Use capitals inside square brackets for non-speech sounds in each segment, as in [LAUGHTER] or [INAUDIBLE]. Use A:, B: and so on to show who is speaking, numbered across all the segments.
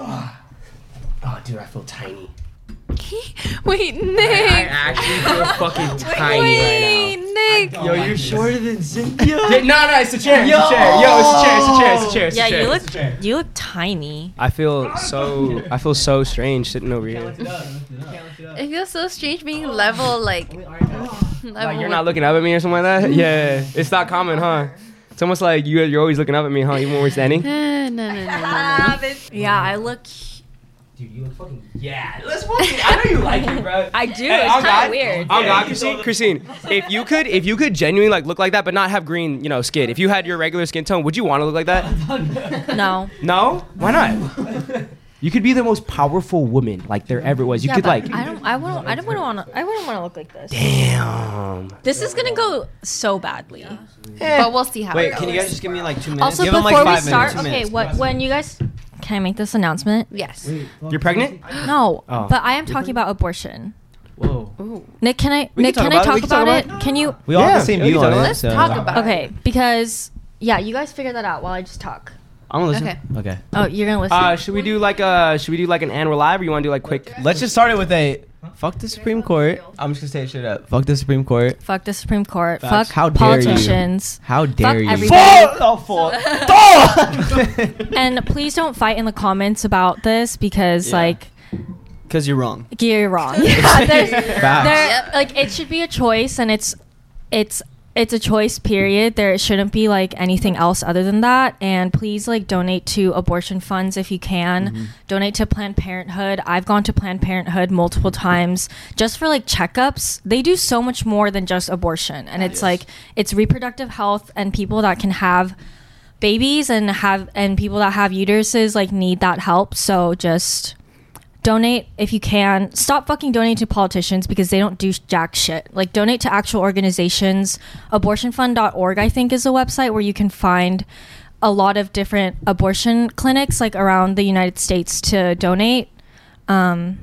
A: Oh, dude, I feel tiny.
B: Wait,
A: I
B: Nick.
A: actually
B: [LAUGHS]
A: feel fucking tiny
B: Wait,
A: right
B: Nick.
A: now. Yo, you're shorter than
C: Cynthia.
A: [LAUGHS] Yeah, no, no, it's a chair. It's a chair. Yo, it's a chair. It's a chair. It's a chair. It's a
B: Yeah,
A: chair.
B: you
A: it's a chair.
B: look you look tiny.
A: I feel so. I feel so strange sitting over here.
B: It feels so strange being level like.
A: Like you're not looking up at me or something like
B: [LAUGHS]
A: that. Yeah, it's not common, huh? It's almost like you, you're always looking up at me, huh? Even when we're standing.
B: no, no, no, no, no. Yeah, I [LAUGHS] look.
A: Dude, you look fucking yeah. Let's fucking. I know you like it, bro.
B: [LAUGHS] I do.
A: Hey,
B: it's
A: I'm
B: kind
A: God.
B: of weird.
A: Oh God, Christine, Christine, if you could, if you could genuinely like look like that, but not have green, you know, skin. If you had your regular skin tone, would you want to look like that?
B: No.
A: No, why not? [LAUGHS] You could be the most powerful woman like there ever was. You
B: Yeah,
A: could
B: but
A: like,
B: I don't. I wouldn't. I don't want to. I wouldn't want to look like this.
A: damn.
B: This is gonna go so badly. But we'll see how.
C: Wait,
B: it
C: can you guys just give me like two minutes?
B: Also,
C: give
B: before
C: him like five
B: we start,
C: minutes. Two
B: okay,
C: minutes.
B: what when you guys can I make this announcement?
D: Yes.
A: You're [LAUGHS] pregnant?
B: No,
A: Oh.
B: but I am talking about abortion.
C: Whoa.
B: Nick, can I?
C: We
B: Nick,
C: can
B: can, I
C: talk about it,
B: talk
C: we can talk
B: about, it?
C: about
B: Can you?
C: We all
A: Yeah,
C: have the same
A: yeah, we
C: view
A: can
C: on
A: talk
C: it.
A: about it.
D: Let's talk about it.
B: Okay, because yeah, you guys figure that out while I just talk.
C: I'm gonna listen.
D: Okay.
C: Okay.
B: Oh, you're gonna listen.
A: Uh, should we do like a? Should we do like an and we're live? Or you want to do like quick?
C: Let's just start it with a fuck the Supreme Court. I'm just gonna say it straight up. Fuck the Supreme Court.
B: fuck the Supreme Court.
C: Facts.
B: Fuck
C: How dare you.
B: politicians.
C: How
B: Fuck
C: dare you?
B: everybody. [LAUGHS]
C: Oh, full.
A: [LAUGHS]
B: And please don't fight in the comments about this because like
C: Because you're wrong.
B: you're wrong. [LAUGHS] Yeah, there's-
C: Facts.
B: there like it should be a choice and it's it's it's a choice period there shouldn't be like anything else other than that and please like donate to abortion funds if you can donate to planned parenthood i've gone to planned parenthood multiple times just for like checkups they do so much more than just abortion and it's like it's reproductive health and people that can have babies and have and people that have uteruses like need that help so just donate if you can stop fucking donating to politicians because they don't do jack shit like donate to actual organizations abortionfund.org i think is a website where you can find a lot of different abortion clinics like around the united states to donate um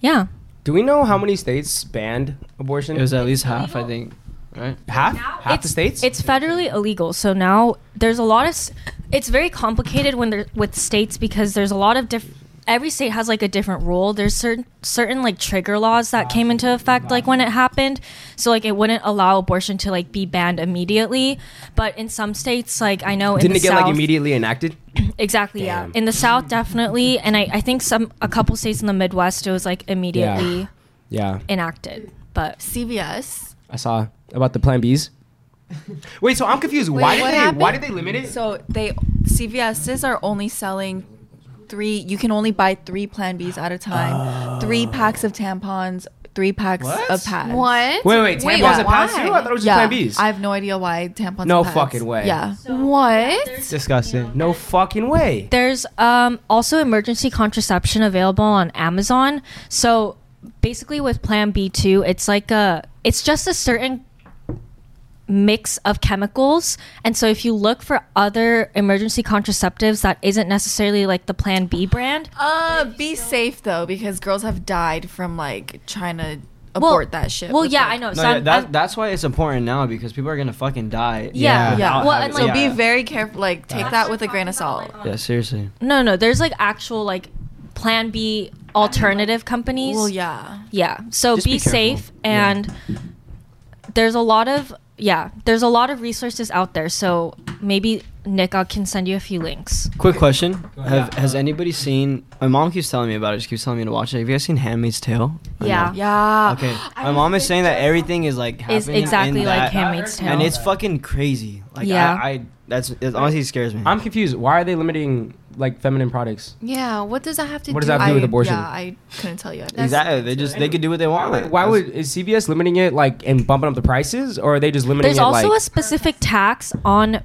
B: yeah
A: Do we know how many states banned abortion?
E: It was at least half, I think. Right?
A: half? Half the states?
B: It's federally illegal, so now there's a lot of. s- It's very complicated when they're with states because there's a lot of diff. Every state has like a different rule. There's certain certain like trigger laws that came into effect like when it happened. So like it wouldn't allow abortion to like be banned immediately, but in some states like I know in
A: Didn't
B: the
A: it get
B: South,
A: like immediately enacted?
B: exactly
A: Damn.
B: yeah in the South definitely, and I I think some a couple states in the Midwest it was like immediately
A: Yeah,
B: enacted, but
D: CVS.
A: I saw about the Plan Bs. [LAUGHS] Wait, so I'm confused. why did
D: what
A: they?
D: happened?
A: Why did they limit it?
D: So they CVS's are only selling three. You can only buy three Plan Bs at a time. Three packs of tampons. Three packs
A: Ah. What?
D: of pads.
A: wait,
B: what?
A: wait,
D: Wait,
A: tampons and
D: why?
A: pads too? I thought it was just
D: Yeah,
A: Plan Bs.
D: I have no idea why tampons.
A: No
D: and pads.
A: fucking way.
D: Yeah.
B: What?
C: Disgusting.
A: no fucking way.
B: There's um, also emergency contraception available on Amazon. So basically, with Plan B2, it's like a, it's just a certain mix of chemicals. And so if you look for other emergency contraceptives that isn't necessarily like the Plan B brand,
D: Uh, be safe though, because girls have died from like trying to abort that shit.
B: Well,
D: with,
B: yeah,
D: like-
B: I know.
E: No,
B: So
E: yeah,
B: I'm-
E: that,
B: I'm-
E: that's why it's important now because people are gonna fucking die.
B: yeah,
D: Yeah.
B: Well, and
D: So
B: like,
D: be
E: Yeah.
D: very careful. Like, take that with a grain of salt.
E: Yeah, seriously.
B: no, no, there's like actual like Plan B alternative companies.
D: Well, yeah.
B: Yeah. So
E: Just
B: be,
E: be careful.
B: safe and there's a lot of yeah, there's a lot of resources out there. So maybe Nick I can send you a few links.
E: Quick question: Have has anybody seen? My mom keeps telling me about it. She keeps telling me to watch it. Have you guys seen *Handmaid's Tale*? Or no?
B: Yeah.
D: Yeah.
E: Okay. My mom is saying that everything is like happening
B: Is exactly
E: in
B: like
E: that,
B: Handmaid's Tale.
E: and it's fucking crazy. Like
B: Yeah.
E: I, I that's it honestly scares me.
A: I'm confused. Why are they limiting like feminine products?
F: Yeah, what does that have to
A: What
F: do?
A: does that have to do with
D: I-
A: abortion?
D: Yeah, I couldn't tell you.
E: exactly. They just they could do what they want. with it.
A: Why
E: That's-
A: would is CVS limiting it like and bumping up the prices, or are they just limiting
B: There's
A: it
B: also
A: like?
B: a specific tax on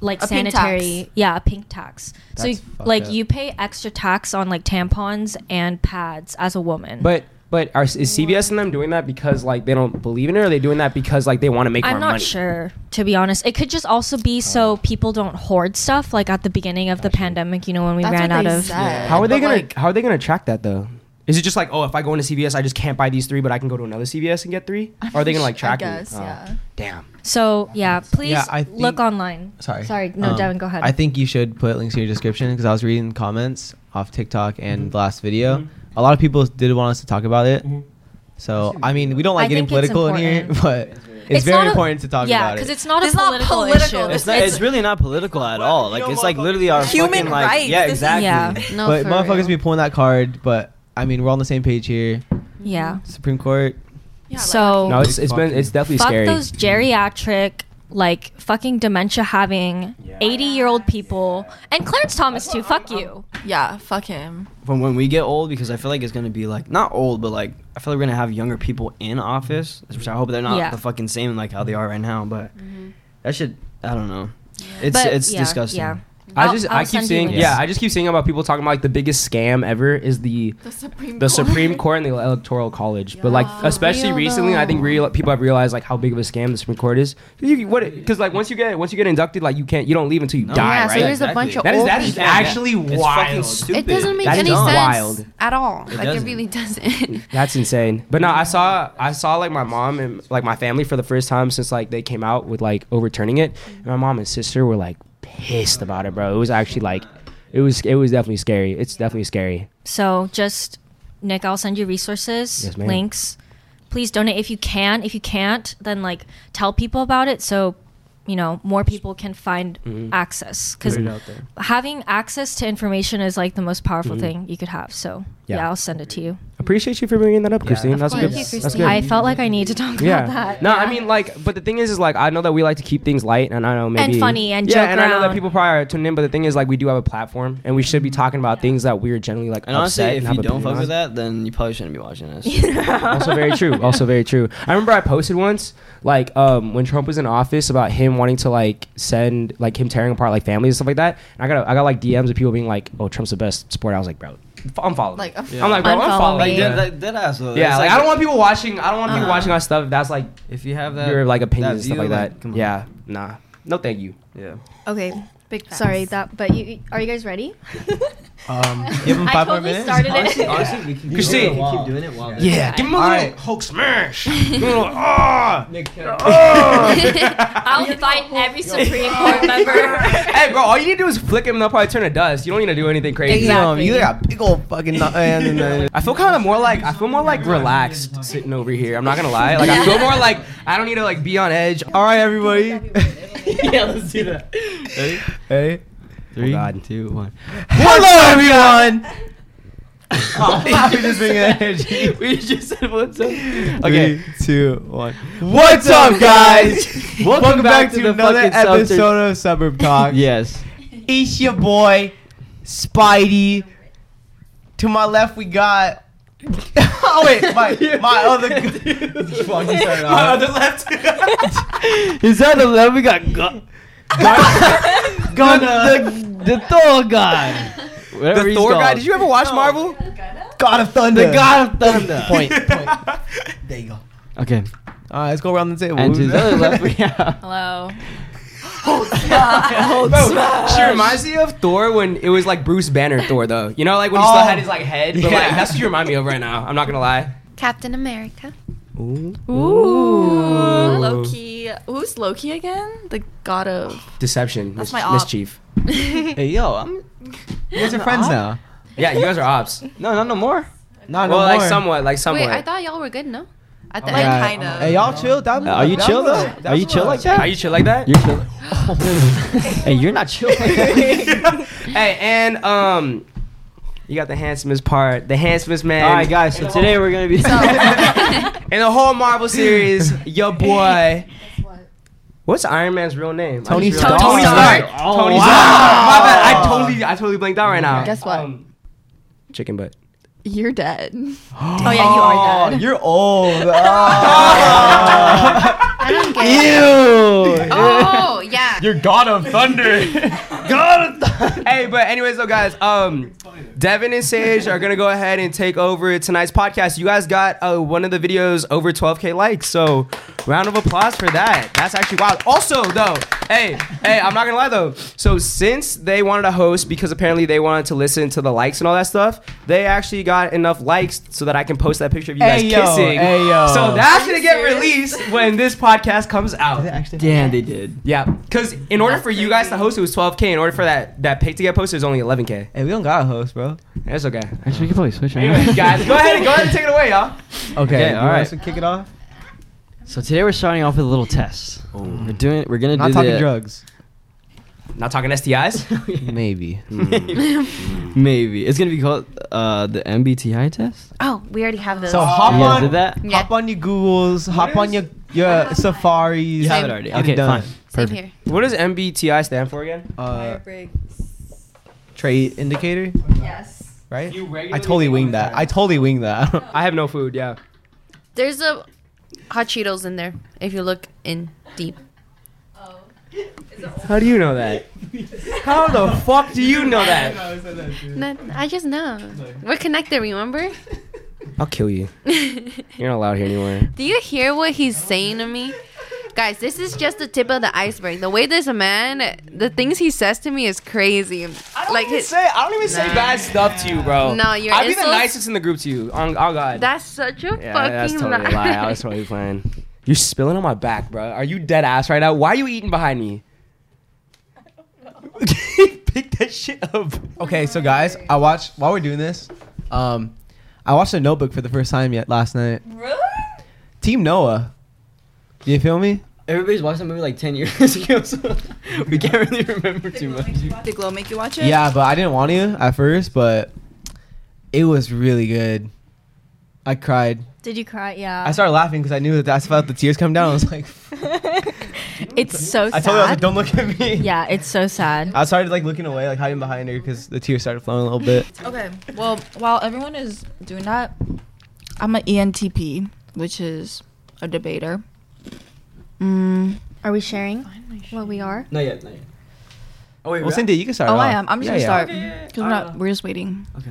B: like
D: A pink tax.
B: sanitary yeah a pink tax so
C: That's
B: you-
C: fucked
B: like
C: up.
B: you pay extra tax on like tampons and pads as a woman
A: But but are, is CBS and them doing that because like they don't believe in it, or are they doing that because like they want to make
B: I'm
A: more
B: not
A: money?
B: sure, to be honest. It could just also be so people don't hoard stuff, like at the beginning of the pandemic, you know, when we
D: That's
B: ran
D: what
B: out
D: they
B: of.
D: said.
A: How are they
D: But,
A: gonna
D: like,
A: How are they gonna track that though? Is it just like oh if I go into CVS I just can't buy these three but I can go to another CVS and get three? Or are they gonna like track
D: I guess,
A: me? Oh,
D: yeah.
A: Damn.
B: So yeah, please
C: Yeah, I
B: look
C: think-
B: online.
C: Sorry.
B: sorry. No,
C: Um,
B: Devin, go ahead.
C: I think you should put links in your description because I was reading comments off TikTok
E: Mm-hmm.
C: and the last video.
A: Mhm.
C: A lot of people did want us to talk about it.
A: Mhm.
C: So I mean, we don't like
B: I
C: getting
B: think it's
C: political in here,
B: important.
C: [LAUGHS] but it's,
B: It's not
C: very
B: a-
C: important to talk
B: yeah,
C: about it.
B: it's not
D: It's
B: a
D: not
B: political,
D: political.
B: issue.
E: It's, not, it's,
D: It's-
E: really not political at all. Like it's like literally our
D: Human
E: fucking, like,
D: rights,
E: Yeah,
D: this is-
E: exactly.
B: yeah,
F: No,
C: but
F: for
C: motherfuckers
F: real.
C: be pulling that card. But I mean, we're all on the same page here.
B: yeah.
C: Supreme Court.
D: Yeah, like-
B: So
A: No, it's it's been it's definitely
B: fuck
A: scary.
B: those geriatric, like fucking dementia having
A: Yeah.
B: eighty year old people and Clarence Thomas too. Fuck you.
D: yeah, fuck him.
E: From when we get old, because I feel like it's gonna be like not old, but like I feel like we're gonna have younger people in office, which I hope they're not
B: Yeah.
E: the fucking same like how they are right now. But that should I don't know. It's
B: But,
E: it's
B: yeah,
E: disgusting.
B: yeah.
A: I
B: I'll-
A: just
B: I'll
A: i keep
B: send you
A: seeing
B: links.
A: yeah I just keep seeing about people talking about like the biggest scam ever is the
D: The Supreme
A: the Supreme Court and the Electoral College. But like, especially
F: real,
A: recently, I think
F: though.
A: real, people have realized like how big of a scam the Supreme Court is. You, what? Because like once you get once you get inducted, like you can't you don't leave until you
E: Oh,
A: die,
F: Yeah, so
A: right?
F: there's a bunch of
A: that is
F: old
A: that is
F: people.
A: actually
E: It's
A: wild.
E: fucking stupid.
F: It doesn't make
A: That is
F: any
A: dumb.
F: sense
A: wild.
F: at all. like
E: doesn't.
F: it
A: [LAUGHS]
F: really doesn't.
A: That's insane. But no, I saw I saw like my mom and like my family for the first time since like they came out with like overturning it. And my mom and sister were like pissed about it, bro. It was actually like it was it was definitely scary. It's definitely scary.
B: So just Nick, I'll send you resources,
A: Yes, ma'am.
B: links. Please donate if you can. If you can't, then like tell people about it so you know more people can find
A: Mm-hmm.
B: access because having access to information is like the most powerful thing you could have. So yeah.
A: Mm-hmm. Yeah.
B: I'll send it to you.
A: Appreciate you for bringing that up, Christine. That's
F: course.
A: good.
F: Thank you,
A: That's
F: Christine.
A: good.
B: I felt [LAUGHS] like I need to talk
A: yeah.
B: about that.
A: No, I mean like, but the thing is, is like I know that we like to keep things light, and I know maybe
B: funny, and
A: yeah,
B: joke
A: and I know that
B: around.
A: people probably are tuning in. But the thing is, like, we do have a platform, and we should be talking about things that we're generally like.
E: And honestly,
A: upset
E: if
A: have
E: you don't
A: opinions
E: fuck
A: on.
E: with that, then you probably shouldn't be watching this.
A: also very true. Also very true. I remember I posted once, like um, when Trump was in office, about him wanting to like send like him tearing apart like families and stuff like that. And I got I got like DMs of people being like, "Oh, Trump's the best sport." I was like, "Bro, f- unfollow." Like,
D: Like,
A: I'm
D: Yeah.
A: like, "Bro,
B: Unfollow
A: unfollow."
B: me.
A: Like,
E: Like
A: yeah,
E: that, that, that asshole.
A: yeah
E: It's
A: like, I don't want people watching. I don't want people watching our stuff. If that's like
E: If you have Uh, that,
A: your like opinions and
E: that
A: stuff
E: view,
A: like that.
E: come on.
A: yeah, nah, no, thank you.
E: yeah.
B: Okay. Big Sorry that, but you are you guys ready? [LAUGHS]
C: Um, give them
B: I
C: five more
B: totally
C: minutes.
B: started it.
E: Honestly, honestly, we can
A: Christine.
E: we can keep doing it while.
A: Yeah, give him a
C: All
A: little
C: right.
A: Hulk smash. Give him a little,
E: [LAUGHS]
A: ah. Oh,
B: [LAUGHS] I'll find [LAUGHS] every Supreme Court member.
A: hey, bro, all you need to do is flick him, and they'll probably turn to dust. You don't need to do anything crazy.
C: Damn, you got big old fucking. no- and [LAUGHS] then-
A: I feel kind of more like I feel more like relaxed sitting over here. I'm not gonna lie. Like I feel more like I don't need to like be on edge.
C: All right, everybody.
E: yeah, let's do that.
C: hey.
E: Three,
A: God.
E: two, one.
C: Hello, everyone. we just
E: [LAUGHS]
C: bring that energy.
A: we just said what's up.
C: Okay,
A: Okay.
C: Three, two, one. What's up, guys? Welcome, back, to,
E: the
C: another
E: fucking South
C: episode of
A: [LAUGHS]
C: Suburb Talk.
E: Uh, Yes.
C: It's your boy, Spidey. To my left, we got. [LAUGHS] oh wait, my
A: [LAUGHS]
C: my other. [LAUGHS] Fuck, you started
A: My
C: off.
A: other left.
E: [LAUGHS] Is that the level we got? Gun- [LAUGHS]
C: Gunna.
E: the, the Thor god. Whatever
A: The
E: he's
A: Thor
E: called.
A: guy. Did you ever watch Marvel?
C: God of Thunder.
E: The god of [LAUGHS] thunder.
C: Point. point. There you go.
E: Okay.
C: All right, let's go around the table.
E: And to the other left, we [LAUGHS] have.
D: Hello.
E: Oh,
A: Bro, she reminds me of Thor when it was like Bruce Banner Thor though. You know, like when he
C: Oh.
A: still had his like head. But like
C: Yeah.
A: that's what you remind me of right now. I'm not gonna lie.
F: Captain America.
D: Loki. Who's Loki again? The god of.
A: Deception.
D: That's
A: mis-
D: my op.
A: mischief.
E: Hey, yo, I'm.
C: you guys are friends now.
A: Yeah, you guys are
E: [LAUGHS]
A: ops.
E: No, no, no more.
C: Not
A: well, like somewhat, like somewhat.
F: Wait, I thought y'all were good, no? At the
D: Like,
F: end.
D: kind of.
C: Hey, y'all chill. That,
E: Are you
C: that
E: chill
C: was-
E: though?
C: that
E: Are you
C: was-
E: chill like
A: Are
E: that? [LAUGHS]
A: you chill like that?
E: You're chill. hey, you're not chill.
A: Hey, and um, you got the handsomest part, the handsomest man.
E: [LAUGHS] All right, guys. So today we're gonna be. [LAUGHS]
A: In the whole Marvel series, your boy. What's Iron Man's real name?
C: Tony
A: I just realized-
C: Stark. Tony Stark.
E: Oh,
A: Tony Stark.
E: wow.
A: My bad. I totally, I totally blanked out right now.
D: Guess what?
A: Um, chicken butt.
D: You're dead.
B: Oh yeah, you are dead.
C: You're old. uh, Oh.
F: I don't get it.
C: Ew.
F: Oh yeah.
C: You're god of thunder. [LAUGHS] god of thunder.
A: hey, but anyways, though, guys, um, Devin and Sage are gonna go ahead and take over tonight's podcast. You guys got uh, one of the videos over 12k likes, so round of applause for that. That's actually wild. Also, though, hey, hey, I'm not gonna lie though. So since they wanted to host because apparently they wanted to listen to the likes and all that stuff, they actually got enough likes so that I can post that picture of you guys
C: Hey, yo,
A: kissing.
C: hey, yo.
A: So that's
F: Are
A: gonna
F: you
A: get
F: serious?
A: released when this podcast comes out.
E: Damn, they did.
A: Yeah, because in order for you guys to host, it was 12k. In order for that that pick to get posted, it was only 11k.
C: Hey, we don't got a host, bro.
A: That's okay. [LAUGHS]
E: Actually, we could probably switch. [LAUGHS]
A: Anyways, guys, go ahead and go ahead and take it away, y'all.
C: Okay,
E: Okay,
C: you
E: all
C: want
E: right.
C: us to kick it off.
E: So today we're starting off with a little test. We're doing. We're gonna
C: Not
E: do
C: talking
E: the, [LAUGHS]
C: drugs.
A: Not talking STIs.
C: Maybe.
E: Hmm. Maybe it's gonna be called uh, the MBTI test.
F: Oh, we already have those.
C: So hop
E: you guys
C: on
E: did that?
F: Yeah.
C: Hop on your Googles. hop on your
F: [LAUGHS] I
C: your
F: have
C: Safaris.
E: You have it already.
C: Get it
E: Okay,
C: done.
E: fine.
F: Same here.
A: what does MBTI stand for again?
C: Uh,
D: Briggs.
C: trait indicator,
D: Yes.
C: right?
A: You regularly
C: I totally
A: think
C: winged
A: on
C: that.
A: time.
C: I totally winged that. [LAUGHS]
A: I have no food. Yeah.
F: There's a hot Cheetos in there if you look in deep.
A: How do you know that? How the fuck do you know that?
F: No, I just know. We're connected, remember?
A: I'll kill you.
F: Do
A: You're not allowed here anymore.
F: you hear what he's saying to me? Guys, this is just the tip of the iceberg. The way this man, the things he says to me is crazy.
A: I don't
F: Like
A: even
F: his-
A: say I don't even say
F: Nah.
A: bad stuff to you, bro.
F: No, you're-
A: I'd be
F: it's
A: the
F: so-
A: nicest in the group to you. On oh God.
F: That's such a
A: yeah,
F: fucking
A: that's totally
F: lie.
A: a lie. I was totally playing. You're spilling on my back, bro. Are you dead ass right now? Why are you eating behind me? Pick that shit up.
C: Okay, so guys, I watched while we're doing this. Um, I watched The Notebook for the first time yet last night.
D: Really?
C: Team Noah. Do you feel me?
E: Everybody's watched that movie like ten years [LAUGHS] ago, so we can't really remember too much.
D: Did Glow make you watch it?
C: Yeah, but I didn't want to at first, but it was really good. I cried.
B: Did you cry? Yeah.
C: I started laughing because I knew that that's felt the tears come down. I was
B: [LAUGHS]
C: like,
B: it's so sad.
C: I told her I was like, don't look at me.
B: yeah, it's so sad.
C: I started like looking away, like hiding behind her because the tears started flowing a little bit.
D: Okay. Well, while everyone is doing that, I'm E an ENTP, which is a debater. Mm.
B: Are we sharing what we are?
E: Not yet. Not yet. Oh wait.
C: Well, Cindy, you can start.
D: Oh,
C: off.
D: I am. I'm just
C: Yeah,
D: gonna
C: yeah. Uh,
D: start because we're not. We're just waiting.
E: Okay.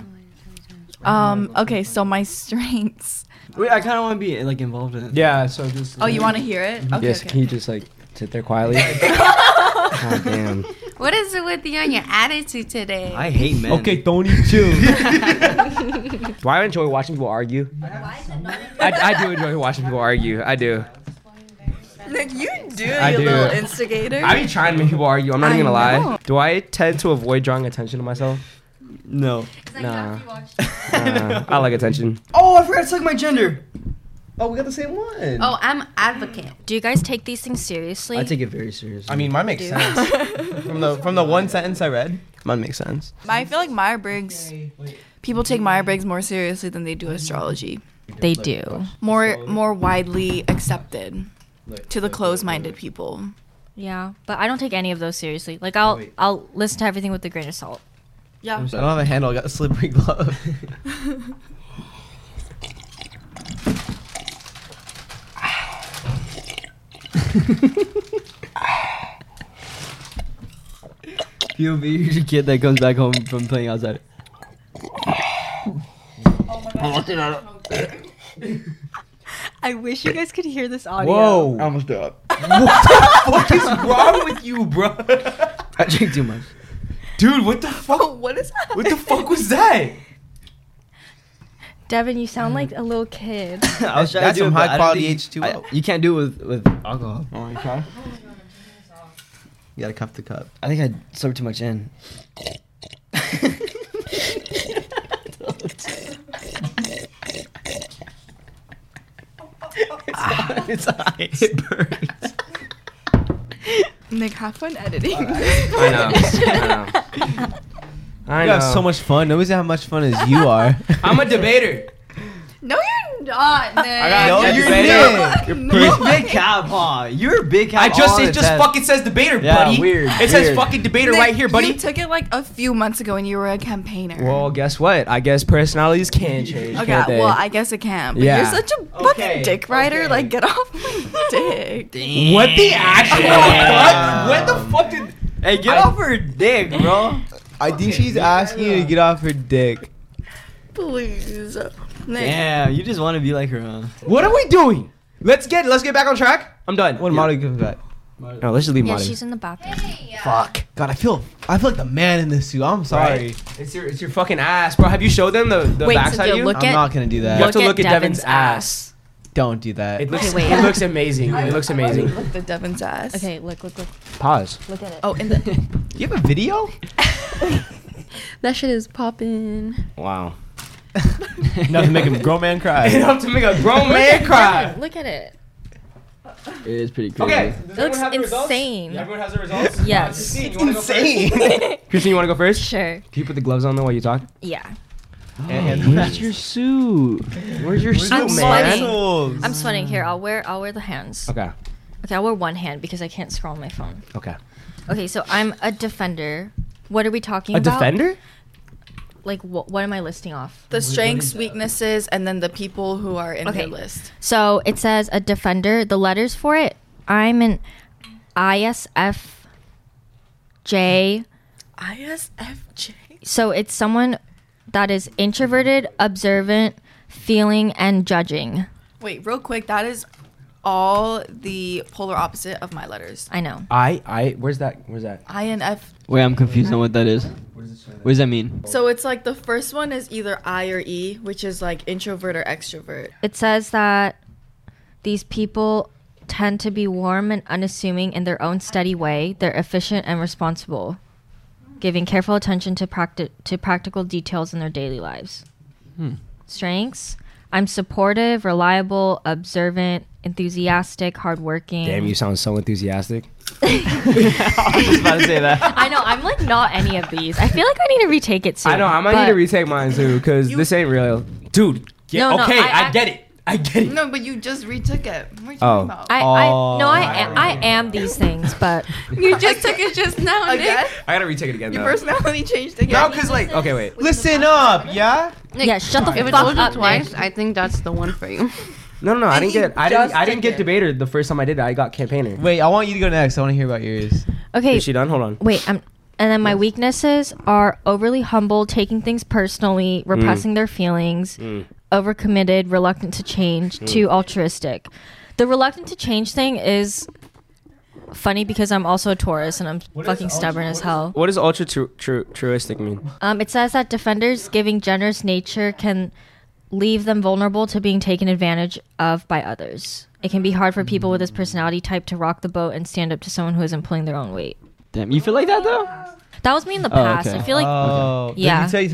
D: Um. Okay. So my strengths.
E: Wait, I kind of want to be like involved in it.
A: Yeah, so just.
D: Oh, you want to hear it? Okay.
A: yes,
D: okay.
A: can you just like sit there quietly?
D: [LAUGHS]
A: God damn.
F: What is it with you and your attitude today?
E: I hate men.
C: Okay, [LAUGHS] Tony,
A: [LAUGHS]
C: chill.
A: Do I enjoy watching people argue? I, I do enjoy watching people argue. I do.
D: Like you do,
A: I
D: you
A: do.
D: little instigator.
A: I be trying to make people argue. I'm not even gonna
D: I
A: lie.
D: know.
A: Do I tend to avoid drawing attention to myself?
E: [LAUGHS] [LAUGHS] No.
A: Nah. Nah, I like attention.
E: Oh, I forgot to select my gender.
C: oh, we got the same one.
F: Oh, I'm advocate.
B: Do you guys take these things seriously?
E: I take it very seriously.
C: I mean, mine makes sense. from the from the one sentence I read, mine makes sense.
D: I feel like Meyer Briggs. People take Meyer Briggs more seriously than they do
C: Mm-hmm.
D: astrology.
B: they do.
D: More more widely accepted to the closed-minded people.
B: Yeah, but I don't take any of those seriously. Like I'll I'll listen to everything with a grain of salt.
D: Yeah.
E: I'm
C: I don't have a handle. I got
E: [LAUGHS]
C: a slippery [LAUGHS] glove.
D: [LAUGHS]
E: POV, you're the kid that comes back home from playing outside.
B: I wish you guys could hear this audio.
C: Whoa!
E: almost threw up.
C: [LAUGHS] what is wrong with you, bro?
E: I drink too much.
C: Dude, what the fuck?
D: What is that?
C: What the fuck was that?
B: Devin, you sound like a little kid.
E: I was trying
C: [LAUGHS] That's
E: to do it,
C: some
E: but
C: high
E: I don't
C: quality
E: think-
C: H2O.
E: I- You can't do it with with alcohol.
C: okay. Oh, You gotta cup the cup.
E: I think I soaked too much in.
C: [LAUGHS]
E: [LAUGHS]
C: it's high. It burns.
D: [LAUGHS] Nick, have fun editing.
A: I know. I know. I
C: You
A: know.
E: [LAUGHS]
C: [LAUGHS] have so much fun. Nobody's gonna have much fun as you are.
A: I'm a debater.
D: [LAUGHS] No, you're
F: I'm not. Nick.
C: No,
E: Yeah,
C: you're
E: debater.
C: dead.
E: You're big cow, huh? You're big cow.
A: I just
E: all
A: it
E: the
A: just
E: time.
A: fucking says debater,
E: Yeah,
A: buddy.
E: weird,
A: It says
E: weird.
A: fucking debater
D: Nick,
A: right here, buddy.
D: You took it like a few months ago and you were a campaigner.
A: well, guess what? I guess personalities can change.
D: okay,
A: can't they?
D: well, I guess it can. But
A: Yeah.
D: you're such a fucking
E: Okay,
D: dick rider.
E: okay.
D: Like, get off my [LAUGHS] dick.
E: Damn.
A: what the actual
E: [LAUGHS] Damn.
A: fuck? [LAUGHS] What the fuck did?
E: Hey, get off her dick, bro.
C: I think she's asking you to get off her dick.
D: Please. Nick.
E: Yeah, you just want to be like her, huh?
A: What are we doing? Let's get let's get back on track. I'm done.
C: What Molly comes back.
A: No, let's just leave
B: Yeah,
A: Molly.
B: she's in the bathroom.
C: Fuck. God, I feel I feel like the man in this suit. I'm sorry.
A: Right. It's your it's your fucking ass, bro. Have you showed them the the
B: Wait, so
A: backside
B: do
A: of
B: you
A: you?
B: look
C: I'm
B: at-
C: not gonna do
A: you
C: that.
A: have to look at Devin's,
B: Devin's
A: ass.
C: Don't do that.
A: It looks
B: wait.
A: it looks amazing. It looks amazing.
D: Look at Devin's ass.
B: Okay, look, look, look,
A: Pause.
B: look at it.
D: Oh, and the,
C: You have a video?
B: [LAUGHS]
D: that shit is popping.
A: [LAUGHS] Wow.
C: Enough to make a grown
E: [LAUGHS]
C: man cry.
A: Enough to make a grown man cry.
B: Look at
C: [LAUGHS]
B: it.
E: It is pretty crazy.
A: Okay.
B: It looks insane.
A: Everyone has the results.
B: Yes.
A: Christine, you wanna go
E: [LAUGHS]
A: first? Christine, you want to go first?
B: Sure.
A: Can you put the gloves on though while you talk?
B: Yeah.
E: Where's your suit?
A: Where's your suit,
B: I'm
A: man?
B: sweating. I'm sweating here. I'll wear I'll wear the hands.
A: Okay.
B: Okay, I'll wear one hand because I can't scroll on my phone.
A: Okay.
B: Okay, so I'm a defender. What are we talking
A: A
B: about?
A: defender?
B: Like wh- what am I listing off?
D: The strengths, weaknesses, and then the people who are in
B: Okay.
D: their list.
B: So it says a defender. The letters for it. I'm an ISFJ.
D: ISFJ.
B: So it's someone that is introverted, observant, feeling, and judging.
D: Wait, real quick. That is all the polar opposite of my letters.
B: I know.
A: I I where's that? Where's that?
D: INF.
E: Wait, I'm confused on what that is. What does that mean?
D: So it's like the first one is either I or E, which is like introvert or extrovert.
B: It says that these people tend to be warm and unassuming in their own steady way. They're efficient and responsible, giving careful attention to practi- to practical details in their daily lives.
A: Hmm.
B: Strengths: I'm supportive, reliable, observant, enthusiastic, hardworking.
A: Damn, you sound so enthusiastic.
E: [LAUGHS] I was about to say that.
B: I know. I'm like not any of these. I feel like I need to retake it soon.
A: I know. I might need to
B: but-
A: retake mine too, cause this ain't real, dude. Get,
B: No, no,
A: okay, I,
B: I- I-
A: get it. I get it.
D: No, but you just retook it. What are
A: Oh.
D: you talking about?
B: I,
A: Oh,
B: I no, I
A: I
B: am, I am these things, but
D: [LAUGHS] you just took it just now,
F: Again?
A: I gotta retake it again.
D: Your
A: though.
D: personality changed again.
A: No, cause like, okay, wait.
C: Listen up, yeah?
F: Nick,
B: yeah. Shut the
F: If it
B: fuck
F: told you
B: up, man.
F: twice, I think that's the one
E: [LAUGHS]
F: for you.
A: No, no, no. I didn't get. I didn't.
D: Just
A: I didn't
D: take
A: get
D: it.
A: debater the first time I did it. I got campaigner.
C: Wait, I want you to go next. I want to hear about yours.
B: Okay,
A: Is she done? Hold on.
B: Wait, um, and then my weaknesses are overly humble, taking things personally,
E: Mm.
B: repressing their feelings,
A: Hmm.
B: overcommitted, reluctant to change,
E: Mm.
B: too altruistic. The reluctant to change thing is funny because I'm also a Taurus and I'm fucking stubborn as hell.
A: What does ultra tru- tru- truistic mean?
B: Um, it says that defenders giving generous nature can leave them vulnerable to being taken advantage of by others. It can be hard for people with
E: Mm.
B: this personality type to rock the boat and stand up to someone who isn't pulling their own weight.
E: Damn, you feel like that though?
B: That was me in the
E: Oh,
B: past.
E: okay.
B: I feel like
C: Oh,
B: Yeah.
C: Let me tell you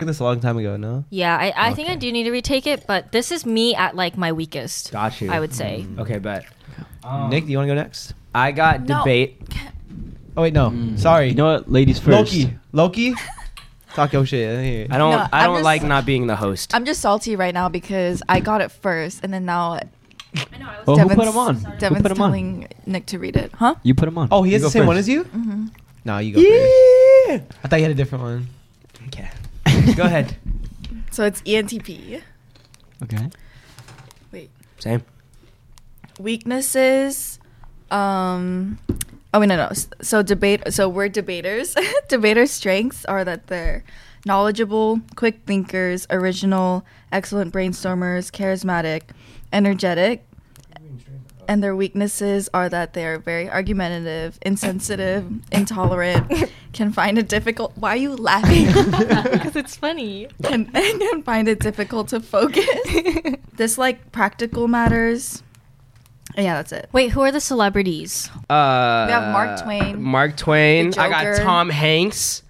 C: this a long time ago, no?
B: Yeah, I, I think I do need to retake it, but this is me at like my weakest.
A: Got you. Mm-hmm.
B: I would say.
A: Okay, bet.
E: Oh.
C: Nick, do you want to go next?
A: I got
D: No.
A: debate.
C: Oh, wait, no. Sorry.
E: Hmm. You know what? Ladies first.
C: Loki. Loki? Talk your shit. Let me hear it.
A: I don't.
D: No,
A: I
D: I'm
A: don't
D: just-
A: like not being the host.
D: I'm just salty right now because I got it first, and then now
E: Oh, who
D: Devin's,
E: put him on?
D: Devin's
E: who put him on?
D: telling Nick to read it, huh?
E: You put him on.
C: Oh, he
E: You
C: has
E: go
C: the same one
E: first.
C: as you? Mm-hmm. No, you go first. I thought you had a different one.
A: Okay.
E: [LAUGHS]
A: Go ahead.
D: So it's E ENTP.
E: Okay.
A: Same.
D: Weaknesses. Um. Oh wait, no, no. S- So debate. So we're debaters. [LAUGHS] Debaters' strengths are that they're knowledgeable, quick thinkers, original, excellent brainstormers, charismatic, energetic, and their weaknesses are that they are very argumentative, insensitive, intolerant, can find it difficult. Why are you laughing?
E: [LAUGHS]
B: because it's funny.
D: can, [LAUGHS] can find it difficult to focus. Dislike practical matters. And yeah, that's it.
B: Wait, who are the celebrities?
A: Uh,
D: We have Mark Twain.
A: Mark Twain.
D: The
A: I got
D: Joker.
A: Tom Hanks.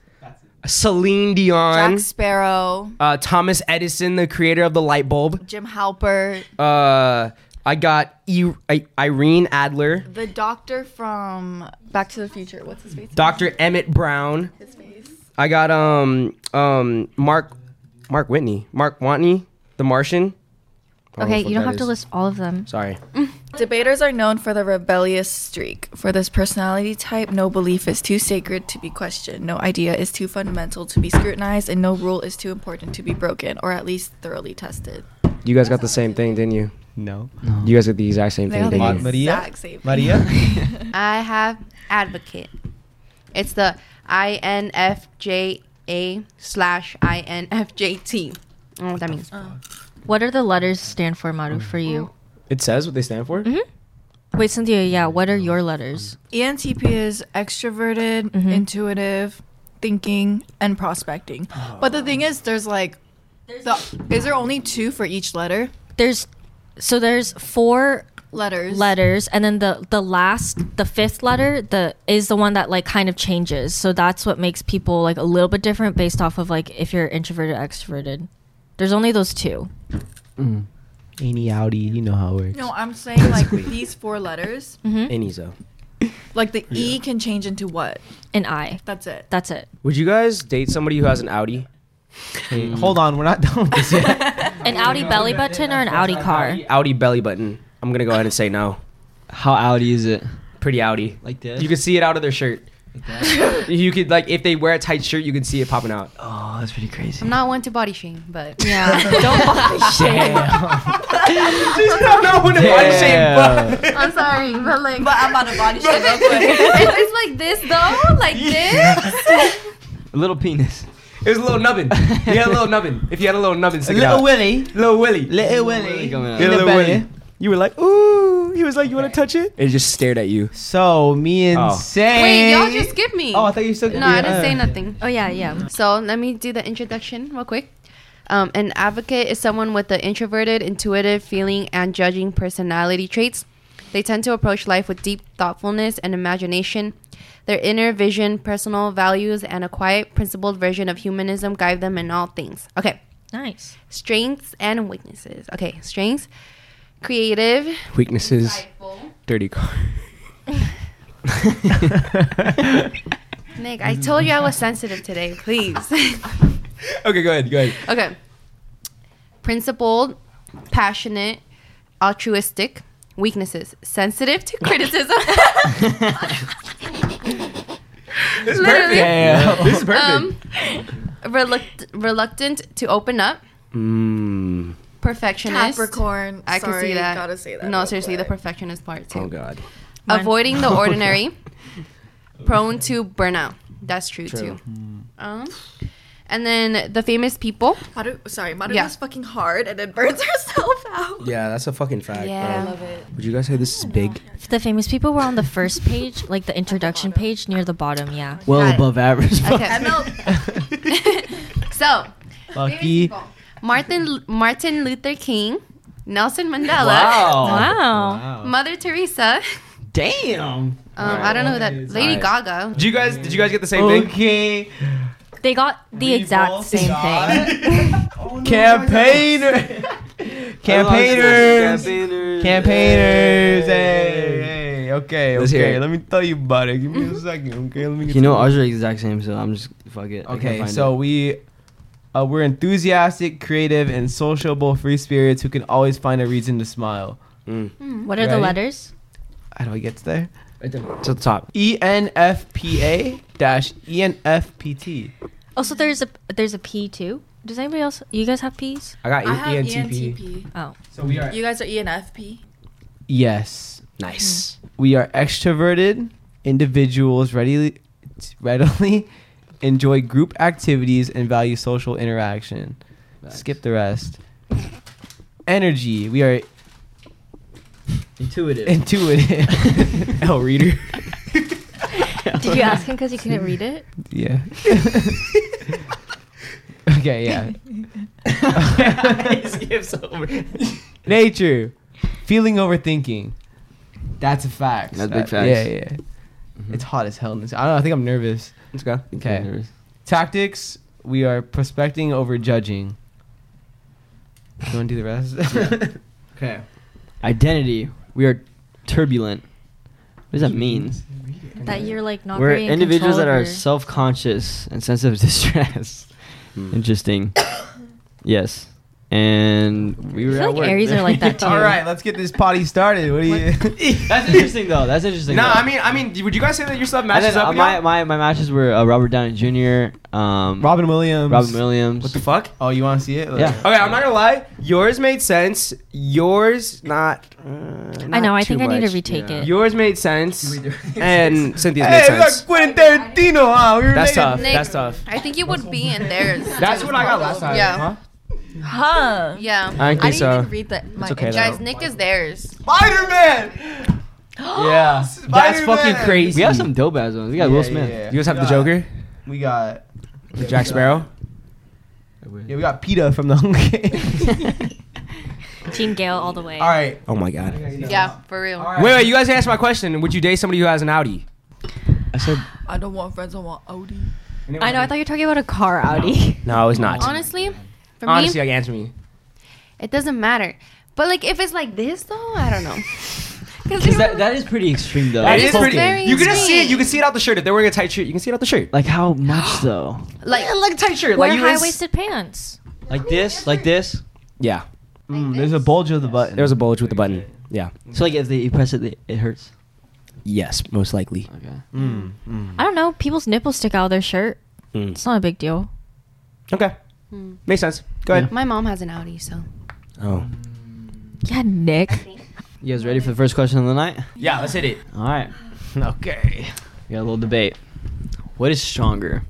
A: Celine Dion.
D: Jack Sparrow,
A: Uh, Thomas Edison, the creator of the light bulb.
D: Jim Halpert,
A: Uh, I got I- I- Irene Adler.
D: the doctor from Back to the Future. What's his face?
A: Dr. Emmett Brown.
D: His face.
A: I got um um Mark Mark Whitney. Mark Watney, the Martian. I know
B: Okay,
A: what
B: you don't
A: that
B: have to
A: is.
B: list all of them.
A: Sorry.
D: Debaters are known for the rebellious streak. For this personality type, no belief is too sacred to be questioned, no idea is too fundamental to be scrutinized, and no rule is too important to be broken or at least thoroughly tested.
A: You guys got the same thing, didn't you?
C: [LAUGHS] No.
A: You guys got the exact same
D: They
A: thing,
D: are the
A: didn't you?
C: Mar- Maria?
D: exact same.
C: [LAUGHS] Maria?
F: I have advocate. It's the INFJA slash INFJT. I don't know what that means.
B: What are the letters stand for,
A: Mm.
B: Maru, for you?
A: It says what they stand for?
D: Mm-hmm.
B: Wait, Cynthia, yeah, what are your letters?
D: ENTP is extroverted, intuitive, thinking, and prospecting. But the thing is, there's like, the, is there only two for each letter?
B: There's so there's four
D: Letters.
B: letters and then the the last the fifth letter the is the one that like kind of changes. So that's what makes people like a little bit different based off of like if you're introverted or extroverted. There's only those two.
C: Any Audi, you know how it works.
D: No, I'm saying like these four letters.
A: Any so.
D: Like the E can change into what?
B: An I.
D: That's it.
B: That's it.
A: Would you guys date somebody who has an Audi?
C: Hey, hold on, we're not [LAUGHS] done with this yet.
B: An Audi belly button or an Audi
A: [LAUGHS]
B: car?
A: Audi belly button. I'm gonna go ahead and say no.
E: How outy is it?
A: Pretty Audi.
E: Like this?
A: You can see it out of their shirt. you could like if they wear a tight shirt, you can see it popping [LAUGHS] out.
E: oh, that's pretty crazy.
F: [LAUGHS] I'm not one to body shame, but [LAUGHS]
B: Yeah. Don't body shame.
F: I'm sorry, but like
D: But I'm on a body shape.
F: [LAUGHS] it's like this though, like this.
E: Little penis.
A: It was a little nubbin. You had a little nubbin. If you had a little nubbin, stick it
C: Little
A: out.
C: Willie.
A: little Willie.
C: Little
E: Willy
C: Willie.
E: coming out.
C: in the
A: Little
C: belly.
A: [LAUGHS] Willy. You were like, ooh. He was like, you want to touch it? It just stared at you.
C: So, me and
A: Oh.
C: Say.
F: Wait, y'all just skip me.
C: Oh, I thought you still
F: no, I didn't say
C: uh,
F: nothing.
B: Oh yeah, yeah.
F: So let me do the introduction real quick. Um, an advocate is someone with the introverted, intuitive, feeling, and judging personality traits. They tend to approach life with deep thoughtfulness and imagination. Their inner vision, personal values, and a quiet, principled version of humanism guide them in all things. Okay,
B: Nice.
F: strengths and weaknesses. Okay, strengths creative,
A: Weaknesses. Dirty car.
F: Nick, I told you I was sensitive today. Please.
A: [LAUGHS] Okay, go ahead. Go ahead.
F: Okay. Principled, passionate, altruistic. Weaknesses: sensitive to
A: [LAUGHS]
F: criticism. Literally.
A: [LAUGHS] This is perfect.
F: Um, reluct- reluctant to open up.
A: Mm.
F: Perfectionist.
D: Capricorn.
F: I can see that.
D: Gotta say that.
F: No,
D: real
F: seriously, the
D: quick.
F: perfectionist part too.
A: Oh God. Oh,
B: Mine-
A: [LAUGHS]
F: Avoiding the ordinary. prone to burnout. That's true,
A: True. Hmm.
F: too. Um, and then the famous people.
D: How do? Sorry, Madu
F: Yeah.
D: is fucking hard and it burns [LAUGHS] herself out.
A: Yeah, that's a fucking fact.
F: Yeah.
A: bro. Would you guys say this is big?
B: The famous people were on the first page, like the introduction page near the bottom, yeah.
E: Well
A: Oh,
F: Got it.
E: above average.
F: Okay. so
C: Lucky.
F: Martin Martin Luther King, Nelson Mandela,
B: Wow.
F: Mother Teresa.
E: Damn.
F: Um, I don't know who that Lady Gaga.
A: Did you guys? Did you guys get the same thing?
C: Okay.
B: They got the exact same thing.
C: Campaigner. [LAUGHS] Campaigners.
E: Campaigners.
C: Campaigners. Hey, hey. Okay,
A: Let's hear
C: okay.
A: it.
C: Let me tell you about it. Give me
F: Mm-hmm.
C: a second, okay? Let me get
E: You know,
C: to it.
E: ours are the exact same, so I'm just fuck it. I can't
C: Okay,
E: find
C: so
E: it.
C: we uh, we're enthusiastic, creative, and sociable free spirits who can always find a reason to smile.
B: [LAUGHS] What are the
C: Ready?
B: letters?
C: How do I get there?
A: To the top.
C: E ENFPA dash E ENFPT.
B: Oh, so there's a there's a P too. Does anybody else? You guys have P's?
A: I got
D: I have E
A: ENTP.
D: ENTP.
B: Oh,
C: So we are
D: You guys are E ENFP.
C: yes,
A: [LAUGHS] Nice.
C: we are extroverted individuals readily readily enjoy group activities and value social interaction. Skip the rest. Energy. We are
E: Intuitive. [LAUGHS]
C: Intuitive. L reader.
B: Did you ask him because you couldn't read it?
C: Yeah. [LAUGHS] okay, yeah. Nature. Feeling overthinking. That's a fact.
E: That's big
C: That-
E: facts. Mm-hmm.
C: Yeah, yeah. It's hot as hell. in this- I don't know. I think I'm nervous.
A: Let's go.
C: Okay. Tactics. We are prospecting over judging. You want to do the [LAUGHS] rest?
E: Okay. Identity. We are turbulent. What does that mean?
B: That you're like not
E: We're
B: very in
E: individuals
B: control
E: that
B: of
E: are
B: your-
E: self-conscious and [LAUGHS] sensitive to stress.
A: Hmm.
E: Interesting. yes. And we
B: I
E: were
B: feel
E: at
B: like
E: work.
B: Aries are like that too.
C: [LAUGHS] All right, let's get this potty started. What do you?
E: [LAUGHS]
C: [LAUGHS]
E: That's interesting though. That's interesting.
A: No,
E: though.
A: I mean, I mean, would you guys say that your stuff
E: And
A: matches
E: then, uh,
A: up?
E: my,
A: y'all?
E: my my matches were uh, Robert Downey Jr. Um,
C: Robin Williams.
E: Robin Williams.
A: what the fuck?
C: Oh, you want to see it? Let's-
E: Yeah.
A: Okay, I'm
B: [LAUGHS]
A: not gonna lie. Yours made sense. Yours not. Uh,
B: I
A: not
B: know. I
A: too
B: think I need to
A: much.
B: retake it.
A: Yours made sense,
C: [LAUGHS]
A: and Cynthia's made
C: Hey, we got
A: sense.
C: Quentin Tarantino, huh? We were
A: That's
C: related.
A: tough.
F: Nick.
A: That's tough.
F: I think you would be in theirs.
A: That's what I got last time.
F: Yeah.
A: Huh?
D: Huh?
F: Yeah.
A: I think
D: I didn't
A: so.
D: even read that. My
A: okay, though.
F: Guys, Nick is theirs.
C: Spider-Man.
B: [GASPS]
E: Yeah.
A: That's fucking
C: Spider-Man.
A: crazy.
E: We have some dope ass ones. We got
C: Yeah,
E: Will
C: yeah,
E: Smith.
C: yeah.
A: You guys have
C: We
A: the
C: got-
A: Joker,
C: We got. yeah,
A: Jack
C: we got-
A: Sparrow.
C: Yeah, we got Peta from the Hunger Games.
B: [LAUGHS] Team Gale all the way.
C: All right.
A: Oh my god.
F: Yeah, for real.
A: Wait, wait. You guys answered my question. Would you date somebody who has an Audi?
E: I said
D: I don't want friends. I want Audi.
B: I know. I thought you were talking about a car, Audi.
A: No, it's not.
F: Honestly, for
A: Honestly,
F: me,
A: like, answer me.
F: it doesn't matter. But like, if it's like this though, I don't know. [LAUGHS]
E: because that, that is pretty extreme though.
A: That
E: It's
A: is pretty.
F: very
A: You can just see
F: extreme.
A: it. You can see it out the shirt. If they're wearing a tight shirt, you can see it out the shirt.
E: Like how
F: [GASPS]
E: much though?
F: Like,
A: Like a tight shirt.
B: Wear
A: Like you.
B: high
A: Was,
B: waisted pants.
E: Like this? Like this?
A: yeah.
C: Mm, there's a bulge of the button.
A: There was a bulge with the button. Yeah.
E: So like if they you press it, they- it hurts.
A: Yes, most likely.
E: Okay.
C: Hmm.
B: I don't know. People's nipples stick out of their shirt.
A: Mm.
B: It's not a big deal.
A: Okay.
F: Hmm.
A: Makes sense. Go ahead.
F: my mom has an Audi, so
A: Oh.
B: Yeah, Nick.
E: You guys ready for the first question of the night?
A: Yeah, let's hit it. [LAUGHS]
E: All right.
C: okay.
E: We got a little debate. What is stronger,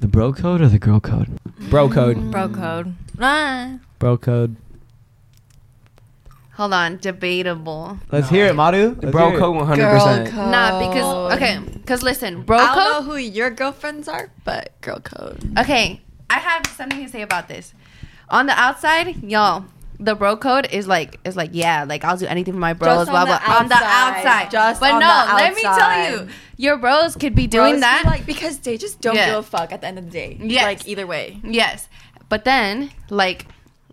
E: the bro code or the girl code?
A: Bro code.
B: Bro code. Ah.
C: Bro code.
F: hold on, debatable.
C: Let's hear it, Madu. Let's hear
A: Bro
C: it.
A: code 100%.
F: Nah, because okay, because listen, bro
D: I
F: code.
D: don't know who your girlfriends are, but girl code.
F: Okay, I have something to say about this. On the outside, y'all, the bro code is like is like yeah, like I'll do anything for my bros,
D: Just
F: blah
D: on
F: blah.
D: the
F: on the
D: outside.
F: outside,
D: Just
F: but
D: on
F: no,
D: the
F: let me
D: outside.
F: tell you, your bros could be doing
D: Bros be
F: that.
D: like because they just don't
F: Yeah.
D: give a fuck at the end of the day.
F: Yes.
D: Like either way.
F: yes, but then like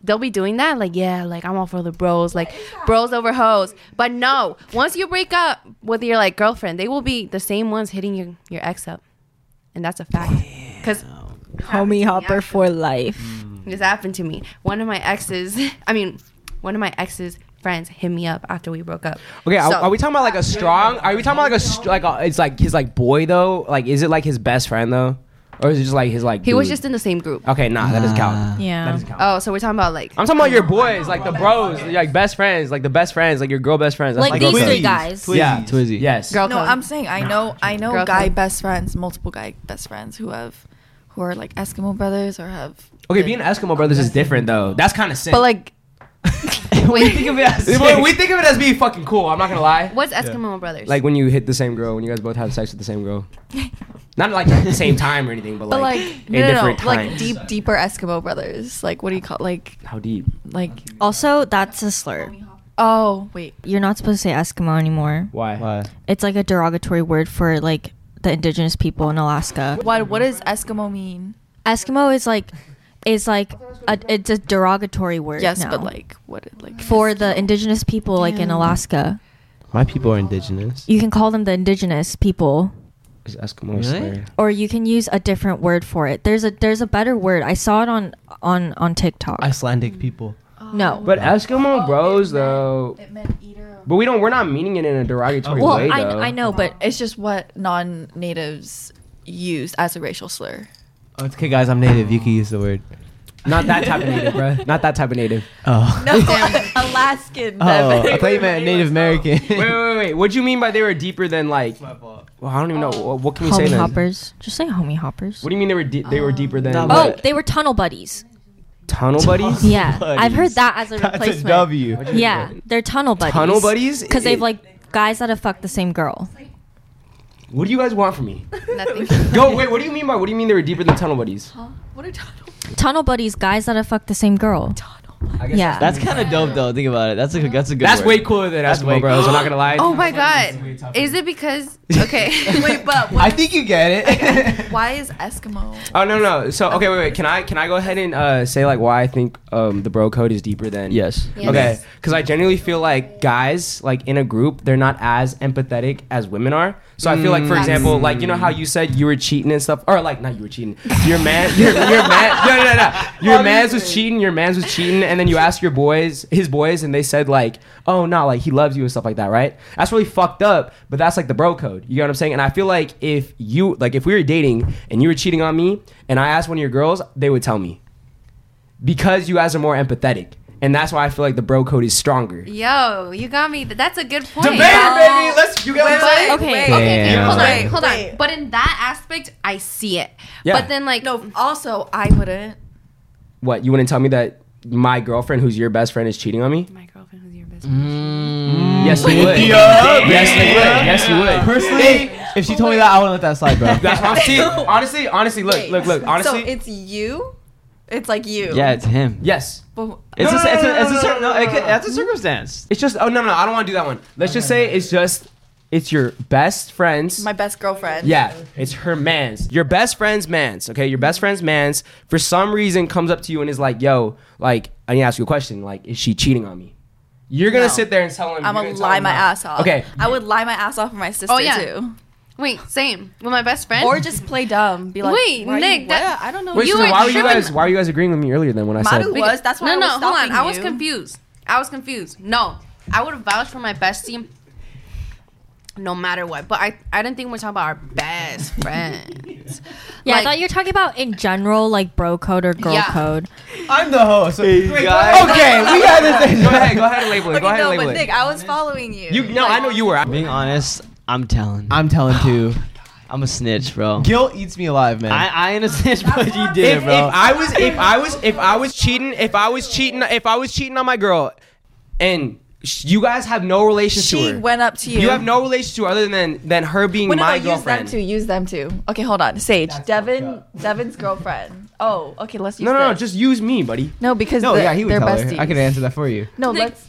F: they'll be doing that, like yeah, like I'm all for the bros, like bros over hoes. But no, once you break up with your like girlfriend, they will be the same ones hitting your your ex up, and that's a fact. Because
B: Homie hopper for life.
F: This happened to me. One of my exes, [LAUGHS] I mean, one of my exes' friends hit me up after we broke up.
A: Okay, are,
F: So-
A: are we talking about like a strong? Are we talking about like a str- like a, it's like his like boy though? Like is it like his best friend though, or is it just like his like?
F: He was
A: dude?
F: just in the same group.
A: okay. Nah, that doesn't count.
B: Yeah.
F: Oh, so we're talking about like.
A: I'm talking about your boys, like the bros, like best friends, like the best friends, like your girl best friends. That's
B: Like
A: girl
B: these
A: code.
B: three guys.
C: Twizzies.
A: Yeah,
E: Twizzy.
A: Yes.
F: girl
D: No,
F: code.
D: I'm saying I know I know
F: Girl
D: guy
F: code.
D: best friends, multiple guy best friends who have who are like Eskimo brothers or have
A: Okay, being Eskimo brothers is different though. That's kind of sick. [LAUGHS]
D: But like [LAUGHS]
F: Wait,
A: When we think of it as being fucking cool. I'm not gonna lie.
F: what's Eskimo Brothers?
A: Like when you hit the same girl, when you guys both have sex with the same girl, not like at the same time or anything, but like,
D: but like
A: in
D: no, no, no,
A: different
D: like
A: times.
D: deep deeper Eskimo brothers. Like what do you call like
A: How deep?
D: like
B: Also, that's a slur.
D: oh wait.
B: You're not supposed to say Eskimo anymore.
A: Why?
C: Why?
B: It's like a derogatory word for like the indigenous people in Alaska.
D: What what does Eskimo mean?
B: Eskimo is like is like a, it's a derogatory word.
D: Yes,
B: now
D: but like what it like
B: for the indigenous people like in Alaska.
C: My people are indigenous.
B: You can call them the indigenous people
A: Is Eskimo
E: Really?
A: slur?
B: or you can use a different word for it. There's a there's a better word. I saw it on on on TikTok.
C: Icelandic people.
D: Oh,
B: no.
A: But Eskimo bros though.
D: it Oh, meant eater.
A: But we don't. We're not meaning it in a derogatory
B: well,
A: way,
B: I,
A: though.
B: I know, but
D: It's just what non-natives use as a racial slur.
C: Oh, it's okay, guys. I'm native. You can use the word.
A: Not that type of native, bro.
D: [LAUGHS]
A: Not that type of native.
C: [LAUGHS] Oh.
D: No, Alaskan.
C: Oh,
D: Devin.
C: I thought you meant Native American.
A: Wait, wait, wait. What do you mean by they were deeper than like? Well, I don't even
F: Oh.
A: know. What, what can we say
B: homie
A: then?
B: hoppers. Just say homie hoppers.
A: What do you mean they were de- they were deeper than?
E: Not
B: Oh,
A: [LAUGHS]
E: But-
B: they were tunnel buddies.
F: Oh.
A: Tunnel buddies.
B: Yeah, I've heard that as a
C: [LAUGHS] That's a
B: replacement.
C: W.
B: Yeah, they're tunnel buddies.
A: Tunnel buddies?
B: Because
A: It-
B: they've like guys that have fucked the same girl.
A: What do you guys want from me?
F: Nothing.
A: Go wait. What do you mean by? What do you mean they were deeper than tunnel
F: [LAUGHS]
A: buddies?
F: what are tunnel?
B: Tunnel buddies, guys that have fucked the same girl.
A: I guess
B: Yeah.
G: That's kind of dope though. Think about it. That's a that's a good.
A: That's
G: word.
A: way cooler than
G: That's
A: Eskimo
G: way-
A: Bros. I'm not gonna lie.
F: Oh my god. Is it because? Okay. Wait,
C: [LAUGHS]
F: but
C: I think you get
F: [LAUGHS]
C: it.
D: Why is Eskimo?
A: Oh no no. So okay wait wait. Can I can I go ahead and uh, say like why I think um, the bro code is deeper than
G: Yes.
F: Yes.
A: Okay, because I generally feel like guys, like in a group, they're not as empathetic as women are. So I feel like, for
F: Mm.
A: example, like you know how you said you were cheating and stuff, or like not you were cheating. Your man, [LAUGHS] your, your man, no, no, no, no. Your man's was cheating. Your man's was cheating, and then you ask your boys, his boys, and they said like, oh no, like he loves you and stuff like that, right? That's really fucked up. But that's like the bro code. You know what I'm saying? And I feel like if you like if we were dating and you were cheating on me, and I asked one of your girls, they would tell me because you guys are more empathetic. And that's why I feel like the bro code is stronger.
F: Yo, you got me. That's a good point.
A: Debate, baby. Let's you guys.
D: wait,
F: okay,
D: wait.
F: okay,
G: Damn.
F: hold on,
D: Wait,
F: hold
D: wait.
F: on. But in that aspect, I see it.
A: Yeah.
F: But then, like,
D: No, also I wouldn't.
A: What you wouldn't tell me that my girlfriend, who's your best friend, is cheating on me?
F: my girlfriend was your best.
A: Yes, you would. Yes, you would. Yes, you would.
C: Personally, if she told me that, I wouldn't let that slide,
A: [LAUGHS]
C: bro.
A: That's honestly, honestly, honestly. Look, look, look. Honestly,
D: so it's you. It's like you.
G: Yeah, it's him.
A: yes.
D: But
G: It's
A: No,
G: a
A: no,
G: it's
A: no, no,
G: a it's
A: no,
G: a cir-
A: no,
G: no.
A: no,
G: it
A: no,
G: could-
A: no.
G: That's a circumstance.
A: It's just. Oh no, no. I don't want to do that one. Let's just say it's just. It's your best friends.
D: my best girlfriend.
A: Yeah, it's her man's. Your best friend's man's, okay? Your best friend's man's for some reason comes up to you and is like, yo, like, I need to ask you a question. Like, is she cheating on me? You're gonna
D: No.
A: sit there and tell him.
D: I'm
A: you're
D: gonna
A: tell
D: lie
A: him
D: my
A: no.
D: ass off.
A: Okay.
D: I would lie my ass off for my sister
F: Oh, yeah.
D: too.
F: Wait, same with my best friend.
D: Or just play dumb. Be like,
F: Wait,
D: why are you-
F: Nick, that-
D: what? I don't know.
A: Wait,
F: You
A: so then
F: were
A: why were you
F: tripping-
A: guys? Why were you guys agreeing with me earlier then when I said?
D: Madu was. That's why
F: no,
D: I was
F: no, hold on.
D: stopping
F: I was
D: you.
F: confused. I was confused. No, I would have vouched for my best team, no matter what. But I, I didn't think we are talking about our best [LAUGHS] friends.
B: Yeah,
F: Like-
B: I thought you were talking about in general, like bro code or girl
F: Yeah.
B: code.
C: I'm the host. Wait,
G: guys.
C: Okay, we had this thing.
A: [LAUGHS] Go ahead, go ahead and label it.
D: Okay,
A: go ahead
D: no,
A: and
D: but
A: label
D: Nick,
A: it.
D: I was following you.
A: You no, I know you were. I-
G: Being honest, I'm telling.
C: [LAUGHS] I'm telling too.
G: I'm a snitch, bro.
C: Guilt eats me alive, man.
G: I I
E: [LAUGHS]
G: ain't a snitch, but you did it,
A: If, if
G: bro.
A: I was, if I was, if I was cheating, if I was cheating, if I was cheating on my girl, and sh- you guys have no relationship
D: She
A: to her.
D: went up to you.
A: you have no relationship to her other than than her being
D: Wait, no, no,
A: my
D: use them
A: girlfriend.
D: too. Use them too. Okay, hold on. Sage, Devin, Devin's girlfriend. Oh, okay. Let's use
A: No, no, no.
D: them.
A: Just use me, buddy.
D: no because
C: no,
D: the,
C: yeah, he would
D: they're
C: tell
D: besties.
C: her. I could answer that for you.
D: No,
F: Nick-
D: let's.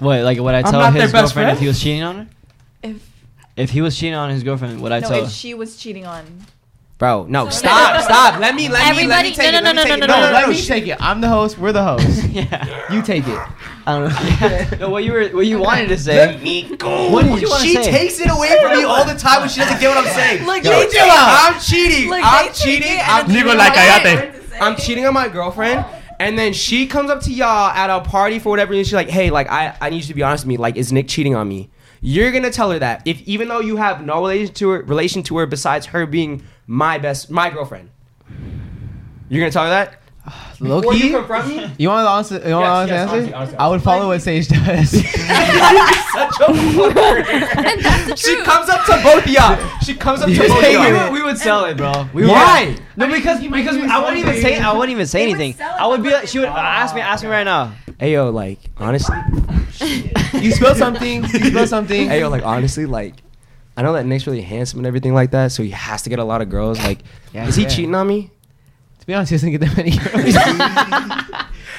G: Wait, like would I tell
A: not their
G: his
A: best
G: girlfriend
A: friend.
G: if he was cheating on her?
D: If
G: If he was cheating on his girlfriend, would I
D: no,
G: tell
D: if
G: her?
D: she was cheating on.
A: Bro, no, Oh, stop, stop. Let me, let me, let
B: Everybody-
A: me take
B: no,
A: it.
B: no,
A: let me
B: no,
A: take
B: no,
A: it.
B: no,
C: No,
B: no,
C: let me take it. I'm the host. We're the
G: [LAUGHS]
C: host.
G: yeah.
C: you take it.
G: I don't know. [LAUGHS] no, what you were what you wanted to say.
A: Let me go.
G: What did you wanna
A: she
G: say?
A: takes it away from me all the time when she doesn't get what I'm saying.
D: Look,
A: Yo,
D: they
A: chill out. I'm cheating.
D: Look,
A: I'm
D: they take
A: cheating.
D: it and
A: I'm
D: then
A: cheating.
D: they
A: on
D: like
A: my-
D: Ayate.
A: I'm cheating on my girlfriend. And then she comes up to y'all at a party for whatever reason. She's like, hey, like, I, I need you to be honest with me. Like, is Nick cheating on me? You're going to tell her that. If even though you have no relation to her, relation to her besides her being my best, my girlfriend. You're going to tell her that? Or
C: Loki,
A: you
C: you,
A: confront me?
C: want the honest, you want
A: Yes,
C: the honest
A: yes,
C: answer?
A: honestly, honestly,
C: I would follow what Sage [LAUGHS] does.
A: Such a fucker.
F: and that's the
A: She
F: truth.
A: comes up to both of y'all. She comes up to
C: You
A: both of
C: take
G: we,
C: it.
A: y'all.
G: would, we would sell it, bro. We
A: Why?
G: Would, no, because because I wouldn't even say I wouldn't even say anything. I would be like she would ask me ask me right now.
A: Hey yo, like honestly,
C: you spill something. You [LAUGHS] spill something.
A: hey yo, like honestly, like I know that Nick's really handsome and everything like that, so he has to get a lot of girls. Like,
C: Yeah,
A: is he
C: yeah.
A: cheating on me?
C: to be honest, he doesn't get that many. [LAUGHS] girls.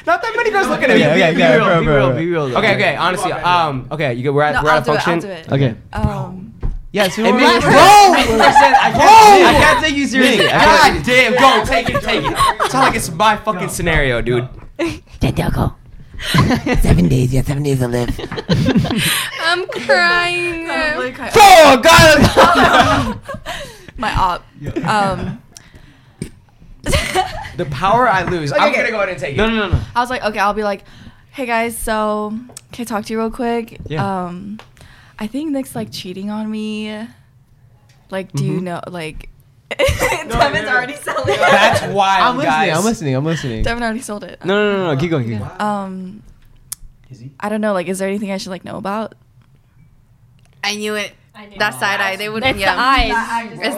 A: Not that many girls looking
C: at me. Yeah, yeah,
G: be,
C: yeah,
G: real,
C: bro,
G: be
C: bro,
G: real,
C: bro.
G: be real. though.
A: Okay, okay, honestly, um, okay, you go. We're at
D: No,
A: we're
D: I'll
A: at a
D: do it. I'll do
A: function.
D: it.
G: Okay.
D: Um,
C: yeah, so we
A: It
C: were-
A: makes-
G: I said I can't, I can't take you seriously. I can't
A: God damn, go take it, take it. It's not like it's my fucking scenario, dude.
F: I'm crying.
D: [LAUGHS] I'm really kind-
A: Oh God!
D: [LAUGHS] my op. Um,
A: the power I lose. I'm
D: okay.
A: gonna go ahead and take it.
G: No, no, no, no.
D: I was like, okay, I'll be like, hey guys, so can I talk to you real quick?
G: Yeah.
D: Um, I think Nick's like cheating on me. Like, do you know? [LAUGHS] Like, Devin's already selling. it.
A: That's
D: [LAUGHS]
A: why
C: I'm listening.
A: guys.
C: I'm listening. I'm listening.
D: Devin already sold it.
G: No, no, no, no, keep going, keep going.
D: Um, I don't know. Like, is there anything I should like know about?
F: I knew it.
H: That side eye, they would.
B: It's
H: yeah.
B: the eyes.
H: It's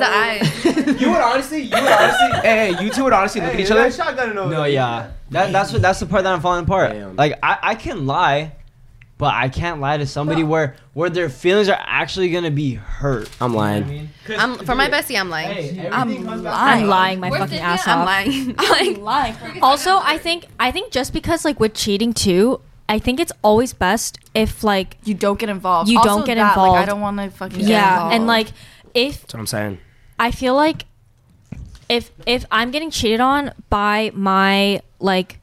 H: the
A: [LAUGHS]
H: eyes.
A: You would honestly, you would honestly, hey, hey, you two would honestly look at each other.
E: No, yeah, that, that's what that's the part that I'm falling apart.
A: Damn.
E: Like I, I can lie, but I can't lie to somebody where where their feelings are actually gonna be hurt.
A: I'm lying.
H: I'm, for my bestie, I'm lying.
D: I'm
B: I'm
D: lying.
B: lying my
H: We're
B: fucking
H: thinking
B: ass
H: I'm
B: off.
H: [LAUGHS] lying. like,
B: lying. Also, I think I think just because like with cheating too, I think it's always best if like
D: You don't get involved.
B: You
D: Also
B: don't get
D: that, like, I
B: involved.
D: don't want to fucking get
B: yeah,
D: involved.
B: and like if
A: That's what I'm saying.
B: I feel like if if I'm getting cheated on by my like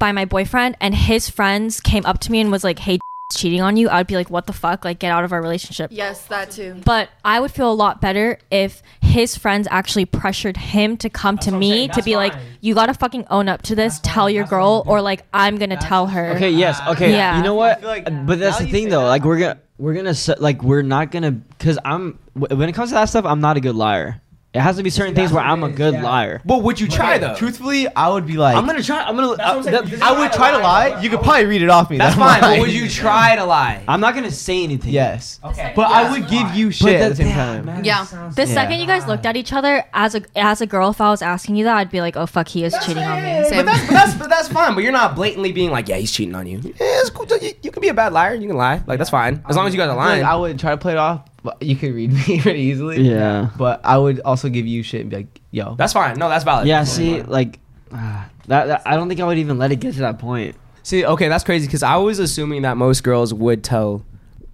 B: by my boyfriend and his friends came up to me and was like, "Hey, [LAUGHS] cheating on you," I'd be like, "What the fuck? Like, get out of our relationship."
D: yes, that too.
B: But I would feel a lot better if his friends actually pressured him to come to me to be like, "You gotta fucking own up to this. tell your girl, or like I'm gonna tell her."
E: Okay. Yes.
A: Uh,
E: Okay.
B: Yeah.
E: You know what?
C: feel like
E: Uh, but that's the
C: now you
E: thing,
C: say
E: though.
C: that,
E: Like we're
C: I'm
E: gonna we're gonna se- like we're not gonna because I'm wh- when it comes to that stuff, I'm not a good liar. It has to be certain things where I'm a good liar.
A: But would you try though?
C: Truthfully, I would be like,
E: I'm gonna try. I'm gonna.
A: what I'm saying.
E: uh, that-
A: You just-
C: I would try to lie. You could probably read it off me.
A: That's
C: that I'm
A: fine. But
C: lying. [LAUGHS]
A: would you Oh. try to lie?
E: I'm not gonna say anything.
C: Yes. Okay. But I would give you
E: But
C: shit at the
E: that-
C: same
E: yeah,
C: time.
E: man.
H: yeah.
B: The second you guys looked at each other as a as a girl, if I was asking you that, I'd be like, "Oh fuck, he is cheating on me."
A: But that's, but that's but that's fine. But you're not blatantly being like, yeah, he's cheating on you. Yeah, it's cool. You, you can be a bad liar. You can lie. Like that's fine as long as you guys are
C: I feel like
A: lying.
C: I would try to play it off, but you could read [LAUGHS] me pretty easily.
E: Yeah.
C: But I would also give you shit and be like, yo.
A: that's fine. No, that's valid.
E: Yeah.
A: That's
E: See,
A: fine.
E: like [SIGHS] uh, that, that. I don't think I would even let it get to that point.
A: see, okay, that's crazy because I was assuming that most girls would tell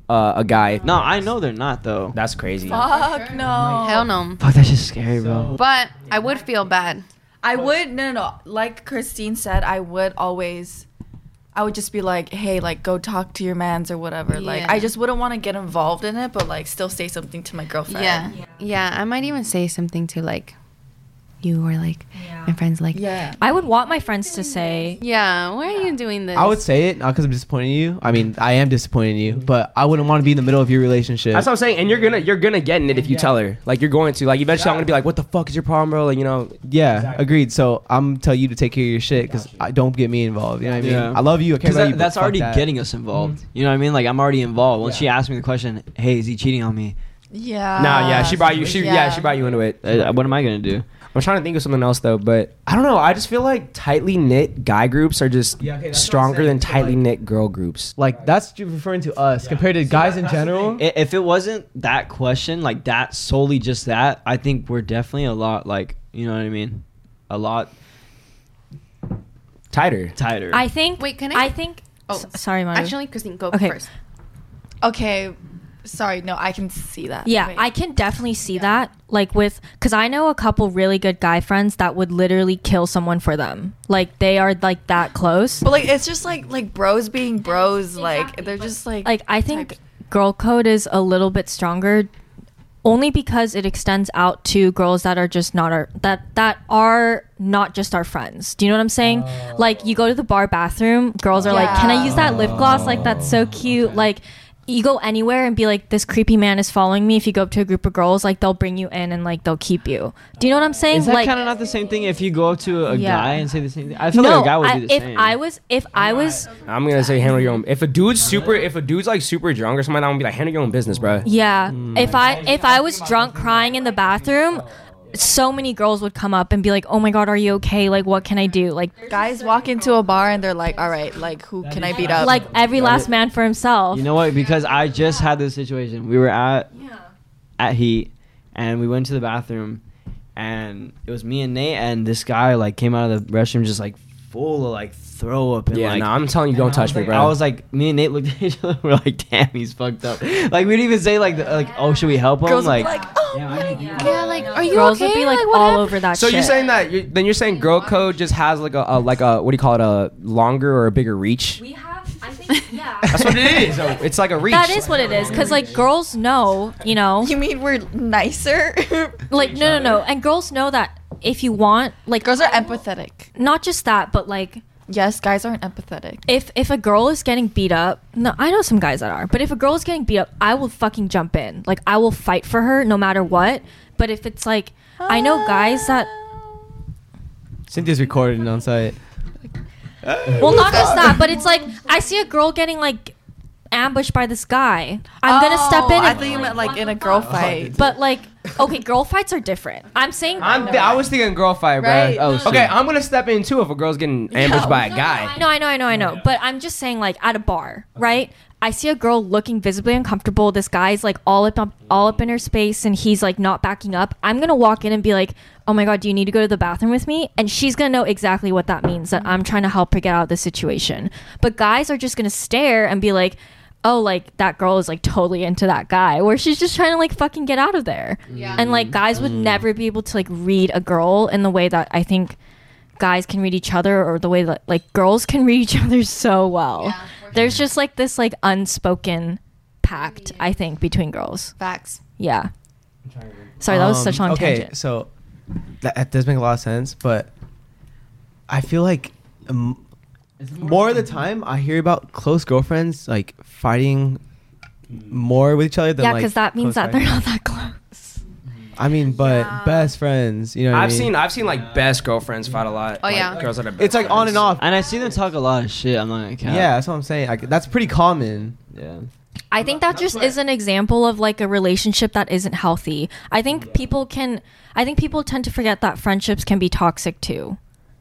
A: uh, a guy.
E: No, I know they're not though.
A: that's crazy.
D: Fuck no.
H: Hell no.
E: Fuck, that's just scary, bro.
H: But I would feel bad.
D: I would no, no no like Christine said I would always I would just be like hey like go talk to your mans or whatever like
H: Yeah.
D: I just wouldn't want to get involved in it but like still say something to my girlfriend
H: Yeah. Yeah. I might even say something to like you or like my friends, like, yeah,
D: yeah
B: I would want my friends to say,
H: why are you doing this?
C: I would say it not because I'm disappointed in you. I mean, I am disappointed in you, but I wouldn't want to be in the middle of your relationship.
A: That's what I'm saying, and you're gonna you're gonna get in it if you tell her. Like you're going to. Like eventually, I'm gonna be like, "What the fuck is your problem, bro?" Like you know,
C: yeah, agreed. So I'm tell you to take care of your shit because I don't get me involved. You know what I mean?
E: Yeah.
C: I love you. I care
E: Because
C: about you.
E: that,
C: but
E: that's
C: fuck
E: already
C: that.
E: getting us involved. You know what I mean? Like I'm already involved. Once she asked me the question, "Hey, is he cheating on me?"
D: yeah
A: nah, yeah, she brought you. She yeah.
D: Ah, yeah.
A: she brought you into it.
E: Uh, what am I gonna do?
A: I'm trying to think of something else though, but I don't know. I just feel like tightly knit guy groups are just
C: Yeah, okay, that's what I'm
A: stronger
C: saying.
A: than
C: So,
A: tightly
C: like-
A: knit girl groups.
C: Like that's you referring to us compared to guys in general.
E: I- if it wasn't that question, like that solely just that, I think we're definitely a lot like you know what I mean, a lot
A: Tighter.
E: tighter.
B: "I think."
H: Wait, can I-
B: I think.
H: Oh,
B: s- sorry, Maru.
H: Actually, Christine, go
B: Okay.
H: first.
D: okay sorry no I can see that
B: Yeah,
D: Wait.
B: I can definitely see that. Like with, because I know a couple really good guy friends that would literally kill someone for them. Like they are like that close.
D: but like it's just like like bros being bros like
B: Exactly,
D: they're
B: but-
D: just like
B: Like I think
D: types-
B: girl code is a little bit stronger, only because it extends out to girls that are just not our that that are not just our friends. Do you know what I'm saying?
E: Oh.
B: Like you go to the bar bathroom, girls are like, "Can I use that lip gloss? Like that's so
E: Oh.
B: cute." Like. You go anywhere and be like, this creepy man is following me. If you go up to a group of girls, like they'll bring you in and like they'll keep you. Do you know what I'm saying?
E: is that
B: like,
E: kind of not the same thing? If you go up to a
B: Yeah.
E: guy and say the same thing, I feel
B: no,
E: like a guy would
B: I-
E: do the
B: if
E: same.
B: I was, if I was,
A: I'm gonna say handle your own. If a dude's super, if a dude's like super drunk or something, I'm gonna be like handle your own business, bro.
B: Yeah. If I if I was drunk crying in the bathroom, so many girls would come up and be like, "Oh my god, are you okay? Like what can I do?" Like
D: guys walk into a bar and they're like all right like who can I beat up
B: like every last man for himself.
E: You know what? Because I just had this situation. We were at at Heat, and we went to the bathroom, and it was me and Nate, and this guy like came out of the restroom just like full of like throw up and
A: Yeah,
E: like.
A: no, I'm telling you, don't
E: I was
A: touch me,
E: like-
A: bro.
E: I was like, me and Nate looked at each other. [LAUGHS] We're like, damn, he's fucked up. Like we didn't even say like, the, like, oh, should we help him?
D: girls
E: like,
D: like, like oh
H: Yeah, like, are you
B: girls
H: okay?
B: would be like,
H: what
B: all
H: happened?
B: over that
A: so
B: shit.
A: you're saying that you then you're saying girl code just has like a, a like a what do you call it a longer or a bigger reach?
B: we have I think yeah.
A: That's what it
B: [LAUGHS]
A: is. It's like a reach.
B: That is what it is cuz like girls know, you know.
D: you mean we're
B: [LAUGHS]
D: nicer
B: Like no no no. And girls know that if you want like
D: girls are empathetic
B: not just that, but like
D: yes guys aren't empathetic
B: if if a girl is getting beat up, no, I know some guys that are, but if a girl is getting beat up, I will fucking jump in. Like I will fight for her no matter what. But if it's like, I know guys that
C: Cynthia's recording on site.
B: well, not just that, but it's like I see a girl getting like ambushed by this guy. I'm gonna step in.
D: Oh, I
B: and-
D: thought you meant like in a girl
A: Oh,
D: fight.
B: But like, okay, girl fights are different. I'm saying.
A: I'm th- I was thinking girl fight, bro.
D: Right.
A: Oh, okay, I'm gonna step in too if a girl's getting ambushed by a guy.
B: No, I know, I know, I know. But I'm just saying, like, at a bar, right? I see a girl looking visibly uncomfortable. This guy's like all up, all up in her space, and he's like not backing up. I'm gonna walk in and be like, "Oh my god, do you need to go to the bathroom with me?" And she's gonna know exactly what that means. That I'm trying to help her get out of the situation. But guys are just gonna stare and be like, "Oh, like that girl is like totally into that guy," where she's just trying to like fucking get out of there. Yeah. And like guys
A: Mm.
B: would never be able to like read a girl in the way that I think guys can read each other or the way that like girls can read each other so well. There's just like this like unspoken pact I think between girls.
F: Facts.
B: Yeah. Sorry, that was
C: Um,
B: such a long
C: okay,
B: tangent.
C: so that, that does make a lot of sense, but I feel like um, more of the time I hear about close girlfriends like fighting more with each other than
B: Yeah,
C: like,
B: because that means
C: close
B: that they're
C: friends.
B: not that close.
C: I mean, but best friends, you know. What I
A: I've
C: mean?
A: seen I've seen like best girlfriends fight a lot.
F: Oh,
A: like,
F: yeah.
A: girls that are best
C: It's like on
A: friends.
C: and off.
E: And I see them talk a lot of shit. I'm not gonna
C: Yeah,
E: count.
C: that's what I'm saying. Like, that's pretty common.
E: yeah.
B: I think that just is an example of like a relationship that isn't healthy. I think people can I think people tend to forget that friendships can be toxic too.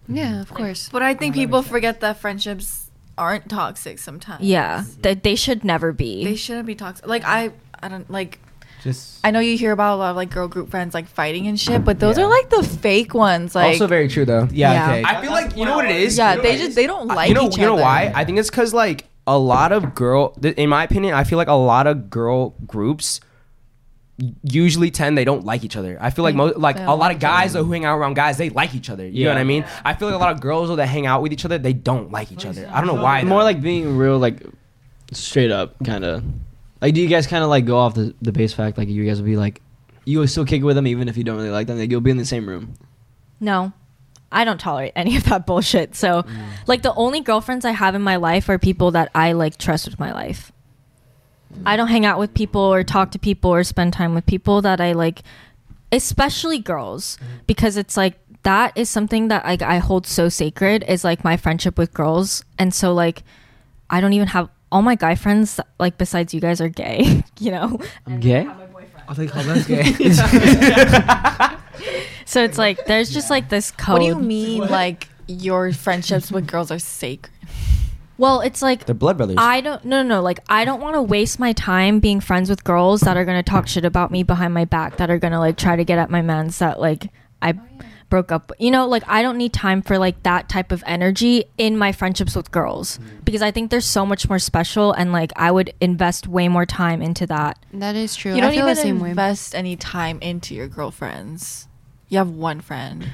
F: Yeah, of course.
D: But I think people forget that friendships aren't toxic sometimes.
B: Yeah. That they should never be.
D: They shouldn't be toxic. Like I I don't like
C: Just
D: I know you hear about a lot of like girl group friends like fighting and shit, but those are like the fake ones. Like
A: also very true though.
C: yeah.
D: Yeah.
C: Okay.
A: I feel like you know what it is.
D: yeah,
A: You know
D: they
A: what it
D: just
A: is?
D: they don't like
A: you know
D: each
A: you know
D: other.
A: why? I think it's because like a lot of girl, th- in my opinion, I feel like a lot of girl groups usually tend they don't like each other. I feel like most like a lot of guys though, who hang out around guys they like each other. You know
E: Yeah.
A: what I mean? I feel like a lot of girls though, that hang out with each other they don't like each other. I don't know why.
E: More
A: though.
E: like being real, like straight up, kind of. Like, do you guys kind of like go off the, the base fact? Like, you guys will be like, you will still kick with them even if you don't really like them. Like, you'll be in the same room.
B: No. I don't tolerate any of that bullshit. So,
D: Mm.
B: like, the only girlfriends I have in my life are people that I like trust with my life. I don't hang out with people or talk to people or spend time with people that I like, especially girls,
D: Mm-hmm.
B: because it's like that is something that like I hold so sacred is like my friendship with girls. And so, like, I don't even have all my guy friends, like, besides you guys, are gay, [LAUGHS] you know?
E: I'm gay.
C: I think oh, that's gay.
B: So it's like there's just like this code.
D: What do you mean like your friendships with girls are sacred?
B: Well, it's
A: [LAUGHS]
B: like
A: they're blood brothers.
B: I don't no no no like I don't want to waste my time being friends with girls that are gonna talk shit about me behind my back that are gonna like try to get at my man's that like I broke up you know like I don't need time for like that type of energy in my friendships with girls
D: Mm.
B: because I think they're so much more special and like I would invest way more time into that
F: That is true.
D: You don't
F: I feel
D: even
F: the same way.
D: invest any time into your girlfriends. You have one friend.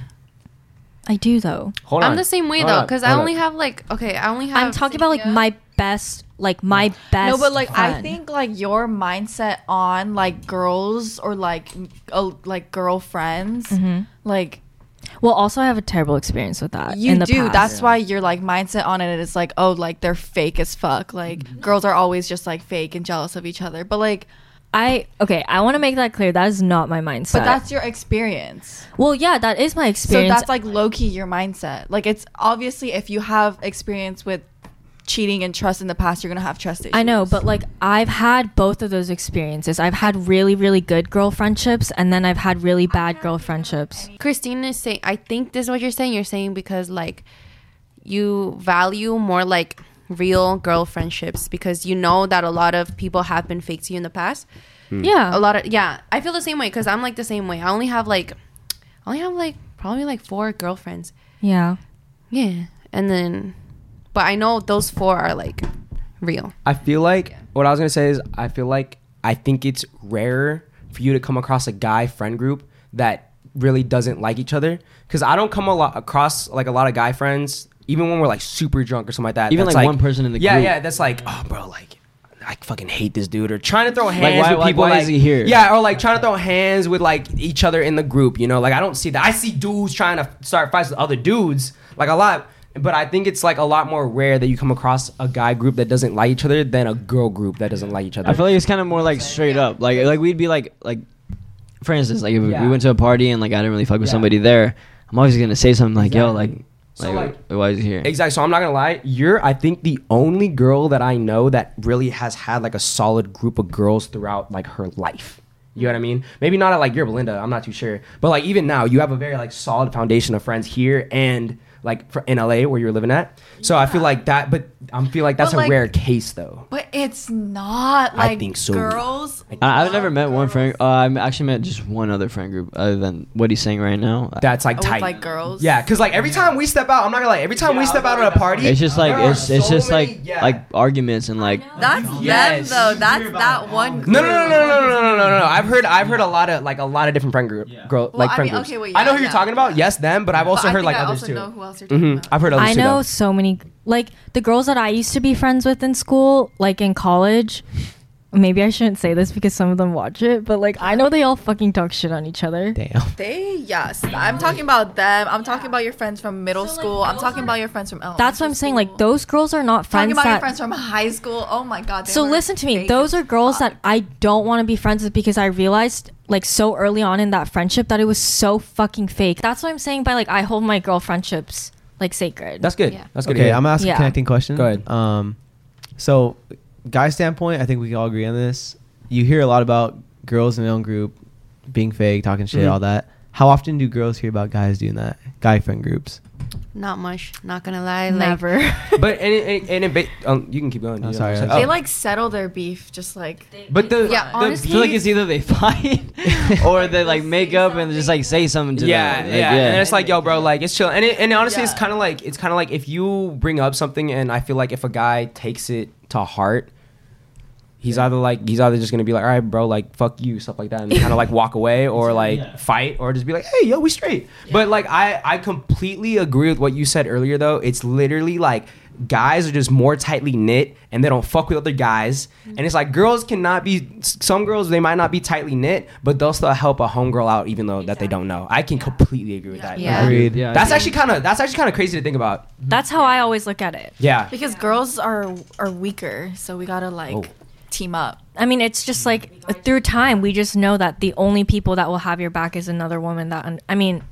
B: I do though
A: Hold
F: I'm the same way
A: Hold
F: though,
A: on,
F: because I
A: hold on.
F: only have like okay, I only have.
B: I'm talking about like my best like my best
D: no, but like I
B: friend.
D: think like your mindset on like girls or like m- uh, like girlfriends,
B: Mm-hmm.
D: like
B: well also I have a terrible experience with that
D: you
B: in the
D: do.
B: past.
D: That's why your like mindset on it is like oh like they're fake as fuck. Like
E: Mm-hmm.
D: girls are always just like fake and jealous of each other. But like
B: I okay I want to make that clear that is not my mindset
D: but that's your experience.
B: Well, yeah, that is my experience.
D: So that's like low key your mindset. Like it's obviously if you have experience with cheating and trust in the past, you're gonna have trust issues.
B: I know, but like I've had both of those experiences. I've had really, really good girl friendships, and then I've had really bad girl friendships.
F: Christine is saying. I think this is what you're saying. You're saying because like you value more like real girl friendships because you know that a lot of people have been fake to you in the past.
B: Yeah,
F: A lot of yeah, I feel the same way because I'm like the same way. I only have like, I only have like probably like four girlfriends.
B: Yeah,
F: Yeah, and then, but I know those four are like real.
A: I feel like what I was gonna say is I feel like I think it's rarer for you to come across a guy friend group that really doesn't like each other because I don't come a lot across like a lot of guy friends even when we're like super drunk or something like that.
E: Even,
A: that's
E: like, one person in the
A: yeah
E: group.
A: yeah that's like oh bro like. I fucking hate this dude, or trying to throw hands
E: why-
A: with
E: like,
A: people.
E: why is he here?
A: Yeah, or like trying to throw hands with like each other in the group. You know, like I don't see that. I see dudes trying to start fights with other dudes, like a lot. But I think it's like a lot more rare that you come across a guy group that doesn't like each other than a girl group that doesn't like each other.
E: I feel like it's kind of more like straight up. Like like we'd be like like, for instance, like if
A: Yeah.
E: we went to a party and like I didn't really fuck with
A: Yeah.
E: somebody there, I'm always gonna say something like, "Yo, like
A: So,
E: like,
A: like-
E: why is he here?
A: Exactly. So I'm not gonna lie. You're, I think, the only girl that I know that really has had like a solid group of girls throughout like her life. You know what I mean? Maybe not at like your Belinda. I'm not too sure. But like even now, you have a very like solid foundation of friends here and like fr- in LA where you're living at. So I feel like that. But I feel like that's
D: But,
A: a
D: like-
A: rare case though.
D: But it's not
A: I
D: like
A: think so.
D: girls.
E: I, I've never met one friend. Uh, I've actually met just one other friend group other than what he's saying right now.
A: That's like
D: with,
A: tight.
D: like girls.
A: Yeah, because like every time we step out, I'm not gonna lie. Every time we step out at a party,
E: it's just like
A: there are
E: it's it's
A: so
E: just
A: many-
E: like
A: yeah.
E: like arguments and like
D: That's
A: Yes.
D: them though. That's that one. Group.
A: No, no, no, no, no, no, no, no, no, no. I've heard, I've heard a lot of like a lot of different friend group, girl,
D: Well,
A: like
D: I
A: friend
D: mean,
A: groups.
D: okay, well,
A: I know
D: yeah,
A: who you're
D: yeah,
A: talking about.
D: yeah.
A: Yes, them, but I've
D: But
A: also
D: I
A: heard
D: think
A: like
D: I
A: others
D: also
A: too.
D: Know who else you're talking
A: hmm
D: about.
A: I've heard others
B: I
A: too.
B: know
A: though.
B: so many like the girls that I used to be friends with in school, like in college. Maybe I shouldn't say this because some of them watch it, but like I know they all fucking talk shit on each other.
C: Damn.
D: They yes. I'm talking about them. I'm talking about your friends from middle school. I'm talking about your friends from elementary.
B: That's what I'm saying. Like
D: school.
B: those girls are not
D: talking
B: friends
D: about your
B: that
D: friends from high school. Oh my god. they
B: So
D: were Uh.
B: listen to me.
D: fake
B: Those
D: as
B: are girls
D: fuck.
B: that I don't want to be friends with because I realized like so early on in that friendship that it was so fucking fake. That's what I'm saying by like I hold my girl friendships like sacred.
A: That's good.
F: Yeah.
A: That's good. to
C: Okay,
A: hear.
C: I'm asking
B: Yeah.
C: connecting question.
A: Go ahead.
C: Um, so, guy standpoint, I think we can all agree on this. You hear a lot about girls in their own group being fake, talking shit,
B: Mm-hmm.
C: all that. How often do girls hear about guys doing that? Guy friend groups.
F: Not much. Not gonna lie. Like,
B: never.
A: but and it, and it, ba- um, you can keep going.
C: I'm
A: you know
C: sorry,
A: what I'm
C: I
D: They
A: saying?
D: like settle their beef just like.
A: but the
F: Yeah,
A: the
E: I feel like it's either
A: [LAUGHS]
E: they [LAUGHS] fight or they like make up and just like say something to
A: yeah,
E: them.
A: yeah,
E: Like,
A: And it's like, yo, bro, like it's chill. And it, and honestly, it's
D: Yeah.
A: kind of like it's kind of like if you bring up something, and I feel like if a guy takes it to heart, he's either like he's either just gonna be like, all right, bro, like fuck you, stuff like that, and kind of like walk away or like fight or just be like, hey, yo, we straight. But like I I completely agree with what you said earlier though. It's literally like guys are just more tightly knit and they don't fuck with other guys and it's like girls cannot be s- some girls they might not be tightly knit but they'll still help a homegirl out even though that they don't know i can completely agree with that
F: Yeah.
C: Agreed.
E: Yeah.
A: that's actually kind of that's actually kind of crazy to think about
B: That's how I always look at it.
A: yeah
D: Because girls are are weaker, so we gotta like
A: Oh.
D: team up.
B: I mean, it's just like through time we just know that the only people that will have your back is another woman that I mean,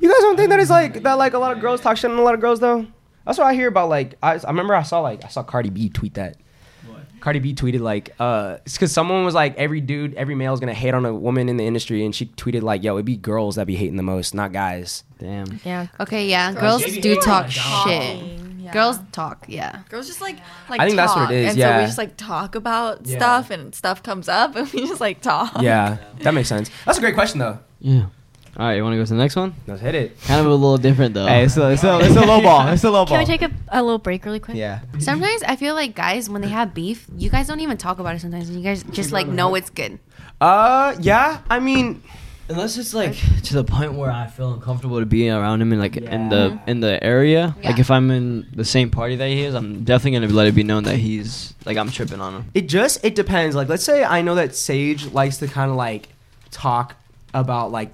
A: You guys don't think that it's like that? Like a lot of girls talk shit on a lot of girls though. That's what I hear about. Like I, I remember I saw like I saw Cardi B tweet that. Cardi B tweeted like, uh, because someone was like, every dude, every male is gonna hate on a woman in the industry, and she tweeted like, yo, it'd be girls that be hating the most, not guys.
E: Damn.
B: yeah.
F: [LAUGHS] okay, yeah, girls do talk shit.
D: Yeah.
F: Girls talk, yeah.
D: Girls just like like
A: I think
D: talk.
A: that's what it is,
D: And so
A: yeah.
D: we just like talk about
A: Yeah.
D: stuff and stuff comes up [LAUGHS] and we just like talk.
A: Yeah, that makes sense. That's a great question though.
E: Yeah. All right, you want to go to the next one?
A: Let's hit it.
E: Kind of a little different though.
C: Hey, it's a, it's, a,
A: [LAUGHS]
C: it's a low ball. It's a low
B: Can
C: ball.
B: we take a, a little break really quick?
C: yeah.
F: Sometimes I feel like guys when they have beef, you guys don't even talk about it. Sometimes you guys just like know
A: [LAUGHS]
F: Oh, it's good.
A: Uh, yeah. I mean,
E: Unless it's like to the point where I feel uncomfortable to be around him in like in the in the area. Like if I'm in the same party that he is, I'm definitely gonna let it be known that he's like I'm tripping on him.
A: it just it depends. Like, let's say I know that Sage likes to kind of like talk about like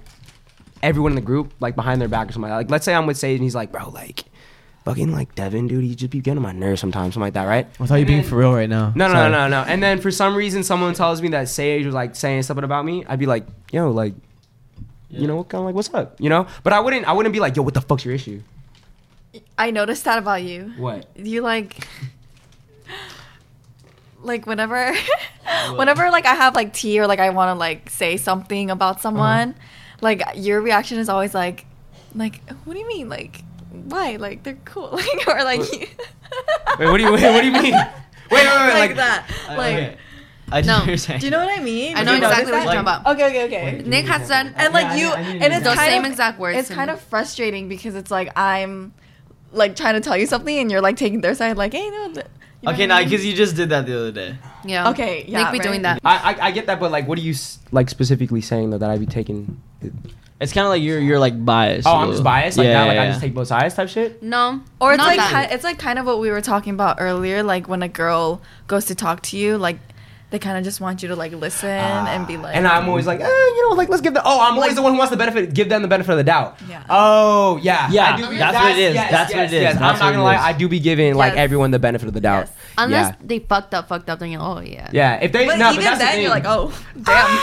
A: everyone in the group like behind their back or something like that. Like, let's say I'm with Sage and he's like, bro, like fucking like Devin, dude, he just be getting on my nerves sometimes, something like that, right?
C: I thought you being for real right now.
A: No, no,
C: Sorry.
A: no, no, no. And then for some reason, someone tells me that Sage was like saying something about me. I'd be like, yo, like, you know, what kind of like, what's up, you know? But I wouldn't, I wouldn't be like, yo, what the fuck's your issue?
D: I noticed that about you.
A: What?
D: You like like whenever [LAUGHS] whenever like I have like tea or like I wanna like say something
A: Uh-huh.
D: about someone, like your reaction is always like like what do you mean? Like why? Like they're cool. [LAUGHS] Like or like you-
A: Wait, what do you, wait, what do you
D: [LAUGHS]
A: mean? Wait, wait, wait,
D: like,
A: like, uh,
D: that. Like
E: Uh, I
F: No.
E: know what you're saying.
D: do you know what I mean?
F: I know
D: You notice
F: exactly what
D: that?
F: you're talking about.
D: Okay, okay, okay.
F: Nick has done
D: and like you and it's
F: Those
D: kind
F: same
D: of,
F: exact words
D: it's
F: to
D: kind
F: me.
D: of frustrating because it's like i'm like trying to tell you something and you're like taking their side like hey no th- you know what
E: Okay,
D: I
E: now
D: mean?
E: because you just did that the other day.
F: Yeah.
D: Okay, yeah,
F: Nick be doing
D: right.
F: that.
A: I, I, I get that, but like, what are you s- like specifically saying though that I'd be taking?
E: It's kind of like you're you're like biased.
A: Oh,
E: a
A: I'm
E: little.
A: just biased. Like,
E: yeah,
A: now,
E: yeah,
A: like I
E: yeah.
A: just take both sides type shit.
F: No.
D: or it's
F: not
D: like
F: that.
D: ki- it's like kind of what we were talking about earlier like when a girl goes to talk to you like they kind of just want you to like listen and be like
A: And I'm always like, eh, you know, like let's give the. Oh, I'm always the one who wants the benefit. Give them the benefit of the doubt.
D: Yeah.
A: Oh yeah.
E: Yeah,
A: I do-
E: that's what it is. That's what it is. That's
A: I'm
E: what
A: not gonna lie.
E: it is.
A: I do be giving like
D: Yes.
A: everyone the benefit of the doubt.
D: Yes.
A: Yeah.
F: Unless they fucked up, fucked up, then you're oh yeah.
A: Yeah. If they.
D: but
A: no,
D: even
A: but that's the thing.
D: then
A: Ah,
D: you're like oh damn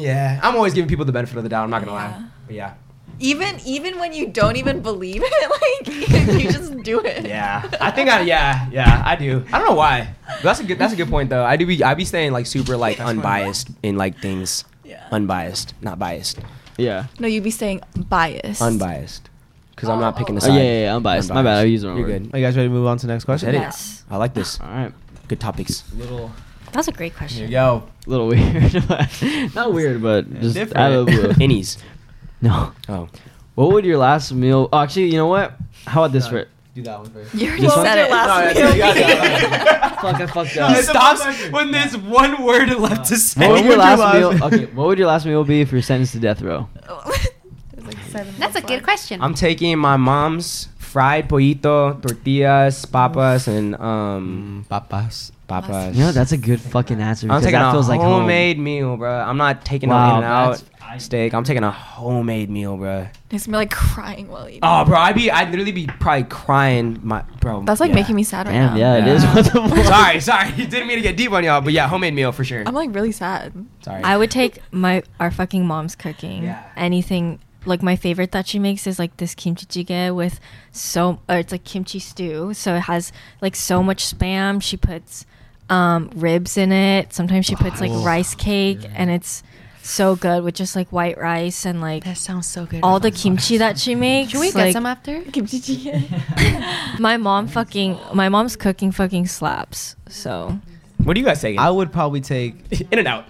A: Yeah. I'm always giving people the benefit of the doubt. I'm not gonna lie. But yeah.
D: even even when you don't even believe it, [LAUGHS] like you just do it.
A: Yeah, I think I yeah yeah I do. I don't know why. But that's a good that's a good point though. I do be I be staying like super like unbiased in like things.
D: Yeah.
A: Unbiased, not biased.
E: Yeah.
D: No, you'd be saying biased.
A: Unbiased, because I'm not picking a
E: Oh,
A: side.
E: yeah, yeah, yeah, unbiased. My bad. I used the wrong
A: You're
E: word.
A: good.
C: Are you guys ready to move on to the next question?
A: Hit it.
D: Yes.
A: I like this.
E: All right.
A: Good topics.
E: Little,
B: That's a great question.
C: Yo,
E: little [LAUGHS] weird. but- not weird, but just
C: Different.
E: out of the blue.
A: Innies.
E: No.
A: Oh.
E: What would your last meal? Oh, actually, you know what? How about this for it?
A: [LAUGHS]
C: do that one first.
D: You already
E: This one?
D: said it last week.
E: Fuck, I fucked
A: He
E: up.
A: stops when there's one word left to say.
E: What would your
C: your
E: last
C: last-
E: meal? Okay, what would your last meal be if you're sentenced to death row?
D: There's like seven
F: That's
D: months
F: a good
D: left.
F: question.
A: I'm taking my mom's fried pollito, tortillas, papas, and um
C: Papas.
A: papas.
E: You know, that's a good fucking answer.
A: I'm
E: because
A: taking
E: that
A: a
E: feels like home.
A: homemade meal, bro. I'm not taking
E: Wow,
A: no in and out
E: that's- I-
A: steak. I'm taking a homemade meal, bro.
D: Makes me like crying while eating.
A: Oh, bro, I'd be, I'd literally be probably crying, my bro.
D: That's like
A: yeah.
D: making me
E: [LAUGHS]
D: sad right
E: Damn,
D: now.
E: yeah, it is. What the
A: [LAUGHS]
E: fuck?
A: Sorry, sorry, didn't mean to get deep on y'all, but yeah, homemade meal for sure.
D: I'm like really sad.
A: Sorry.
B: I would take my our fucking mom's cooking.
A: Yeah.
B: Anything like my favorite that she makes is like this kimchi jjigae with so or it's like kimchi stew. So it has like so much spam. She puts um, ribs in it. Sometimes she puts like rice cake, and it's so good with just like white rice and like
F: That sounds so good.
B: all the kimchi that she makes.
F: Can we get
B: like,
F: some after?
B: My mom fucking my mom's cooking fucking slaps. So
A: what are you guys taking?
C: I would probably take
A: [LAUGHS] in and
E: [LAUGHS]
A: out.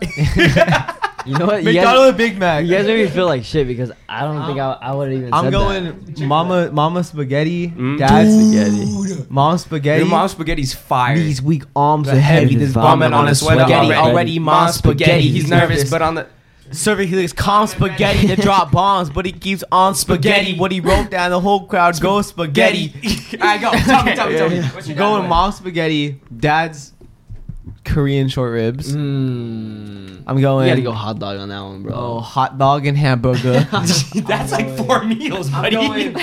E: You know what? You
C: McDonald's or
E: guys,
C: Big Mac.
E: you guys made me feel like shit because I don't think I, I would have even.
C: I'm
E: said
C: going
E: That.
C: mama mama spaghetti, dad spaghetti, mom spaghetti.
A: Your mom's spaghetti's fire.
C: These weak arms
A: The
C: are heavy.
A: heavy
C: This
A: vomit on his sweater
E: spaghetti.
A: already. Already, mom, spaghetti. He's nervous, but on the
C: Server Helix calm spaghetti to drop bombs, but he keeps on spaghetti. What he wrote down, the whole crowd goes spaghetti.
A: [LAUGHS] All right, go. Tell me, tell me, tell me.
E: [LAUGHS]
A: What's your
C: Going
A: dad
C: mom spaghetti, dad's Korean short ribs.
E: Mm,
C: I'm going.
E: you gotta go hot dog on that one, bro.
C: Oh, hot dog and hamburger.
A: doing? That's like four meals, buddy.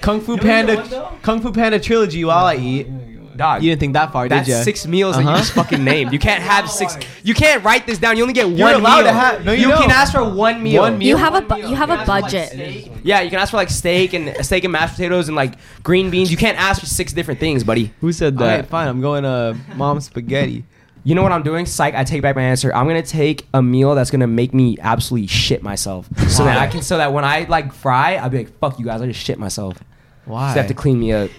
C: Kung Fu Panda, Kung Fu Panda trilogy. While I eat,
A: [LAUGHS] Dog.
C: you didn't think that far,
A: That's
C: did you?
A: six meals that
C: Uh-huh.
A: you just fucking named. You can't have
F: [LAUGHS]
A: six. You can't write this down. You only get
C: You're
A: one meal.
C: allowed to have- no, you
A: you
C: don't.
A: can ask for one meal.
C: One meal.
B: you have a bu- you have a budget.
A: Yeah, you can ask for like steak and uh, steak and mashed potatoes and like green beans. You can't ask for six different things, buddy.
E: Who said
C: All
E: that?
C: right, fine. I'm going uh, mom spaghetti.
A: You know what I'm doing? Psych, I take back my answer. I'm gonna take a meal that's gonna make me absolutely shit myself. So that I can so that when I like fry, I'll be like, fuck you guys, I just shit myself.
C: Why?
A: Just have to clean me up.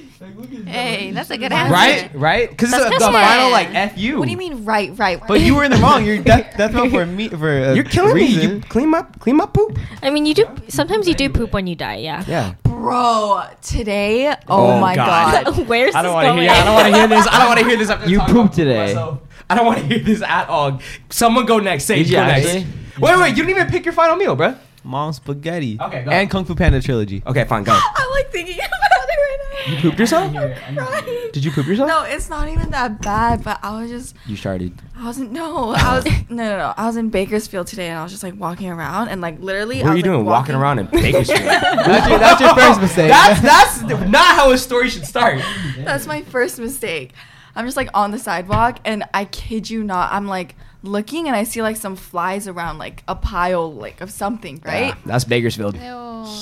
F: Hey, that's a good answer.
A: Right? Right? Because it's
F: That's
A: a, the
F: 'cause we're-
A: final like F you.
D: What do you mean right, right?
C: But you were in the wrong. You're death, death row for me for a
A: You're killing
C: reason.
A: me. You clean my clean my poop.
B: I mean, you do sometimes you do poop when you die. Yeah.
A: Yeah.
D: Bro, today, oh, my
A: God.
B: [LAUGHS]
D: god.
B: Where's this
A: wanna
B: going?
A: I don't wanna hear this. I don't wanna hear this. I'm just
E: You
A: talking about
E: pooped today.
A: myself. I don't wanna hear this at all. Someone go next. Say
E: Did you
A: go next.
E: actually?
A: Wait, wait, wait, you didn't even pick your final meal, bruh.
C: Mom spaghetti.
A: Okay, go.
C: And Kung Fu Panda trilogy.
A: Okay, fine, go.
D: [LAUGHS] I'm like thinking about it right now. You
A: Pooped yourself?
D: crying.
A: Did you poop
E: [LAUGHS]
A: yourself?
D: No, it's not even that bad, but I was just
A: You started.
D: I wasn't no, I [LAUGHS] was no no no. I was in Bakersfield today and I was just like walking around and like literally
A: What
D: I
A: are
D: was,
A: you
D: like,
A: doing? Walking around in
D: [LAUGHS]
A: Bakersfield.
C: That's your, that's your first mistake.
A: That's
E: [LAUGHS]
A: that's not how a story should start.
D: That's my first mistake. I'm just like on the sidewalk and I kid you not, I'm like looking and I see like some flies around like a pile like of something, right?
A: that's Bakersfield.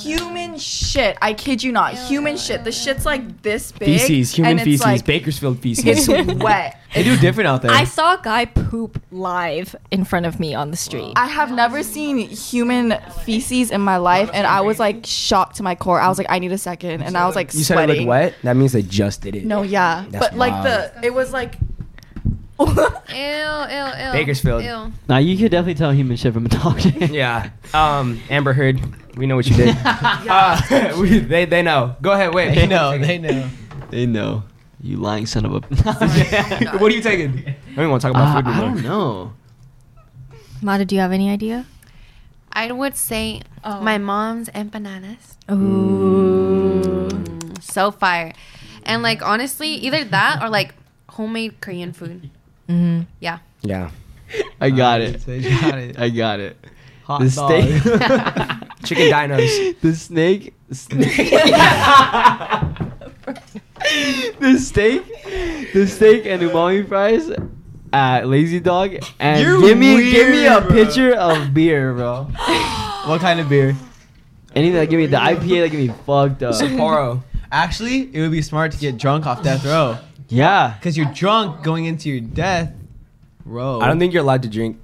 D: Human shit. I kid you not. human shit. The shit's like this big.
A: Feces, human
D: and it's,
A: feces,
D: like, [LAUGHS]
A: Bakersfield feces.
D: It's wet.
C: they do different out there.
B: I saw a guy poop live in front of me on the street.
D: I have never seen human feces in my life, and I was like shocked to my core. I was like, I need a second, and I was like,
A: you said it
D: sweating.
A: looked wet. That means they just did it.
D: No, yeah,
A: That's
D: but like the it was like. I
F: Ew, ew, ew.
A: Bakersfield.
F: Ew.
E: Now you could definitely tell human shit from a [LAUGHS] dog.
A: Yeah. Um, Amber Heard, we know what you
B: [LAUGHS]
E: [LAUGHS]
A: did. uh, [LAUGHS] we, they they know. Go ahead. Wait.
C: they know. They know.
E: they know. You lying son of a. [LAUGHS]
A: [LAUGHS] what are you taking? I don't want to talk about
E: Uh,
A: food
E: I
A: anymore.
E: don't know.
B: Mata, do you have any idea?
F: I would say
D: Oh.
F: my mom's empanadas. Mm,
B: Ooh.
F: So fire. And like honestly, either that or like homemade Korean food.
B: Mhm.
F: Yeah.
A: Yeah.
E: I got it.
C: They got it.
E: I got it.
C: Hot
E: The
C: dog.
E: [LAUGHS] snake.
A: Chicken
E: [LAUGHS]
A: dinos.
E: the snake. snake. [LAUGHS] the steak. The steak and umami fries at Lazy Dog. And
C: You're
E: give me give me a
C: weird, bro. [GASPS]
E: picture of beer, bro.
C: What kind of beer?
E: Anything that give me the IPA that give me fucked up.
C: Sapporo. Actually, it would be smart to get drunk off death row
E: Yeah.
C: because you're drunk going into your death row.
A: I don't think you're allowed to drink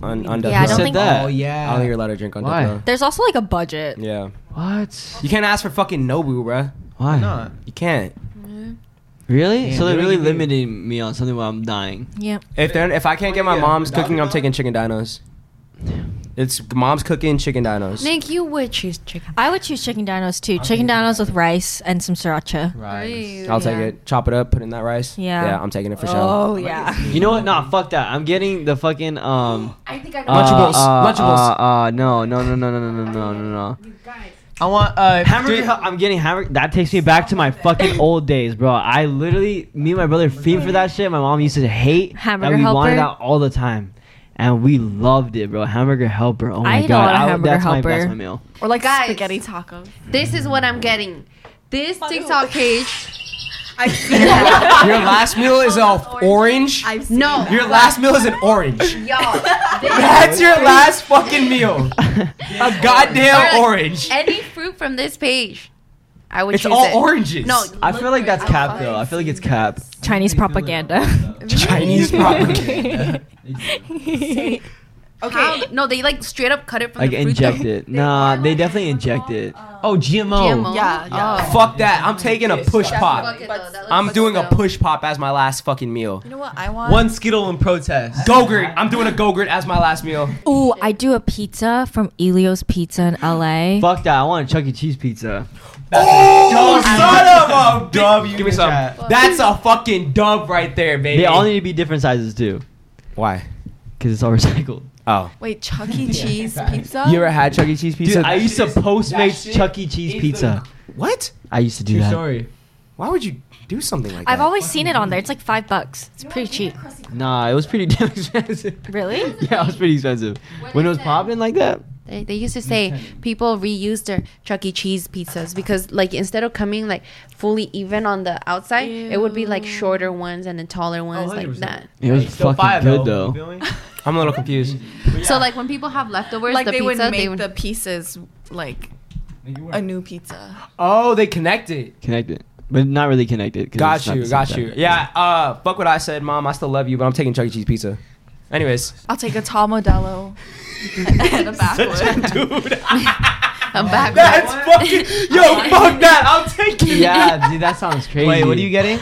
A: on on death
B: Yeah, I
A: row.
B: don't
E: Said
B: think-
E: that.
C: Oh
A: I
C: yeah.
A: don't think you're allowed to drink on
E: Why?
A: death row.
B: There's also like a budget.
A: Yeah,
E: What?
A: you can't ask for fucking Nobu, bruh.
E: Why?
C: not.
A: You can't.
E: Really?
C: Yeah,
E: so they're
C: you don't
E: really
C: even-
E: limiting me on something while I'm dying.
B: Yeah.
A: If they're, if I can't get my
C: Yeah.
A: mom's
C: Dollar
A: cooking, I'm
C: Dollar?
A: taking chicken dinos. It's mom's cooking chicken dinos.
F: Nick, you would choose chicken.
B: I would choose chicken dinos too. Chicken dinos with rice and some sriracha.
F: Right.
A: I'll take it. Chop it up. Put it in that rice.
B: Yeah.
A: Yeah, I'm taking it for sure.
B: Oh yeah.
E: You know what? Nah, fuck that. I'm getting the fucking um.
F: I think I
A: Lunchables.
E: Uh, uh,
A: Lunchables.
E: Uh, uh, no, no, no, no, no, no, no, no, no, no.
C: I want uh,
E: Hamburger
C: three-
E: Hut. I'm getting hamburger. That takes me back to my
A: [COUGHS]
E: fucking old days, bro. I literally, me and my brother fiend for that shit. My mom used to hate
B: Hamburger
E: that we wanted
B: Helper?
E: that all the time, and we loved it, bro. Hamburger helper. Oh
B: I
E: my
B: ate a
E: god,
B: lot of
E: I-
B: Hamburger
E: that's My, that's
B: Helper.
E: my meal.
D: Or like
F: Guys.
D: spaghetti tacos.
F: This is what I'm getting. This
D: [LAUGHS]
F: TikTok page. I
A: Your last meal is a orange.
F: I've seen no.
A: Your last meal is an orange.
F: Y'all, this-
A: That's your last fucking meal. A goddamn
F: Or, like,
A: orange.
F: [LAUGHS] Any fruit from this page, I would
A: It's
F: choose
A: all
F: it.
A: oranges.
F: No,
E: I feel like that's cap though. I feel like it's cap.
B: Chinese propaganda. [LAUGHS]
A: Chinese propaganda. [LAUGHS]
F: okay. no, they like straight up cut it from
E: Like
F: the fruit.
E: inject it. Nah, they definitely inject it.
C: Oh GMO.
F: GMO.
D: Yeah, yeah.
A: Fuck that. I'm taking a push
F: Oh. That's
A: pop.
F: bucket, though. That looks
A: I'm
F: like
A: doing a
F: dough.
A: push pop as my last fucking meal.
D: You know what I want?
C: One Skittle in protest.
A: Gogurt. I'm doing a Gogurt as my last meal.
B: Ooh, I do a pizza from Elio's Pizza in LA.
E: Fuck that. I want a Chuck E. Cheese pizza.
A: Oh, son of a dub. Give me some.
C: chat.
A: That's a fucking dub right there, baby.
E: They all need to be different sizes too,
A: Why?
E: cause it's all recycled.
A: Oh.
D: Wait, Chuck
A: [LAUGHS]
D: E. Cheese pizza?
A: You ever had Chuck E. Cheese pizza?
E: Dude, I used to Postmates
C: shit
E: Chuck E. Cheese pizza.
A: what?
E: I used to do
C: True
E: that.
C: story.
A: Why would you do something like
B: I've
A: that?
B: always seen it on there. It's like five bucks. It's pretty cheap.
E: Nah, it was pretty [LAUGHS] damn expensive.
B: Really? [LAUGHS]
E: yeah, it was pretty expensive.
F: What
E: when it
F: is
E: was
F: that?
E: popping like that,
F: They, they used to say people reuse their Chuck E. Cheese pizzas because, like, instead of coming like fully even on the outside, it would be like shorter ones and then taller
A: Oh,
F: ones like
C: 100%.
F: that.
E: it was fucking good though.
A: I'm a little confused.
F: So, like, when people have leftovers,
D: like
F: the
D: they
F: pizza,
D: would make
F: they would.
D: the pieces like a new pizza.
A: Oh, they connected.
E: Connected, but not really connected. 'cause
A: Got
E: it's not
A: you,
E: the
A: got
E: same
A: you.
E: thing.
A: Yeah, uh, fuck what I said, mom. I still love you, but I'm taking Chuck E. Cheese pizza. Anyways.
D: I'll take a tall Modelo and a backwood.
A: Dude,
F: I'm back.
A: that's fucking. Yo, fuck that. I'll take it.
E: yeah, dude, that sounds crazy.
C: Wait, what are you getting?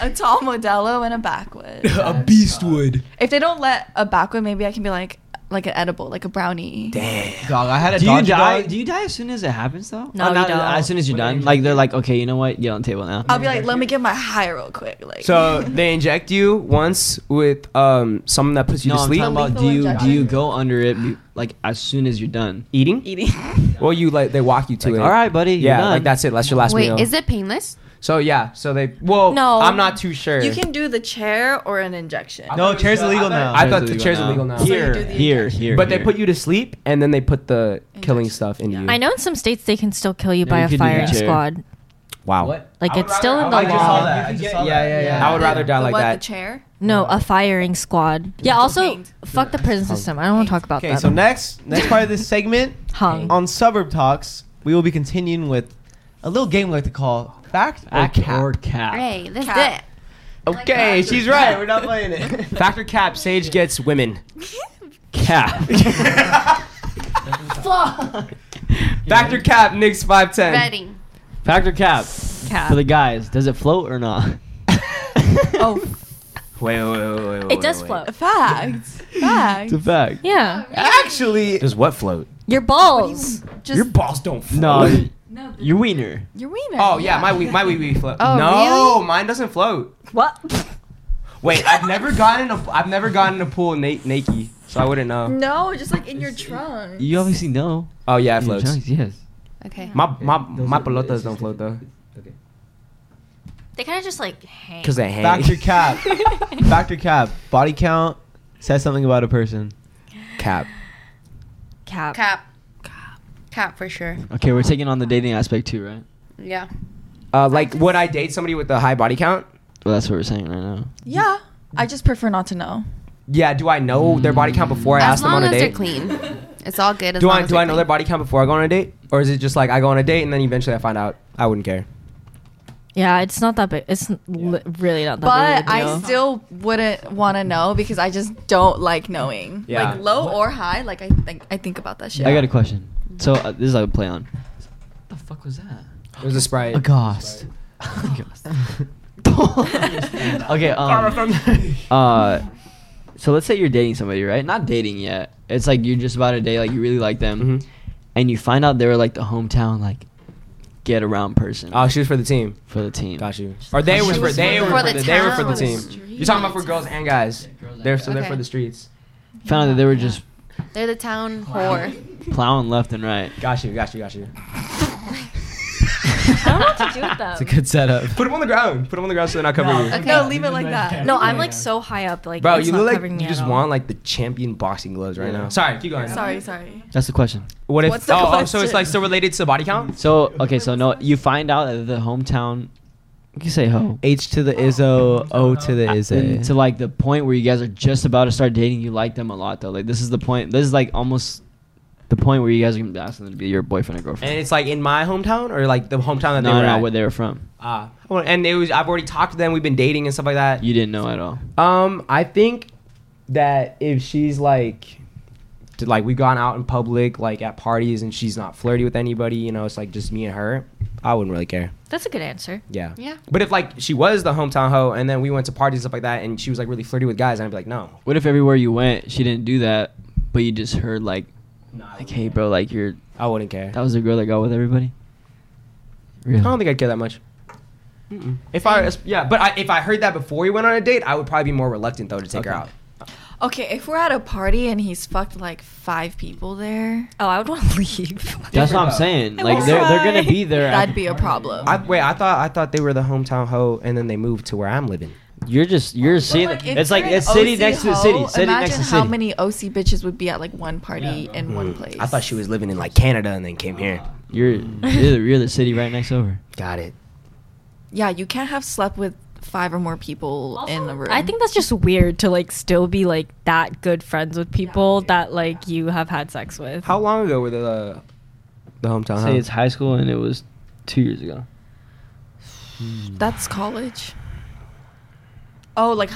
D: a tall Modelo and a backwood.
A: A beastwood.
D: If they don't let a backwood, maybe I can be like like an edible, like a brownie.
C: Dog, I had a
E: Do you
C: Dodger
E: die?
C: dog.
E: Do you die as soon as it happens though? Oh,
B: No, you
E: not-
B: don't.
E: As soon as you're done, like they're like, okay, you know what? Get on the table now.
D: I'll be like, let me get my high real quick. Like
A: So they inject you once with um something that puts you
E: no,
A: to
E: I'm
A: sleep.
E: talking about do you do you go under it be- like as soon as you're done?
A: eating.
D: eating.
A: [LAUGHS] Well, you like they walk you to it.
E: All right, buddy. You're
A: Yeah,
E: done.
A: like that's it. That's your last
F: Wait,
A: meal.
F: is it painless?
A: so yeah, so they. Well,
B: No.
A: I'm not too sure.
D: You can do the chair or an injection.
C: No, chair's illegal now.
A: I thought the chair's illegal now.
E: Here,
D: So you do the
E: here,
D: injection.
E: here.
A: but they put you to sleep and then they put the killing stuff in you.
B: I know in some states they can still kill you
E: Yeah,
B: by
E: you
B: a
E: could do
B: firing
E: that.
B: squad.
A: Wow.
B: Like it's still in the
C: I
B: law.
C: just saw that. I just saw
E: Yeah, yeah,
C: that.
E: yeah.
A: I would rather die
D: The
A: like
D: what,
A: that.
D: The chair.
B: No, a firing squad. Uh, Yeah. Also,
D: Hanged.
B: fuck the prison system. I don't want to talk about
C: Okay,
B: that.
C: so next, next part
A: [LAUGHS]
C: of this segment
B: Hung.
C: on Suburb Talks, we will be continuing with a little game we like to call Fact or [LAUGHS]
E: Act
C: Cap.
E: or cap.
F: Hey, let's do
D: Cap.
F: it.
A: okay,
F: Like,
A: she's right. We're not playing [LAUGHS] it.
C: [LAUGHS]
A: Factor cap. Sage gets women.
E: Cap.
A: [LAUGHS] Factor cap. Nick's five ten.
F: Ready.
E: Factor cap.
B: Cap.
E: For the guys, does it float or [LAUGHS] not?
D: Oh,
A: Wait, wait, wait, wait, wait.
B: It does float.
D: facts. Facts.
E: It's a fact.
B: Yeah.
C: Actually,
A: Does what float?
B: Your balls.
D: Just
A: Your balls don't float.
E: No, y- your wiener.
D: your wiener.
B: [LAUGHS]
A: Oh yeah, my wee, my wee wee float.
F: Oh,
A: no, mine doesn't float.
B: What?
A: Wait, I've never gotten a I've never gotten a pool na- naked, so I wouldn't know.
D: No, just like in your trunk.
E: You obviously know.
A: Oh yeah, it
E: Your
A: floats.
E: chunks, Yes.
F: Okay.
A: My my my pelotas don't float though,
B: They kind of just like hang.
A: cause they hang. [LAUGHS]
C: Factor Cap. Factor Cap. Body count says something about a person.
A: cap.
B: Cap.
F: Cap. Cap for sure.
E: Okay, we're taking on the dating aspect too, right?
F: Yeah.
A: Uh, like, would I date somebody with a high body count?
E: Well, that's what we're saying right now.
D: Yeah, I just prefer not to know.
A: Yeah. Do I know their body count before I
F: As
A: ask them
F: long
A: on a
F: as they're
A: date?
F: clean. It's all good. as
A: Do
F: long
A: I
F: as
A: do
F: we
A: I know
F: clean.
A: their body count before I go on a date, or is it just like I go on a date and then eventually I find out? I wouldn't care.
B: Yeah, it's not that big. It's li- really not that big. of
D: But
B: a
D: I
B: deal.
D: still wouldn't want to know because I just don't like knowing.
A: Yeah.
D: Like low or high, like I think I think about that shit.
E: I got a question. So uh, this is how I play on. What the fuck was that?
A: It was a sprite.
E: A ghost. [LAUGHS]
A: [LAUGHS]
E: okay. Um, [LAUGHS] uh, so let's say you're dating somebody, right? Not dating yet. It's like you're just about to date. Like you really like them,
A: Mhm.
E: and you find out they were like the hometown like get around person
A: Oh, she was for the team.
E: for the team.
A: Got you. Or they were for they were for the, they were for the
F: town.
A: team. You're talking about for girls and guys. They're so they're
F: Okay.
A: for the streets.
E: Found out that they were just
F: They're the town whore.
E: plowing left and right. [LAUGHS]
A: Got you. Got you. Got you.
B: I don't know what to do with them.
D: Oh.
C: It's a good setup.
A: Put them on the ground. Put them on the ground so they're not covering you.
F: Okay.
D: No, leave it
A: [LAUGHS]
D: like that.
B: No, I'm like so high up. Like,
A: Bro,
B: it's
A: you
B: not
A: look like
B: covering me
A: you
B: at
A: just
B: all.
A: want like the champion boxing gloves right now. Sorry, keep going.
D: Sorry, sorry.
E: That's the question.
A: What if?
D: What's the
A: oh, oh, so
D: question?
A: it's like still related to body count.
E: So okay, so no, you find out that the hometown. You can say ho.
C: H to the Izzo,
D: Oh.
C: O to the
A: [LAUGHS]
E: And to
C: Izzo.
E: like the point where you guys are just about to start dating. You like them a lot though. Like this is the point. This is like almost the point where you guys are gonna be asking them to be your boyfriend or girlfriend.
A: And it's like in my hometown or like the hometown that
E: no,
A: they were
E: no,
A: at.
E: where they were from.
A: Ah, well, and it was I've already talked to them. We've been dating and stuff like that.
E: You didn't know at all.
A: Um, I think that if she's like, did, like we've gone out in public, like at parties, and she's not flirty with anybody, you know, it's like just me and her. I wouldn't really care.
B: That's a good answer.
A: Yeah.
F: Yeah.
A: But if like she was the hometown hoe, and then we went to parties and stuff like that, and she was like really flirty with guys, and I'd be like, no.
E: What if everywhere you went, she didn't do that, but you just heard like, like, hey, bro, like you're
A: I wouldn't care.
E: that was the girl that got with everybody.
A: I
E: Really?
A: don't think I'd care that much. If I yeah, but I, if I heard that before we went on a date, I would probably be more reluctant though to take her
E: Okay.
A: out.
D: Okay, if we're at a party and he's fucked like five people there,
B: Oh, I would want to leave.
E: That's what I'm
A: though.
E: saying.
B: I
E: Like
B: will
E: they're they're
B: cry.
E: gonna be there. at
D: that'd
E: the
D: be a problem.
A: I, wait, I thought I thought they were the hometown hoe, and then they moved to where I'm living.
E: You're just you're seeing.
D: But,
E: it's like
D: you're
E: it's
D: an
E: city
D: OC
E: next to the
D: hoe,
E: city, city
D: Imagine
E: next to
D: how
E: city.
D: many OC bitches would be at like one party in one place.
A: Hmm. I thought she was living in like Canada and then came here.
E: you're you're the, you're the city right next over.
A: Got it.
D: Yeah, you can't have slept with five or more people in the room.
B: I think that's just weird to like still be like that good friends with people that like you have had sex with.
A: How long ago were the uh, the hometown?
E: Say
A: hoe?
E: it's high school and it was two years ago.
D: that's college. Oh, like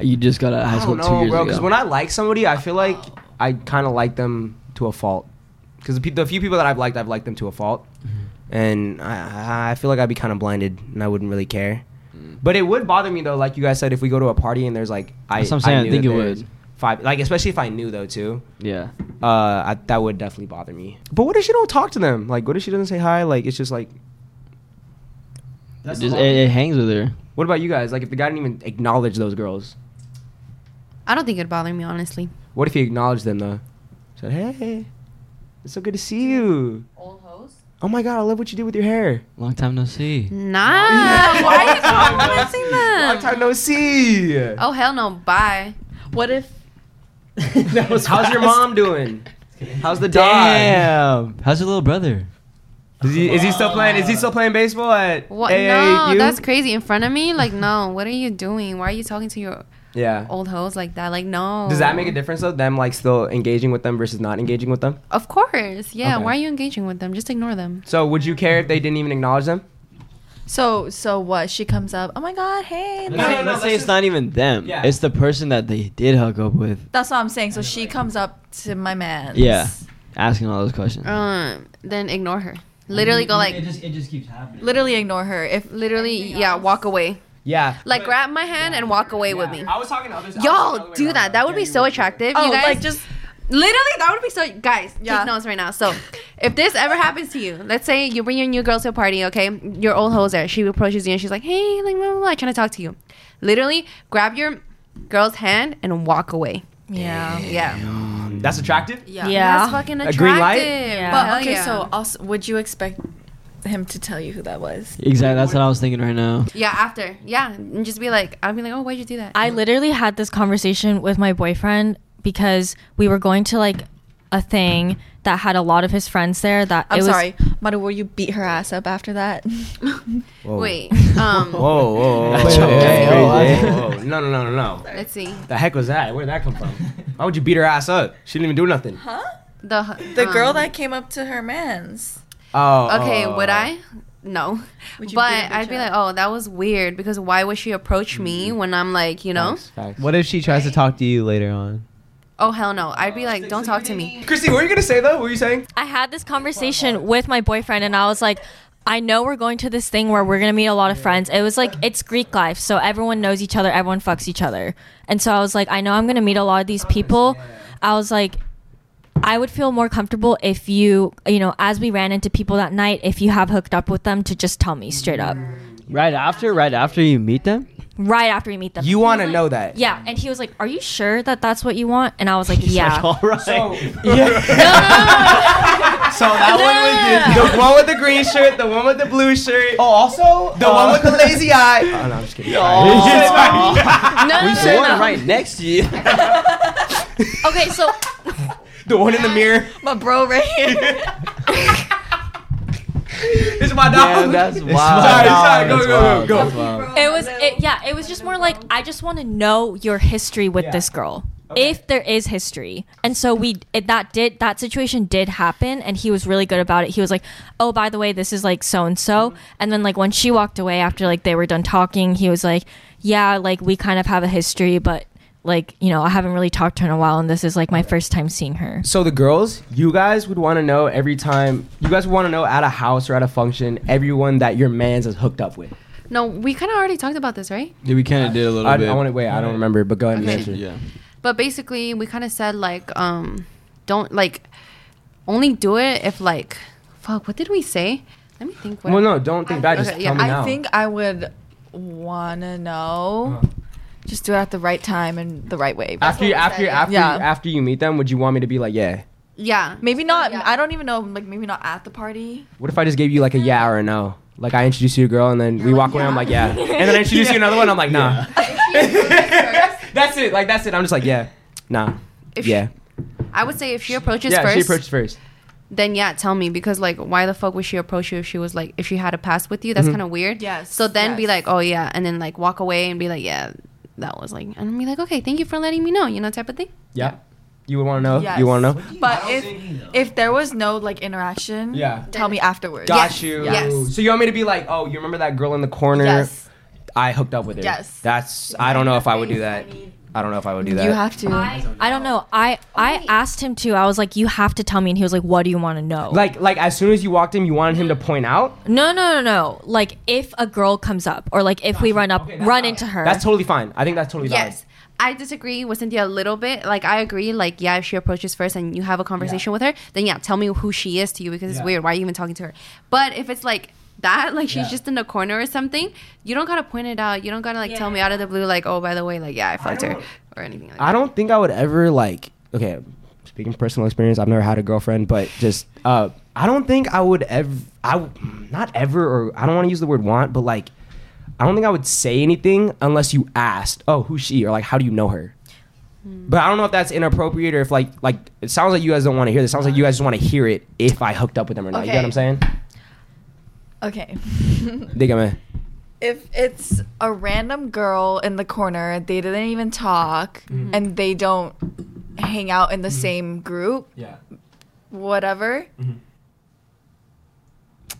E: You just got out of high
A: I
E: school
A: don't
E: two
A: know,
E: years
A: bro. Because
E: ago.
A: when I like somebody, I feel like I kind of like them to a fault. Because the, pe- the few people that I've liked, I've liked them to a fault,
E: Mm-hmm.
A: and I, I feel like I'd be kind of blinded and I wouldn't really care. But it would bother me though, like you guys said, if we go to a party and there's like I,
E: That's what I'm saying, I
A: knew
E: think
A: that
E: it
A: there's
E: would.
A: five, like especially if I knew though too.
E: yeah,
A: uh, I, that would definitely bother me. But what if she don't talk to them? Like, what if she doesn't say hi? Like, it's just like,
E: it, just, it, it hangs with her.
A: what about you guys? Like, if the guy didn't even acknowledge those girls,
F: I don't think it'd bother me honestly.
A: what if he acknowledged them though? Said, hey, it's so good to see you.
F: Old hoes.
A: Oh my god, I love what you did with your hair.
E: Long time no [LAUGHS] see.
F: Nah. Why are you complimenting
A: Long
F: them?
A: time no [LAUGHS] see.
F: Oh hell no! Bye.
D: what if
A: How's your mom doing? How's the dog?
E: Damn. How's your little brother?
A: Is he, is he still playing? Is he still playing baseball at
F: What?
A: AAU?
F: No, that's crazy. In front of me, like no. What are you doing? Why are you talking to your
A: yeah.
F: old hoes like that? Like no.
A: Does that make a difference though? Them like still engaging with them versus not engaging with them.
F: Of course. Yeah.
A: Okay.
F: Why are you engaging with them? Just ignore them.
A: So would you care if they didn't even acknowledge them?
D: so so what? She comes up. Oh my god, hey.
E: Let's, say, let's say it's not even them.
A: Yeah.
E: It's the person that they did hook up with,
D: That's what I'm saying. So she comes up to my man.
E: Yeah. asking all those questions.
F: Um. Then ignore her. Literally go like.
E: just it just keeps happening.
D: Literally ignore her. If
F: Literally, yeah. Walk away.
A: Yeah.
F: Like grab my hand and walk away with me.
A: was talking to others.
F: Y'all do that. That would be so attractive.
D: oh,
F: you guys
D: like just
F: Literally, that would be so. Guys,
D: Yeah.
F: take notes right now. So, if this ever happens to you, let's say you bring your new girl to a party, okay? Your old hoes there. She approaches you and she's like, "Hey, like, blah, blah, blah, trying to talk to you." Literally, grab your girl's hand and walk away.
D: yeah.
F: Yeah,
A: That's attractive.
D: Yeah.
B: Yeah.
F: that's fucking
A: A
F: attractive.
A: green light?
F: Yeah.
D: But
F: Hell
D: okay,
F: yeah.
D: so also, would you expect him to tell you who that was?
E: Exactly. That's what I was thinking right now.
F: yeah, after, yeah, and just be like, I'll be like, "Oh, why'd you do that?"
D: Mm.
B: I literally had this conversation with my boyfriend because we were going to like a thing that had a lot of his friends there. That
D: I'm
B: it was,
D: sorry, Madu. Will you beat her ass up
A: [LAUGHS]
D: after that?
F: Wait, um,
A: Whoa, whoa, whoa,
E: That's
A: whoa,
E: okay.
A: whoa, whoa, whoa. No, no, no, no, no.
F: let's see.
A: The heck was that? Where did that come from? Why would you beat her ass up? She didn't even do nothing.
F: [LAUGHS] The hu-
D: The girl
F: um,
D: that came up to her man's.
C: Oh.
F: Okay,
C: oh,
F: would
C: oh.
F: I? No.
D: Would you
F: but
D: beat a bitch
F: I'd be
D: up?
F: like, oh, that was weird because why would she approach me
A: Mm-hmm.
F: when I'm like, you know?
A: Facts, facts.
C: What if she tries to talk to you later on?
F: Oh, hell no. I'd be like, don't talk to me.
A: Christy, what were you gonna say though? What were you saying?
B: I had this conversation with my boyfriend, and I was like, I know we're going to this thing where we're gonna meet a lot of friends. It was like it's Greek life, so everyone knows each other, everyone fucks each other, and so I was like, I know I'm gonna meet a lot of these people. I was like, I would feel more comfortable if you, you know, as we ran into people that night, if you have hooked up with them, to just tell me straight up
D: Mm.
E: Right after, right after you meet them.
B: right after we meet them.
A: You want to know that?
B: Yeah, and he was like, "Are you sure that that's what you want?" And I was like, "Yeah."
E: [LAUGHS] All right.
A: Oh. [LAUGHS]
C: So that
B: No,
C: one was
A: the one with the green shirt, the one with the blue shirt,
C: Oh, also
A: the one with the lazy eye. uh, Oh no, I'm [LAUGHS] just kidding. Sorry.
F: No, no, no, no, no.
E: right next
A: [LAUGHS]
E: to you. [LAUGHS]
B: okay, so
A: the one in the mirror.
D: [LAUGHS] My bro right
E: [LAUGHS]
D: here.
A: It's my
E: Damn,
A: dog.
E: that's wild.
A: Sorry, sorry, go,
E: That's
A: go,
E: wild.
A: go,
E: That's
A: go.
E: wild.
B: it was it, yeah it was just more like i just want to know your history with this girl if there is history and so we it, that did that situation did happen and he was really good about it he was like oh by the way this is like so and so and then like when she walked away after like they were done talking he was like yeah like we kind of have a history but like you know i haven't really talked to her in a while and this is like my first time seeing her
A: So the girls, you guys would want to know every time. You guys would want to know at a house or at a function, everyone that your man's is hooked up with.
F: No, we kind of already talked about this, right?
E: Yeah, we kind of did a little
A: I,
E: bit.
A: I want to wait. I don't remember, but go ahead and
F: Okay.
A: answer.
E: Yeah.
F: But basically, we kind of said like, um, don't like, only do it if like, fuck. What did we say? Let me think. What
A: Well, no, don't think that. Just
F: Okay, yeah,
A: tell me
F: I
A: now.
D: I think I would wanna know. Just do it at the right time and the right way.
A: Uh-huh. after you, after you, after
D: Yeah.
A: you, after you meet them, would you want me to be like, yeah?
F: Yeah.
D: Maybe not.
F: Yeah.
D: I don't even know. Like maybe not at the party.
A: What if I just gave you like a yeah or a no? Like I introduce you to a girl and then we walk away. I'm like yeah, and then I introduce you another one. I'm like nah. [LAUGHS] that's it. Like that's it. I'm just like yeah, nah.
F: If
A: yeah,
F: I would say if she approaches
A: yeah.
F: first,
A: She approaches first.
F: then yeah, tell me because like, why the fuck would she approach you if she was like, if she had a past with you? That's kind of weird.
D: Yes,
F: So then be
D: yes.
F: like, oh yeah, and then like walk away and be like, yeah, that was like, and be like, okay, thank you for letting me know, you know, type of thing.
A: Yeah. You would want to know.
D: Yes.
A: You want to know.
D: But if if there was no like interaction,
A: Yeah.
D: tell me afterwards.
A: Got
F: Yes.
A: you.
F: Yes.
A: So you want me to be like, oh, you remember that girl in the corner?
D: Yes.
A: I hooked up with her.
D: Yes.
A: That's. I don't know if I would do that. I don't know if I would do that.
D: You have to.
B: I, I don't know. I I asked him too. I was like, "You have to tell me," and he was like, "What do you want to know?"
A: like, like as soon as you walked in, you wanted him to point out.
B: No, no, no, no. Like if a girl comes up, or like if we run up, run into her.
A: That's totally fine. I think that's totally fine.
F: Yes. I disagree with Cynthia a little bit. Like I agree, like yeah, if she approaches first and you have a conversation with her, then yeah, tell me who she is to you because it's weird. Why are you even talking to her? But if it's like that, like she's just in the corner or something, you don't gotta point it out. You don't gotta like tell me out of the blue, like, oh by the way, like yeah, I fucked her or anything like
A: I don't think I would ever like. Okay, speaking of personal experience, I've never had a girlfriend, but just uh, I don't think I would ever. I w- not ever, or I don't want to use the word want, but like, I don't think I would say anything unless you asked. Oh, who's she? Or like, how do you know her? But I don't know if that's inappropriate or if like like it sounds like you guys don't want to hear this. sounds like you guys just want to hear it if I hooked up with them or not. You get what I'm saying?
D: Okay.
A: Dígame.
D: if it's a random girl in the corner, they didn't even talk,
E: Mm-hmm.
D: and they don't hang out in the same group,
A: Yeah.
D: whatever.
F: that.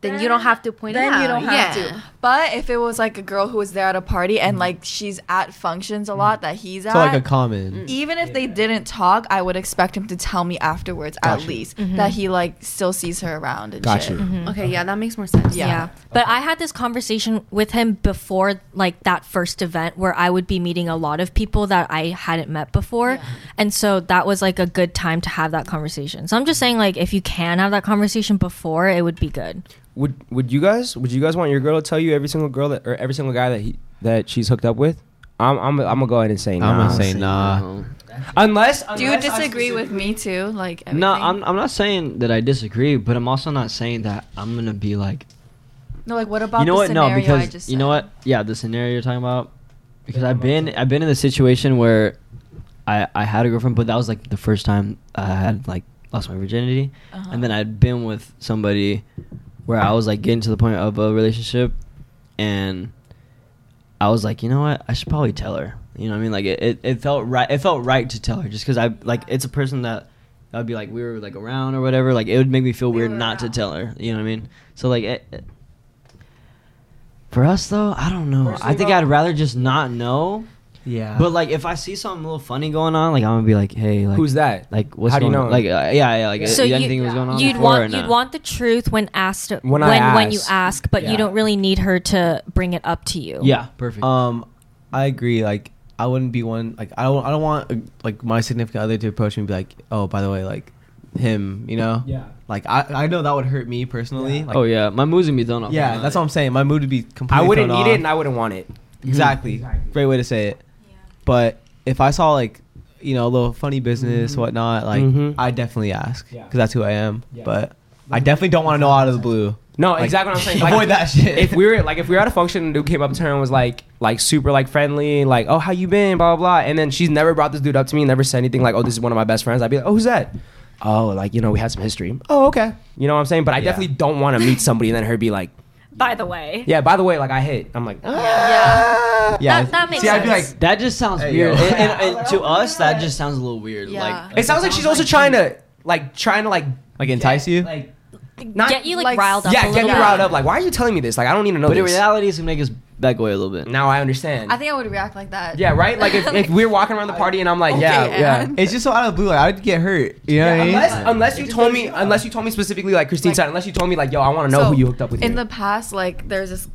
F: Then you don't have to point it out.
D: Then you don't have
F: yeah.
D: to. But if it was like a girl who was there at a party
E: Mm-hmm.
D: and like she's at functions a lot that Mm, he's at,
C: so like a common.
D: even if they didn't talk, I would expect him to tell me afterwards at least that he like still sees her around and
A: Got
D: shit. Mm-hmm.
A: you.
F: Okay, yeah, that makes more sense.
D: Yeah.
B: yeah. But I had this conversation with him before like that first event where I would be meeting a lot of people that I hadn't met before. And so that was like a good time to have that conversation. So I'm just saying like if you can have that conversation before, it would be good.
A: Would would you guys would you guys want your girl to tell you every single girl that or every single guy that he that she's hooked up with? I'm I'm, I'm gonna go ahead and say
C: I'm
A: nah.
C: gonna say nah.
A: unless,
D: Do you disagree with me too? Like everything?
E: No, I'm, I'm not saying that I disagree, but I'm also not saying that I'm gonna be like,
D: no. Like what about
E: you know
D: the
E: what? No,
D: scenario
E: because
D: I just
E: you know
D: said?
E: what? Yeah, the scenario you're talking about. Because I've been I've been in the situation where I I had a girlfriend, but that was like the first time I had like lost my virginity,
D: Uh-huh.
E: and then I'd been with somebody where I was like getting to the point of a relationship, and I was like, you know what? I should probably tell her. You know what I mean? Like it, it, it felt right. It felt right to tell her just because I like it's a person that that would be like we were like around or whatever. Like it would make me feel weird not to tell her. You know what I mean? So like, it, it- for us though, I don't know. I think I'd rather just not know.
C: Yeah.
E: But like, if I see something a little funny going on, like I'm gonna be like, hey, like
A: Who's that?
E: Like what's
A: How do you
E: going
A: know?
E: on? Like uh, yeah, yeah, like
B: So
E: uh,
B: you-
E: anything was going on.
B: You'd
E: before or
B: want
E: not?
B: you'd want the truth when asked
A: When
B: when
A: I
B: when you
A: ask.
B: ask, but
A: Yeah.
B: you don't really need her to bring it up to you.
E: Yeah, Oh, perfect.
C: Um, I agree. Like, I wouldn't be one. Like, I don't. I don't want uh, like my significant other to approach me and be like, "Oh, by the way, like him," you know?
A: Yeah.
C: Like, I I know that would hurt me personally. Like,
E: oh yeah, my mood's gonna be thrown off.
C: yeah. That's what I'm saying. My mood would be completely.
A: I wouldn't
C: thrown
A: need it
C: off.
A: and I wouldn't want it.
C: Exactly.
A: Mm-hmm. Exactly.
C: Great way to say it. But if I saw like, you know, a little funny business, whatnot, like
A: Mhm.
C: I definitely ask because
A: Yeah.
C: that's who I am.
A: Yeah.
C: But I definitely don't want to know out of the blue.
A: No,
C: Like,
A: exactly what I'm saying. Like,
C: [LAUGHS] avoid that shit.
A: If we
C: [LAUGHS]
A: were like, if we were at a function and dude came up to her and was like, like super like friendly, and like, oh how you been, blah blah, blah, and then she's never brought this dude up to me, never said anything like, oh this is one of my best friends. I'd be like, oh who's that? Oh, like you know we had some history. Oh okay, you know what I'm saying. But I definitely don't want to meet somebody and then her be like,
B: By the way.
A: yeah. By the way, like I hit. I'm like, ah.
C: yeah.
B: That- that makes
C: See, I'd be like,
B: sense.
E: That just sounds
C: Hey,
E: weird.
C: yo.
E: And, and- and
B: [LAUGHS]
E: to us, that just sounds a little weird.
D: Yeah.
E: Like
A: it sounds like she's also trying to like trying to like
C: like entice you.
E: Like,
A: not
B: get you like,
D: Like,
B: riled up.
A: yeah
B: a
A: get
B: little
A: me
B: bit.
A: riled up. Like why are you telling me this? Like I don't need to know
E: but in
A: this.
E: reality, it's gonna make us back away a little bit.
A: now I understand.
D: I think I would react like that.
A: yeah, right. Like if,
B: [LAUGHS]
D: [LAUGHS]
A: if we're walking around the party and I'm like, yeah,
D: Okay,
A: yeah.
D: and-
C: It's just so out of the blue. Like, I'd get hurt. You know what I mean?
A: Unless, unless you told me, unless you told me specifically, like Christine said, unless you told me, like, yo, I want to know
D: So,
A: who you hooked up with.
D: In
A: here.
D: the past, like there's this,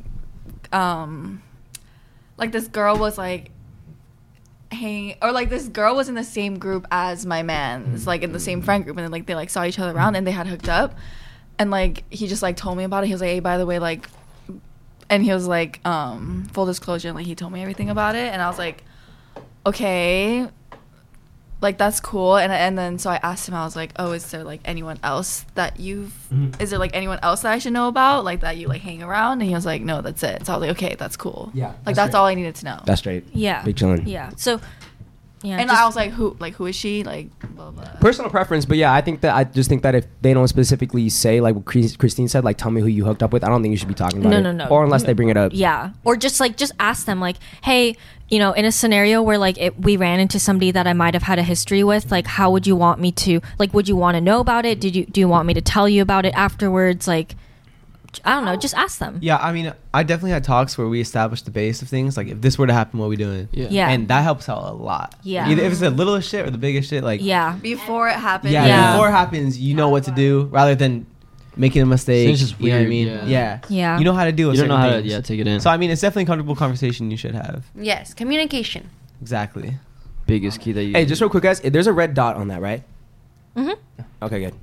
D: um, like this girl was like hanging, or like this girl was in the same group as my man's, like in the same friend group, and then like they like saw each other around and they had hooked up, and like he just like told me about it. He was like, hey, by the way, like, and he was like, um, full disclosure, like he told me everything about it, and I was like, okay. Like that's cool, and and then so I asked him. I was like, "Oh, is there like anyone else that you've
A: Mm-hmm.
D: is there like anyone else that I should know about, like that you like hang around? And he was like, no, that's it. So I was like, okay, that's cool.
A: Yeah,
D: like
A: that's
D: that's
A: great.
D: all I needed to know.
A: that's straight.
B: Yeah.
A: Big chillin'.
B: Yeah. So yeah.
D: and
B: just-
D: I was like, who, like who is she? Like blah blah.
A: Personal preference, but yeah, I think that I just think that if they don't specifically say like what Chris- Christine said, like tell me who you hooked up with, I don't think you should be talking about
B: No,
A: it.
B: no, no.
A: Or unless they bring it up.
B: yeah. Or just like just ask them like, "Hey, you know, in a scenario where like it, we ran into somebody that I might have had a history with, like how would you want me to like would you want to know about it? Did you do you want me to tell you about it afterwards like I don't know, just ask them.
C: Yeah, I mean, I definitely had talks where we established the base of things. Like, if this were to happen, what are we doing?
E: Yeah.
B: Yeah.
C: And that helps out a lot.
B: Yeah.
C: Either if it's the littlest shit or the biggest shit, like,
B: Yeah.
D: Before it happened,
C: yeah,
B: Yeah.
C: before it happens, you know what to do rather than making a mistake.
E: It's just
C: you know what I
E: weird,
C: mean?
E: yeah.
C: Yeah.
B: Yeah.
C: You know how to do it.
E: You don't know how to yeah take it in.
C: So, I mean, it's definitely a comfortable conversation you should have.
F: Yes, communication.
C: Exactly.
E: Biggest key that you.
A: Hey, just real quick, guys, there's a red dot on that, right?
B: Mhm.
A: Okay, good.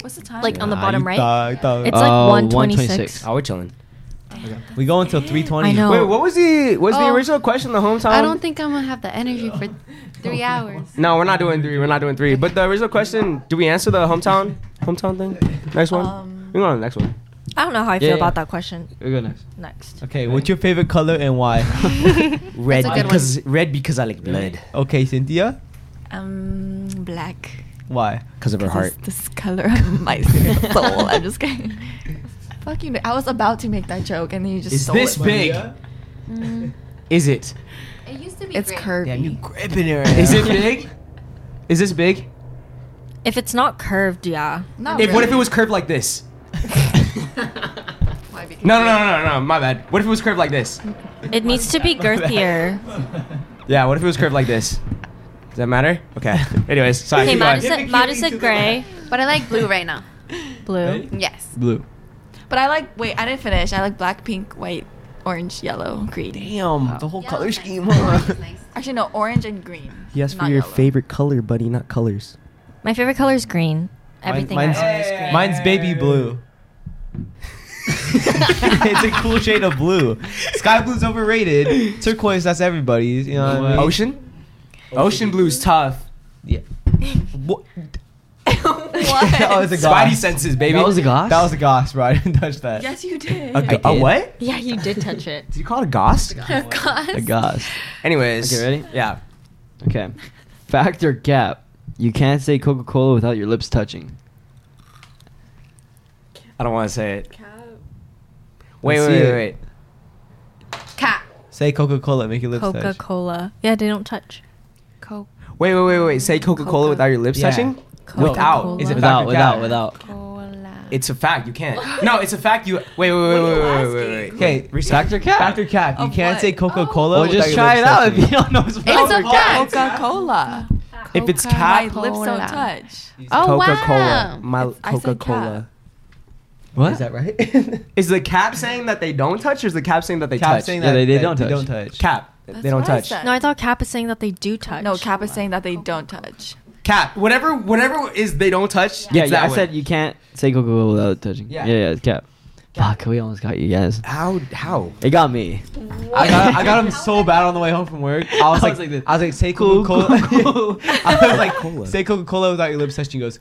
D: What's the time?
B: Like on the
C: Nah,
B: bottom
C: Ah, you
B: right.
C: thought- you thought-
B: it's
E: Uh,
B: like 126.
E: 126.
A: Oh, we're chilling.
C: we go until 320.
B: I know.
A: Wait, what was the was the
F: Oh.
A: original question the hometown?
F: I don't think I'm gonna have the energy for
D: [LAUGHS]
F: three hours.
A: No, we're not doing three. We're not doing three. But the original question, do we answer the hometown hometown thing? Next one.
D: Um,
A: we go on to the next one.
B: I don't know how I feel
E: Yeah, yeah.
B: about that question.
E: we go next.
B: Next.
C: Okay, what's your favorite color and
B: [LAUGHS]
C: [LAUGHS] why?
A: Red
F: That's a good one. Oh.
A: because red because I like blood
C: okay, Cynthia,
D: um, black.
C: why?
A: because of her heart.
D: This, this color of [LAUGHS] my soul. I'm just kidding. Fuck you. I was about to make that joke, and then you just
A: Is
D: stole
A: this
D: it.
A: big? Is it?
F: Mm. It used to be.
D: It's
F: great.
D: curvy.
C: Damn, you gripping her.
A: Is it
C: [LAUGHS]
A: big? Is this big?
B: If it's not curved, yeah.
D: Not
A: If, what if it
D: really.
A: was curved like this?
D: [LAUGHS] Why? Because
A: No, no, no, no, no, no. My bad. What if it was curved like this?
B: It needs to
A: [LAUGHS]
B: be girthier.
A: Yeah. What if it was curved like this? Does that matter? Okay. Anyways, sorry.
B: Okay,
A: keep
B: mine
A: going.
B: is a, mine is a gray,
F: But I like blue right now.
B: blue.
F: Yes.
C: blue?
D: But I like. Wait, I didn't finish. I like black, pink, white, orange, yellow, green.
C: Damn, the whole color scheme. huh?
D: Actually, no, orange and green.
A: Yes, for
D: Not
A: your
D: yellow.
A: [LAUGHS] favorite color, buddy, not colors.
B: My favorite color is green.
C: Mine-
B: Everything I
C: mine's,
B: own is green.
C: mine's baby blue. it's a cool shade of blue. Sky blue's overrated. Turquoise, that's everybody's. You know what I mean?
A: Ocean. Ocean blue's tough.
C: Yeah. What?
D: [LAUGHS] what?
C: [LAUGHS] that was a
A: Spidey
C: goss.
A: senses, baby.
E: That was a goss.
C: That was a
B: [LAUGHS]
C: goss, bro. I didn't touch that.
D: yes, [LAUGHS] you did.
A: A, go-
E: I
A: a
E: did.
A: what?
B: Yeah, you did
A: [LAUGHS]
B: touch it.
A: Did you call it a goss?
C: A goss.
A: Anyways.
E: Okay, ready?
A: Yeah.
E: Okay. Fact or gap? You can't say Coca Cola without your lips touching.
A: I don't want to say it. Wait,
C: Let's
A: wait,
C: see
A: wait,
C: it.
A: wait.
F: Cat.
C: Say Coca Cola, make your lips
B: Coca
C: touch.
B: Cola. Yeah, they don't touch.
F: Coke.
A: Wait, wait, wait, wait. Say Coca Cola
B: Coca.
A: without your lips
C: Yeah.
A: touching? Without. Is it factor
E: Without, without,
A: cap?
E: without.
A: It's a fact. You [LAUGHS] can't. No, it's a fact. You wait, wait, wait, wait, wait, wait, wait, wait.
C: Okay,
E: Factor cap.
C: Factor Cap. Oh. You
D: Of
C: can't
D: what?
C: say Coca Cola.
E: Well, just try it out if you don't know. It's
F: It's a fact.
D: Coca Cola.
A: If it's
D: My
A: cap,
D: lips don't
F: Cola.
D: touch.
F: Oh
A: Coca Cola.
F: wow.
A: My
D: I said
A: Coca
D: cap.
A: Cola.
E: What?
C: Is that [LAUGHS] right?
A: Is the cap saying that they don't touch, or is the cap saying that they
C: Cap
A: touch?
C: saying
E: Yeah,
C: that
E: they- they
C: that
E: don't touch.
C: They don't touch.
A: cap. they don't
D: what I
A: touch.
D: said.
B: No, I thought Cap is saying that they do touch.
D: No, Cap is saying that they don't touch.
A: Cap. Whatever. Whatever is they don't touch.
E: Yeah,
A: gets
E: yeah,
A: that
E: I
A: one.
E: said you can't say Coca Cola without touching.
A: Yeah.
E: Yeah, yeah, it's cap. Fuck, we almost got you guys.
A: How? How?
E: It got me.
C: [LAUGHS] I got, I got him so bad on the way home from work. I
E: I
C: was, like,
E: was like this.
C: I was like, say Coca
E: Cool,
C: Cola.
E: cool,
C: I was like, say Coca Cola without your lips touching. He goes,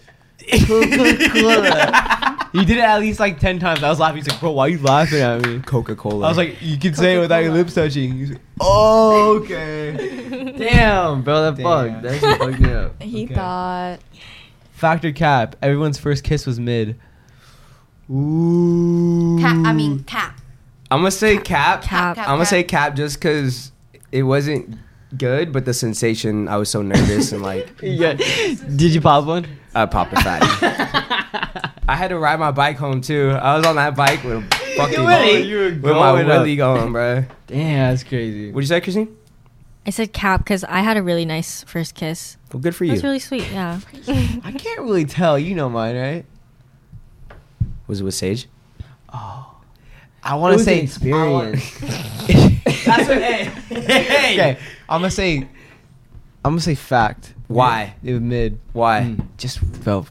C: Coca [LAUGHS] Cola. you did it at least like ten times. I was laughing. He's like, bro, why are you laughing at me?
A: Coca Cola.
C: I was like, you can say it without your lips touching. He's like, oh, okay.
E: [LAUGHS] Damn, bro, that
C: Damn.
E: fucked. That actually fucked
D: [LAUGHS]
E: me up.
D: He
C: Okay.
D: thought.
C: Factor cap. Everyone's first kiss was mid.
A: Ooh.
F: Cap, I mean,
D: Mm.
F: cap.
A: I'm gonna say cap.
B: Cap.
F: Cap,
A: I'm gonna
F: cap.
A: say cap just because it wasn't good, but the sensation. I was so nervous and [LAUGHS] like
E: Yeah. Did you pop one?
A: I popped a fatty. I had to ride my bike home too. I was on that bike [LAUGHS] with a fucking
E: Willie, you were
A: with my
E: going up.
A: willy going, bro.
E: Damn, that's
A: [LAUGHS]
E: crazy.
A: What'd you say, Christine?
B: I said Cap because I had a really nice first kiss.
A: Well, good for
B: It
A: you.
B: was really sweet. Yeah.
C: I can't really tell. You know mine, right?
A: was it with Sage?
C: I want to say [LAUGHS]
A: That's what. Hey,
C: Okay, I'm gonna say, I'm gonna say fact.
A: Why?
C: It was mid. Hmm.
A: Why?
C: Just felt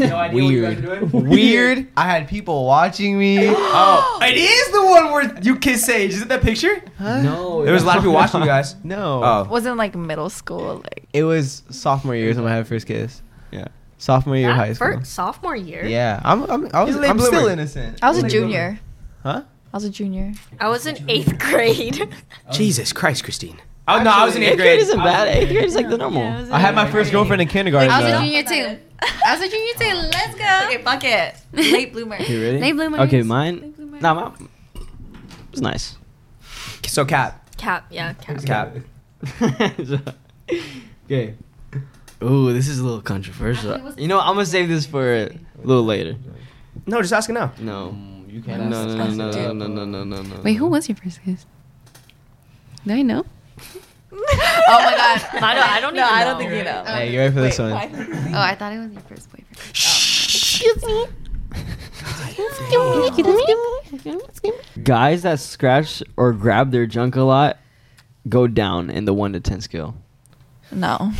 A: No idea what you guys are
C: weird.
A: doing?
C: [LAUGHS] Weird. I had people watching me.
A: [GASPS] Oh, [GASPS] it is the one where you kiss Sage. Is it that picture?
E: No.
A: There was a lot of people watching you guys.
C: No.
A: Oh,
D: Wasn't like middle school. Like
C: It was sophomore year is when I had my first kiss.
E: Yeah.
C: Sophomore year of high school.
B: sophomore year.
C: Yeah. I'm. I'm. I was,
A: You're a late
C: I'm still
A: bloomer.
C: innocent.
D: I was a junior.
C: Huh?
D: I was a junior.
B: I was in eighth grade.
A: Oh. Jesus Christ, Christine. Oh no, I was in eighth grade.
E: isn't bad. Eighth grade is like the normal.
C: I had my first girlfriend in kindergarten.
F: I was a
C: though.
F: junior too. I was a junior too. Let's go.
D: Okay, fuck
F: [LAUGHS]
D: it. Late bloomer.
E: You ready?
F: They blew my
E: Okay,
F: ears.
E: mine. Nah, mine
A: [LAUGHS]
E: was nice.
A: So cap,
B: Cap. Yeah. Cap.
A: cap.
E: okay. Ooh, this is a little controversial. You know, what, I'm gonna save this for a little later.
A: No, just asking now.
E: No. You
C: can't
E: No, no, no,
D: ask us.
E: no, no, no, no, no, no.
F: Wait, who was your first kiss? Do I know?
D: Oh my god.
B: I don't. I don't
D: No,
B: even
D: I don't
B: know.
D: think you know.
C: Hey, you ready for this one?
F: Oh, I thought it was your first boyfriend.
E: Guys that scratch or grab their junk a lot go down in the one to ten scale.
D: No.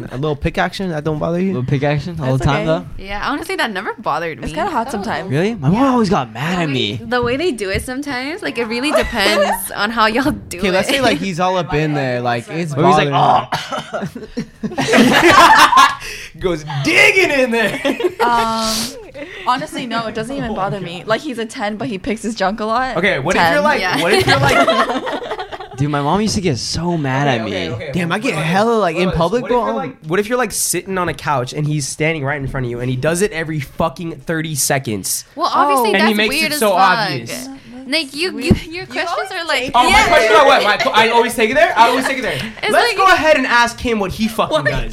C: A little pick action that don't bother you.
E: Little pick action all
D: That's
E: the time
D: okay.
F: Yeah, honestly, that never bothered me.
D: It's kind of hot sometimes.
E: though. Really? My mom always got mad at me.
F: The way they do it sometimes, like
C: [LAUGHS]
F: it really depends on how y'all do it.
C: Okay, let's say like he's all up in there, like it's
E: Or he's like,
C: bothering. him.
E: oh,
A: [LAUGHS] Goes digging in [LAUGHS] there. Uh,
D: Um, honestly, no, it doesn't even bother me. Like he's a ten, but he picks his junk a lot.
A: Okay, what if
D: 10.
A: you're like?
F: yeah.
A: What if you're
D: [LAUGHS]
A: like?
E: dude, my mom used to get so mad at me.
C: Damn, I get hella like in public,
A: What if, you're
C: bro.
A: like, what if you're like sitting on a couch and he's standing right in front of you and he does it every fucking 30 seconds?
F: [LAUGHS] well, obviously
A: and
F: that's
A: Oh. he makes it
F: weird as
A: so
F: fuck.
A: obvious.
F: Like you, you your
A: [LAUGHS]
F: questions are like,
A: Oh,
F: yeah.
A: my question about what? My, I always take it there? I always take it there. Let's
F: like-
A: go ahead and ask him what he fucking does.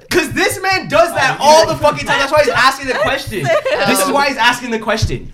A: Because this man does that all the fucking time. That's why he's asking
B: [LAUGHS]
A: the question. This is why he's asking the question.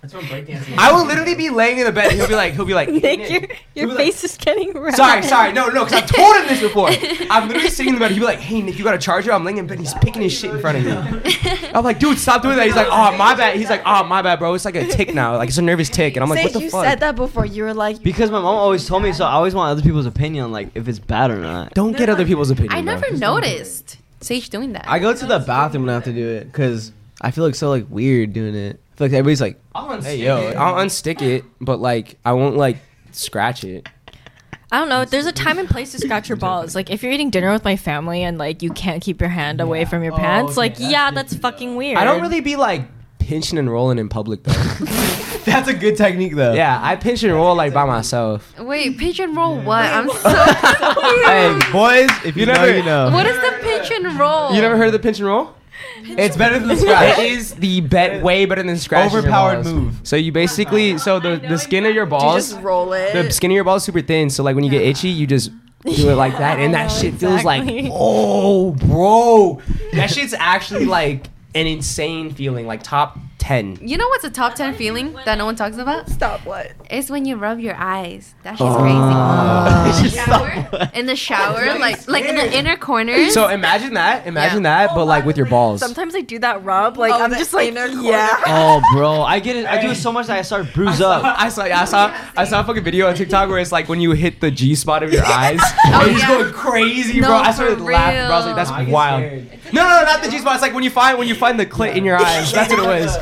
A: That's what breakdancing I will literally be laying in the bed and he'll be like, he'll be like,
B: [LAUGHS] Nick, your, your
A: Who was
B: face is getting red.
A: Sorry, sorry, no, no, because I've told him this
B: [LAUGHS]
A: before. I'm literally sitting in the bed. He'd be like, "Hey, Nick, you got a charger?" I'm laying in bed. He's picking his shit in front of
B: [LAUGHS]
A: me. I'm like, "Dude, stop doing that." He's like, "Oh, my bad." He's like, "Oh, my bad, bro. It's like a tick now. Like it's a nervous tick." And I'm like,
D: Say
A: "What the
D: you
A: fuck?"
D: said that before. You were like,
E: Because my mom always told me, so I always want other people's opinion, on, like if it's bad or not.
A: Don't get other people's opinion.
F: I
A: bro.
F: never noticed Sage doing that.
C: [LAUGHS] I go to the bathroom when I have to do it because I feel like so like weird doing it. I feel like everybody's like,
A: I'll unstick
C: Hey, yo.
A: it. I'll [LAUGHS] unstick it, but like I won't like scratch it.
B: I don't know. There's a time and place to scratch your balls. Like if you're eating dinner with my family and like you can't keep your hand away from your pants. Like yeah, that's fucking weird.
A: I don't really be like pinching and rolling in public though.
C: [LAUGHS] [LAUGHS] that's a good technique though.
A: yeah, I pinch and roll like by
F: [LAUGHS]
A: myself.
F: Wait, pitch and roll
A: [LAUGHS]
F: what? I'm so
C: Hey, boys, if you,
A: You
C: know,
A: never-
C: you know.
F: What is the pitch and roll?
A: You never heard of the pinch and roll?
C: It's better than the
A: it
C: scratch.
A: is the bet way better than scratching. your
C: Overpowered
A: balls.
C: move.
A: So you basically so the the skin of your
D: you
A: balls
D: just roll it.
A: the skin of your balls is super thin. So like when you get itchy, you just do it like that, and that shit feels like,
B: exactly.
A: oh, bro, that shit's actually like an insane feeling, like top ten.
F: [LAUGHS] You know what's a top 10 feeling that no one talks about?
D: Stop what?
F: It's when you rub your eyes. That shit's
A: Oh.
E: [LAUGHS]
F: crazy.
E: It's just
F: Shower? In the shower, like like in the inner corners.
A: So uh, imagine that, imagine that, but like with your balls.
I: Sometimes I do that rub. Like
D: Oh,
I: I'm
D: the
I: just like,
D: inner corner.
I: yeah.
E: [LAUGHS] Oh, bro, I get it. I do it so much that I start bruise
A: [LAUGHS]
E: up.
A: I saw, I saw, I saw a fucking video on TikTok where it's like when you hit the G spot [LAUGHS] of your eyes, and you're just
F: yeah.
A: going crazy,
F: No,
A: bro. I
F: for
A: started laughing, bro. I was like,
F: real.
A: that's
E: I get
A: wild.
E: scared.
A: No, no, no, not the G spot. It's like when you find when you find the clit [LAUGHS] in your eyes. That's what it was.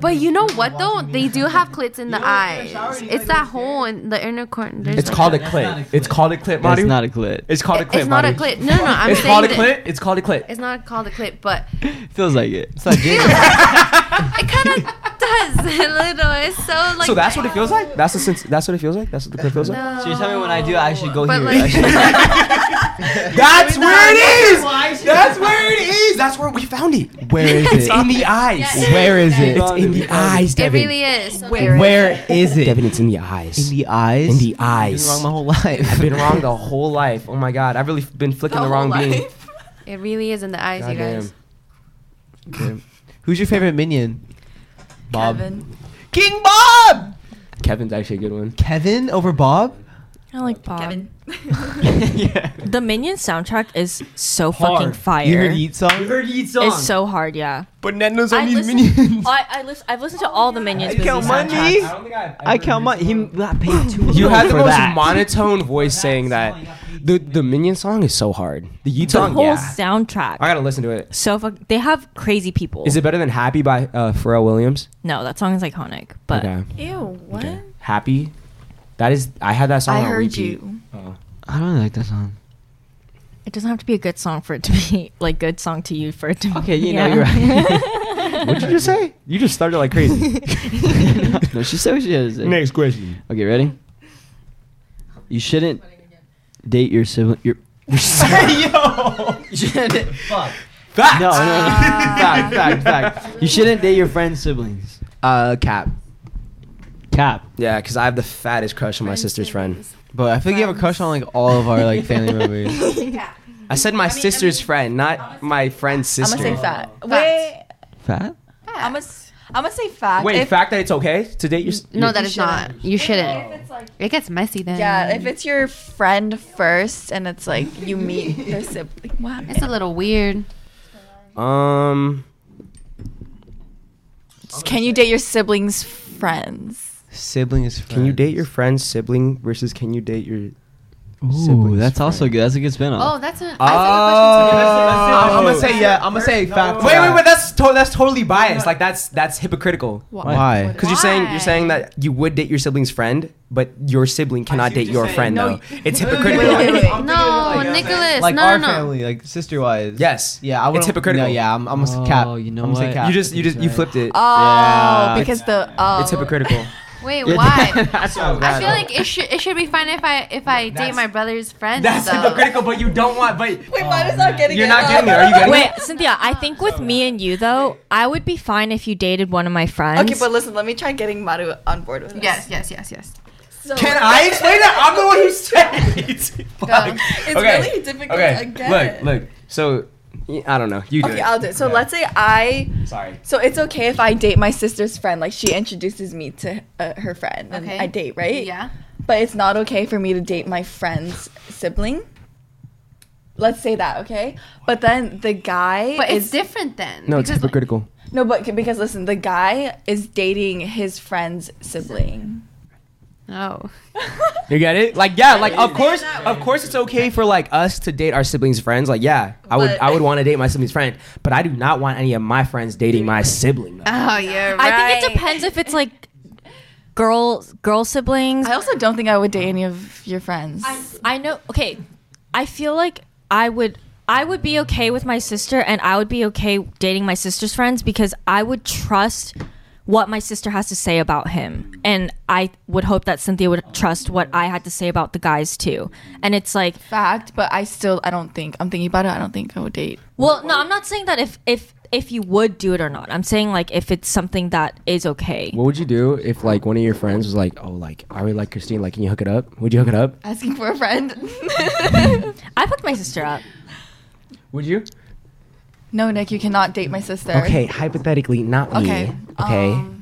F: But you know what though? They do have clits in the
E: know, in
F: eyes.
E: the shower, you
F: it's
E: gotta
F: that
E: get
F: hole in the inner corner. There's
A: It's
F: like
A: called a
F: a-
E: not a
A: clit.
E: clit.
A: It's called a clit,
E: That's
A: Madu.
E: not a clit.
A: It's called a clit,
F: It's not a
A: Madu.
F: clit. No, no, no I'm
A: It's
F: saying
A: called a
F: that-
A: clit. It's called a clit.
F: It's not called a clit, but
E: Feels like it. It's
F: it kind of does [LAUGHS] a little. It's so like.
A: so that's what it feels like. That's the sense. That's what it feels like. That's what the clit feels like.
E: So you tell me when I do, I should go
F: But
E: here.
F: like-
E: I should-
F: [LAUGHS]
A: That's where it is. That's where it is. That's where we found it.
C: Where is
A: [LAUGHS] It's
C: it?
A: in the eyes.
C: [LAUGHS] Where is it?
A: It's in the eyes,
F: It
A: Devin.
F: really is.
C: Where is it?
A: Devin,
C: [LAUGHS]
A: it's in the eyes.
C: the eyes.
A: In the eyes.
C: Been wrong
E: [LAUGHS]
C: my whole life.
A: I've been wrong the whole life. Oh my god, I've really been flicking the, wrong bean.
F: It really is in the eyes, you guys.
C: [LAUGHS] Who's your favorite minion?
A: Bob.
D: Kevin.
C: King Bob.
A: [LAUGHS] Kevin's actually a good one.
C: Kevin over Bob.
B: I like Bob.
D: Kevin.
F: [LAUGHS]
E: [LAUGHS] yeah.
B: The Minions soundtrack is so fucking
E: Hard.
B: fire.
C: You heard Eat song.
E: Heard eat song.
B: it's so hard, yeah.
C: Bananas on
B: I
C: these
B: listen-
C: minions.
B: I, I listen, I've listened to all the Minions
C: I
B: movie
C: count money.
B: soundtracks.
A: don't think I've
E: I count my. He got paid [GASPS] too.
A: You
E: little
A: had the
E: for
A: most
E: that.
A: monotone voice saying that. The the minion song is so hard. The Yeet
B: The
A: song,
B: whole
A: yeah.
B: soundtrack.
A: I gotta listen to it.
B: so fuck, they have crazy people.
A: Is it better than Happy by uh, Pharrell Williams?
B: No, that song is iconic. But
D: Ew, what?
A: Happy. That is. I had that song.
D: I
A: on
D: heard
A: repeat. Oh.
D: you.
E: I don't like that song.
F: [LAUGHS]
E: [LAUGHS]
B: it doesn't have to be a good song for it to be [LAUGHS] like good song to you for it to.
E: Okay, you
B: Yeah.
E: know you're right.
B: [LAUGHS]
A: What'd you just say? You just started like crazy. [LAUGHS]
E: no, she said what she had to say.
C: [LAUGHS]
A: question.
E: Okay, ready? You shouldn't date your sibling. Your, your You shouldn't. Fuck.
A: Fact.
E: [LAUGHS]
A: [LAUGHS]
E: No, no, no. fact, fact, fact. You shouldn't date your friend's siblings.
A: Uh, Cap.
E: Cap.
A: Yeah, because I have the fattest crush on my sister's friend.
C: But I feel like you have a crush on like all of our like
E: [LAUGHS]
C: family members.
A: I said my sister's friend, not my friend's
D: I'm
A: sister.
D: gonna say fat. Wait.
E: Fat?
D: I'm gonna. I'm gonna say fact.
A: Wait,
D: if,
A: fact that it's okay to date your.
F: No,
A: your-
F: that is not. You shouldn't. It gets messy then.
D: Yeah, if it's your friend first and it's like you meet their sibling. Wow.
F: It's a little weird.
D: Mm-hmm.
A: Um.
D: Can you date your siblings' friends?
C: Sibling is.
A: Can you date your friend's sibling versus can you date your?
E: Ooh,
A: sibling's
E: that's also
A: friend?
E: good. That's a good spin
F: Oh,
E: off.
F: that's a.
C: I'm
A: Oh.
C: gonna Uh, say yeah. I'm gonna say fact.
A: Wait, wait, wait. That's to- that's totally biased. Like that's that's hypocritical.
C: Why?
A: Because you're saying you're saying that you would date your sibling's friend, but your sibling cannot date your friend though. It's
D: [LAUGHS]
A: hypocritical.
D: wait, wait, wait.
F: No, Nicholas.
C: Like
F: no,
C: our
F: no.
C: family, like sister wise.
A: Yes.
C: Yeah, I would.
A: It's hypocritical.
C: No, yeah, I'm, I'm
E: Oh,
C: gonna cap.
E: you know
C: I'm gonna say
E: what?
C: cap.
A: You just you just you flipped it.
D: Oh,
C: Yeah.
D: because the oh.
A: It's hypocritical.
F: Wait,
C: [LAUGHS]
F: why?
A: that's so
F: I feel like it should it should be fine if I if I date my brother's friends.
A: that's
F: though.
A: hypocritical, but you don't want. But
D: Wait, mine is not getting
A: you're not getting it. Are you getting
B: Wait,
A: it?
B: Cynthia, I think with me and you though, I would be fine if you dated one of my friends.
D: Okay, but listen, let me try getting Maru on board with this.
F: Yes, yes, yes, yes.
A: Can I explain that? I'm the one who said [LAUGHS] it. Fuck.
D: It's really difficult. I get
A: Look,
D: it.
A: look. So y- I don't know. You do
D: Okay,
A: it.
D: I'll do it. So
A: Yeah.
D: let's say I.
A: Sorry.
D: So it's okay if I date my sister's friend. Like she introduces me to uh, her friend, and
F: Okay.
D: I date, right?
F: Yeah.
D: But it's not okay for me to date my friend's sibling. Let's say that, okay? But then the guy
F: But it's
D: is
F: different then.
A: No, it's
F: because-
A: hypocritical.
D: no, but because listen, the guy is dating his friend's sibling.
F: Oh.
A: You get it? Like yeah, like of course, of course, it's okay for like us to date our siblings' friends. Like yeah, I would,
D: But-
A: I would want to date my sibling's friend, but I do not want any of my friends dating my sibling. though.
F: Oh, yeah. Right.
B: I think it depends if it's like girl girl siblings.
D: I also don't think I would date any of your friends.
B: I know. Okay, I feel like I would. I would be okay with my sister, and I would be okay dating my sister's friends because I would trust what my sister has to say about him, and I would hope that Cynthia would trust what I had to say about the guys too. And it's like,
D: Fact, but I still I don't think I'm thinking about it. I don't think I would date.
B: well, no, I'm not saying that if if if you would do it or not. I'm saying like if it's something that is okay.
A: What would you do if like one of your friends was like, "Oh, like I really like Christine. Like, can you hook it up? Would you hook it up?
D: Asking for a friend. [LAUGHS]
B: I fucked my sister up.
A: Would you?
D: no, Nick, you cannot date my sister.
A: Okay, hypothetically, not
D: Okay.
A: me. Okay.
D: um,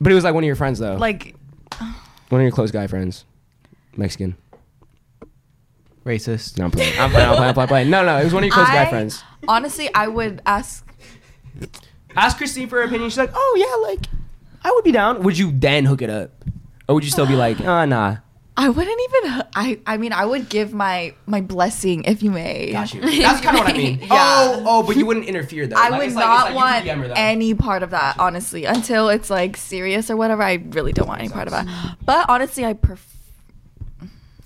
A: but it was like one of your friends though.
D: like
A: one of your close guy friends, Mexican.
F: [LAUGHS]
C: Racist.
A: No, I'm playing. I'm playing. I'm playing. I'm playing, I'm playing. No, no, it was one of your close
D: I-
A: guy friends.
D: honestly, I would ask.
A: Ask Christine for her opinion. She's like, "Oh yeah, like I would be down." Would you then hook it up, or would you still be like, "Uh, nah,
D: I wouldn't even. I. I mean, I would give my my blessing, if you may.
A: got [LAUGHS] you"? That's kind of what I mean. Oh, oh, but you wouldn't interfere though.
D: I
A: Like,
D: would
A: it's like- it's
D: not
A: like you can DM her
D: want
A: that.
D: any part of that, honestly. Until it's like serious or whatever, I really don't want any part of that. But honestly, I pref-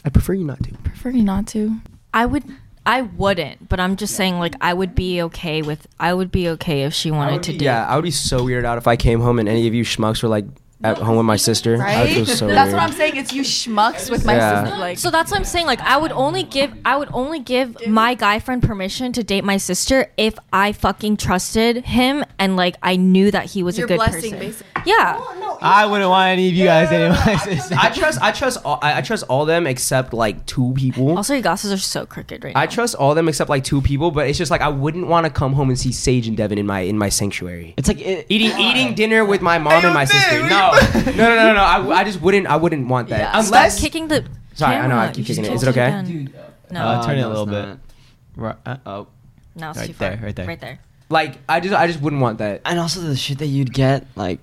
A: I prefer you not to.
D: prefer you not to.
B: I would I wouldn't, but I'm just saying like I would be okay with I would be okay if she
A: I
B: wanted
A: would
B: to
A: be-
B: do
A: Yeah, I would be so weirded out if I came home and any of you schmucks were like at home with my sister. I would feel so
D: That's
A: weird.
D: what I'm saying. It's you schmucks with my
A: Yeah.
D: sister. Like,
B: So that's what I'm saying. Like I would only give I would only give my guy friend permission to date my sister if I fucking trusted him and like I knew that he was
D: Your
B: a good
D: blessing,
B: person.
D: basically.
B: Yeah.
C: I wouldn't want any of you guys anyway. [LAUGHS]
A: I trust. I trust. All, I, I trust all them except like two people.
B: Also, your glasses are so crooked right now.
A: I trust all them except like two people, but it's just like I wouldn't want to come home and see Sage and Devin in my in my sanctuary.
E: It's like it,
A: Eating eating dinner with my mom and my sister. No, no, no, no, no. I, w- I just wouldn't. I wouldn't want that
D: Yeah.
A: unless.
B: Stop kicking the.
A: Sorry, I know, I
B: camera.
A: keep
B: You just
A: kicking it. Is
B: kicked
A: it okay?
B: again. no,
D: Oh,
C: Uh, turn it a little
E: it's
C: Right, uh,
E: not. Oh.
B: no, it's
C: right
B: too far.
C: there, right there.
B: Right there. [LAUGHS]
A: like I just I just wouldn't want that.
E: And also the shit that you'd get, like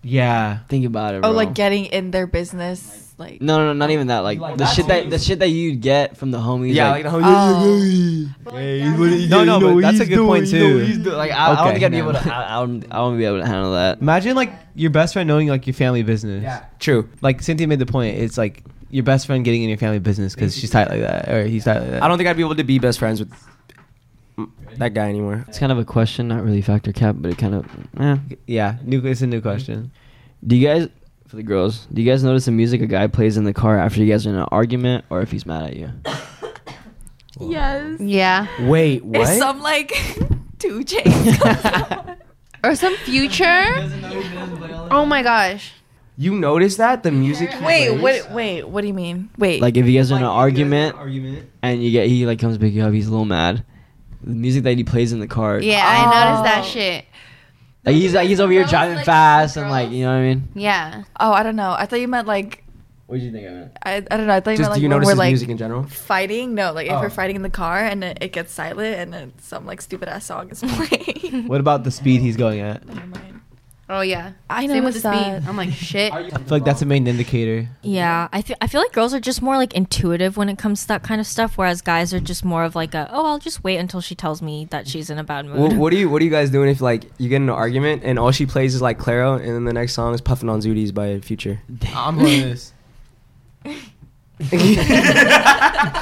C: yeah.
E: think about it.
D: oh,
E: bro.
D: like getting in their business. Like,
E: No, no, no, not even that. Like, the shit that the shit that you'd get from the homies.
A: Yeah, like
E: like,
A: the whole.
F: Oh.
C: Oh. No, no, but that's a good
E: [LAUGHS]
C: point too.
E: like I, I don't
C: Okay.
E: think I'd be able to. I, I, wouldn't, I wouldn't be able to handle that.
C: Imagine like your best friend knowing like your family business.
A: True.
C: Like Cynthia made the point. It's like your best friend getting in your family business because she's tight like that, or he's tight like that.
A: I don't think I'd be able to be best friends with that guy anymore.
E: It's kind of a question, not really factor cap, but it kind of. Eh.
C: Yeah, new. It's a new
F: [LAUGHS]
C: question.
E: Do you guys, for the girls, do you guys notice the music a guy plays in the car after you guys are in an argument or if he's mad at you?
D: yes.
F: Yeah.
A: Wait,
D: If some like [LAUGHS] two chains.
A: [LAUGHS]
D: comes on.
F: Or some future. Oh my gosh.
A: You notice that the music? he
D: wait,
A: plays?
D: what? Wait, what do you mean? Wait.
E: Like if you guys are in an argument
C: Argument.
E: and you get he like comes pick you up, he's a little mad. The music that he plays in the car.
F: Yeah,
A: Oh.
F: I noticed that shit.
E: Like he's like he's over here
F: Girls,
E: driving
F: like,
E: fast
F: girls.
E: and like you know what I mean.
F: Yeah.
D: oh, I don't know. I thought you meant like
E: What do you think of it?
D: I, I don't know. I thought you meant
A: Just
D: like
A: do you
D: when
A: notice
D: we're
A: his
D: like
A: music in general? [LAUGHS]
D: fighting. No, like if
A: Oh.
D: we're fighting in the car and it, it gets silent and then some like stupid ass song is playing.
C: What about the speed he's going at?
D: Never mind.
F: Oh yeah.
D: I
F: Same with the
D: noticed that.
F: speed. I'm like shit.
C: I feel like that's the main indicator.
B: Yeah, I feel I feel like girls are just more like intuitive when it comes to that kind of stuff, whereas guys are just more of like a oh I'll just wait until she tells me that she's in a bad mood.
A: What, what are
B: [LAUGHS]
A: you What are you guys doing if like you get in an argument and all she plays is like Claro, and then the next song is "Puffin' on Zooties" by Future?
C: I'm
D: [LAUGHS]
C: going this.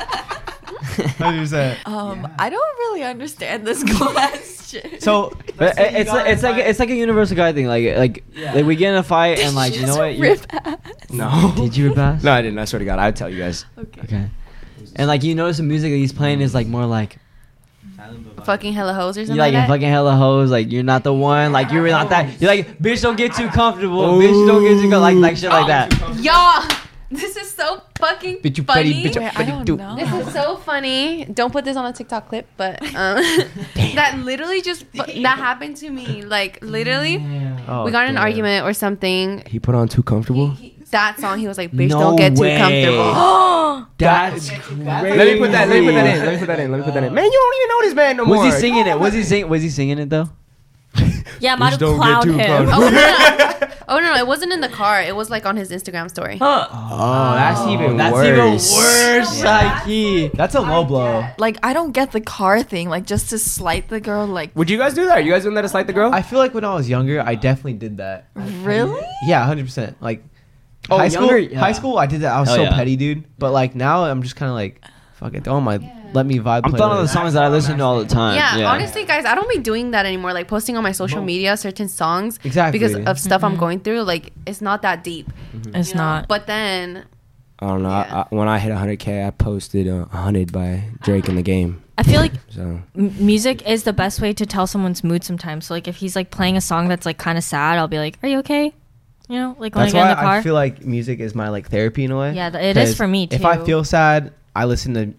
C: Hundred percent.
D: Um, I don't really understand this [LAUGHS] question.
C: So
E: [LAUGHS]
D: [LAUGHS]
E: But it- it's like, it's like it's like a universal guy thing. Like like like we get in a fight and like you know what? You,
A: No,
E: did you repass?
A: No, I didn't. I swear to God, I'd tell you guys.
E: Okay. And like you notice the music that he's playing is like more like
F: Fucking hella hoes or
E: you
F: something
E: like
F: like, that.
E: fucking hella hoes. Like you're not the one. Like you're not that. You're like bitch. Don't get too comfortable. Bitch. Don't get too co-" like like shit like that.
F: Y'all, [LAUGHS] this is so fucking
C: Bitch, you
F: funny.
C: petty bitch.
D: Wait, I don't
F: This
A: [LAUGHS]
D: know.
F: is so funny. Don't put this on a TikTok clip, but um, [LAUGHS] that literally just fu- that happened to me. Like literally, we got in an argument or something.
A: He put on too comfortable.
F: That song, he was like, "Bitch,
E: No
F: don't get
E: way.
F: too comfortable."
C: [GASPS]
E: That's crazy.
A: Let me put that. Let me put that in. Let me put that in. Let me put that in. Man, you don't even know this man no more.
E: Was he singing it? Was he sing? Was he singing it though?
B: yeah, I might have clowned him. [LAUGHS]
A: [LAUGHS]
F: oh, no. oh no, no, it wasn't in the car. It was like on his Instagram story.
A: Oh, that's even
E: That's
A: worse.
E: even worse, Psyche.
C: that's a low blow.
D: Like I don't get the car thing. Like just to slight the girl. Like
A: Would you guys do that? Are you guys doing that to slight the girl?
C: [LAUGHS] I feel like when I was younger, I definitely did that.
D: really?
C: Yeah, hundred percent. Like
E: Oh,
C: high school,
E: younger? Yeah.
C: high school, I did that. I was
E: Hell
C: so
E: yeah.
C: petty, dude. But like now, I'm just kind of like, fuck it. Oh my, let me vibe.
E: I'm
C: playlist.
E: throwing all the songs that I listen to all the time.
F: yeah, honestly, guys, I don't be doing that anymore. Like posting on my social media certain songs
C: Exactly.
F: because of stuff I'm going through. Like Mm-hmm. it's not that deep.
B: It's not.
F: But then
A: I don't know.
F: Yeah.
A: I, I, when I hit 100k, I posted uh, 100 by Drake in the game.
B: I feel like
A: So
B: m- music is the best way to tell someone's mood sometimes. So like if he's like playing a song that's like kind of sad, I'll be like, "Are you okay?" You know, like when
C: That's
B: I get
C: why
B: in the car.
C: I feel like music is my like therapy in a way.
B: Yeah, th- it is
C: 'Cause
B: for me,
C: If I
B: too.
C: feel sad, I listen to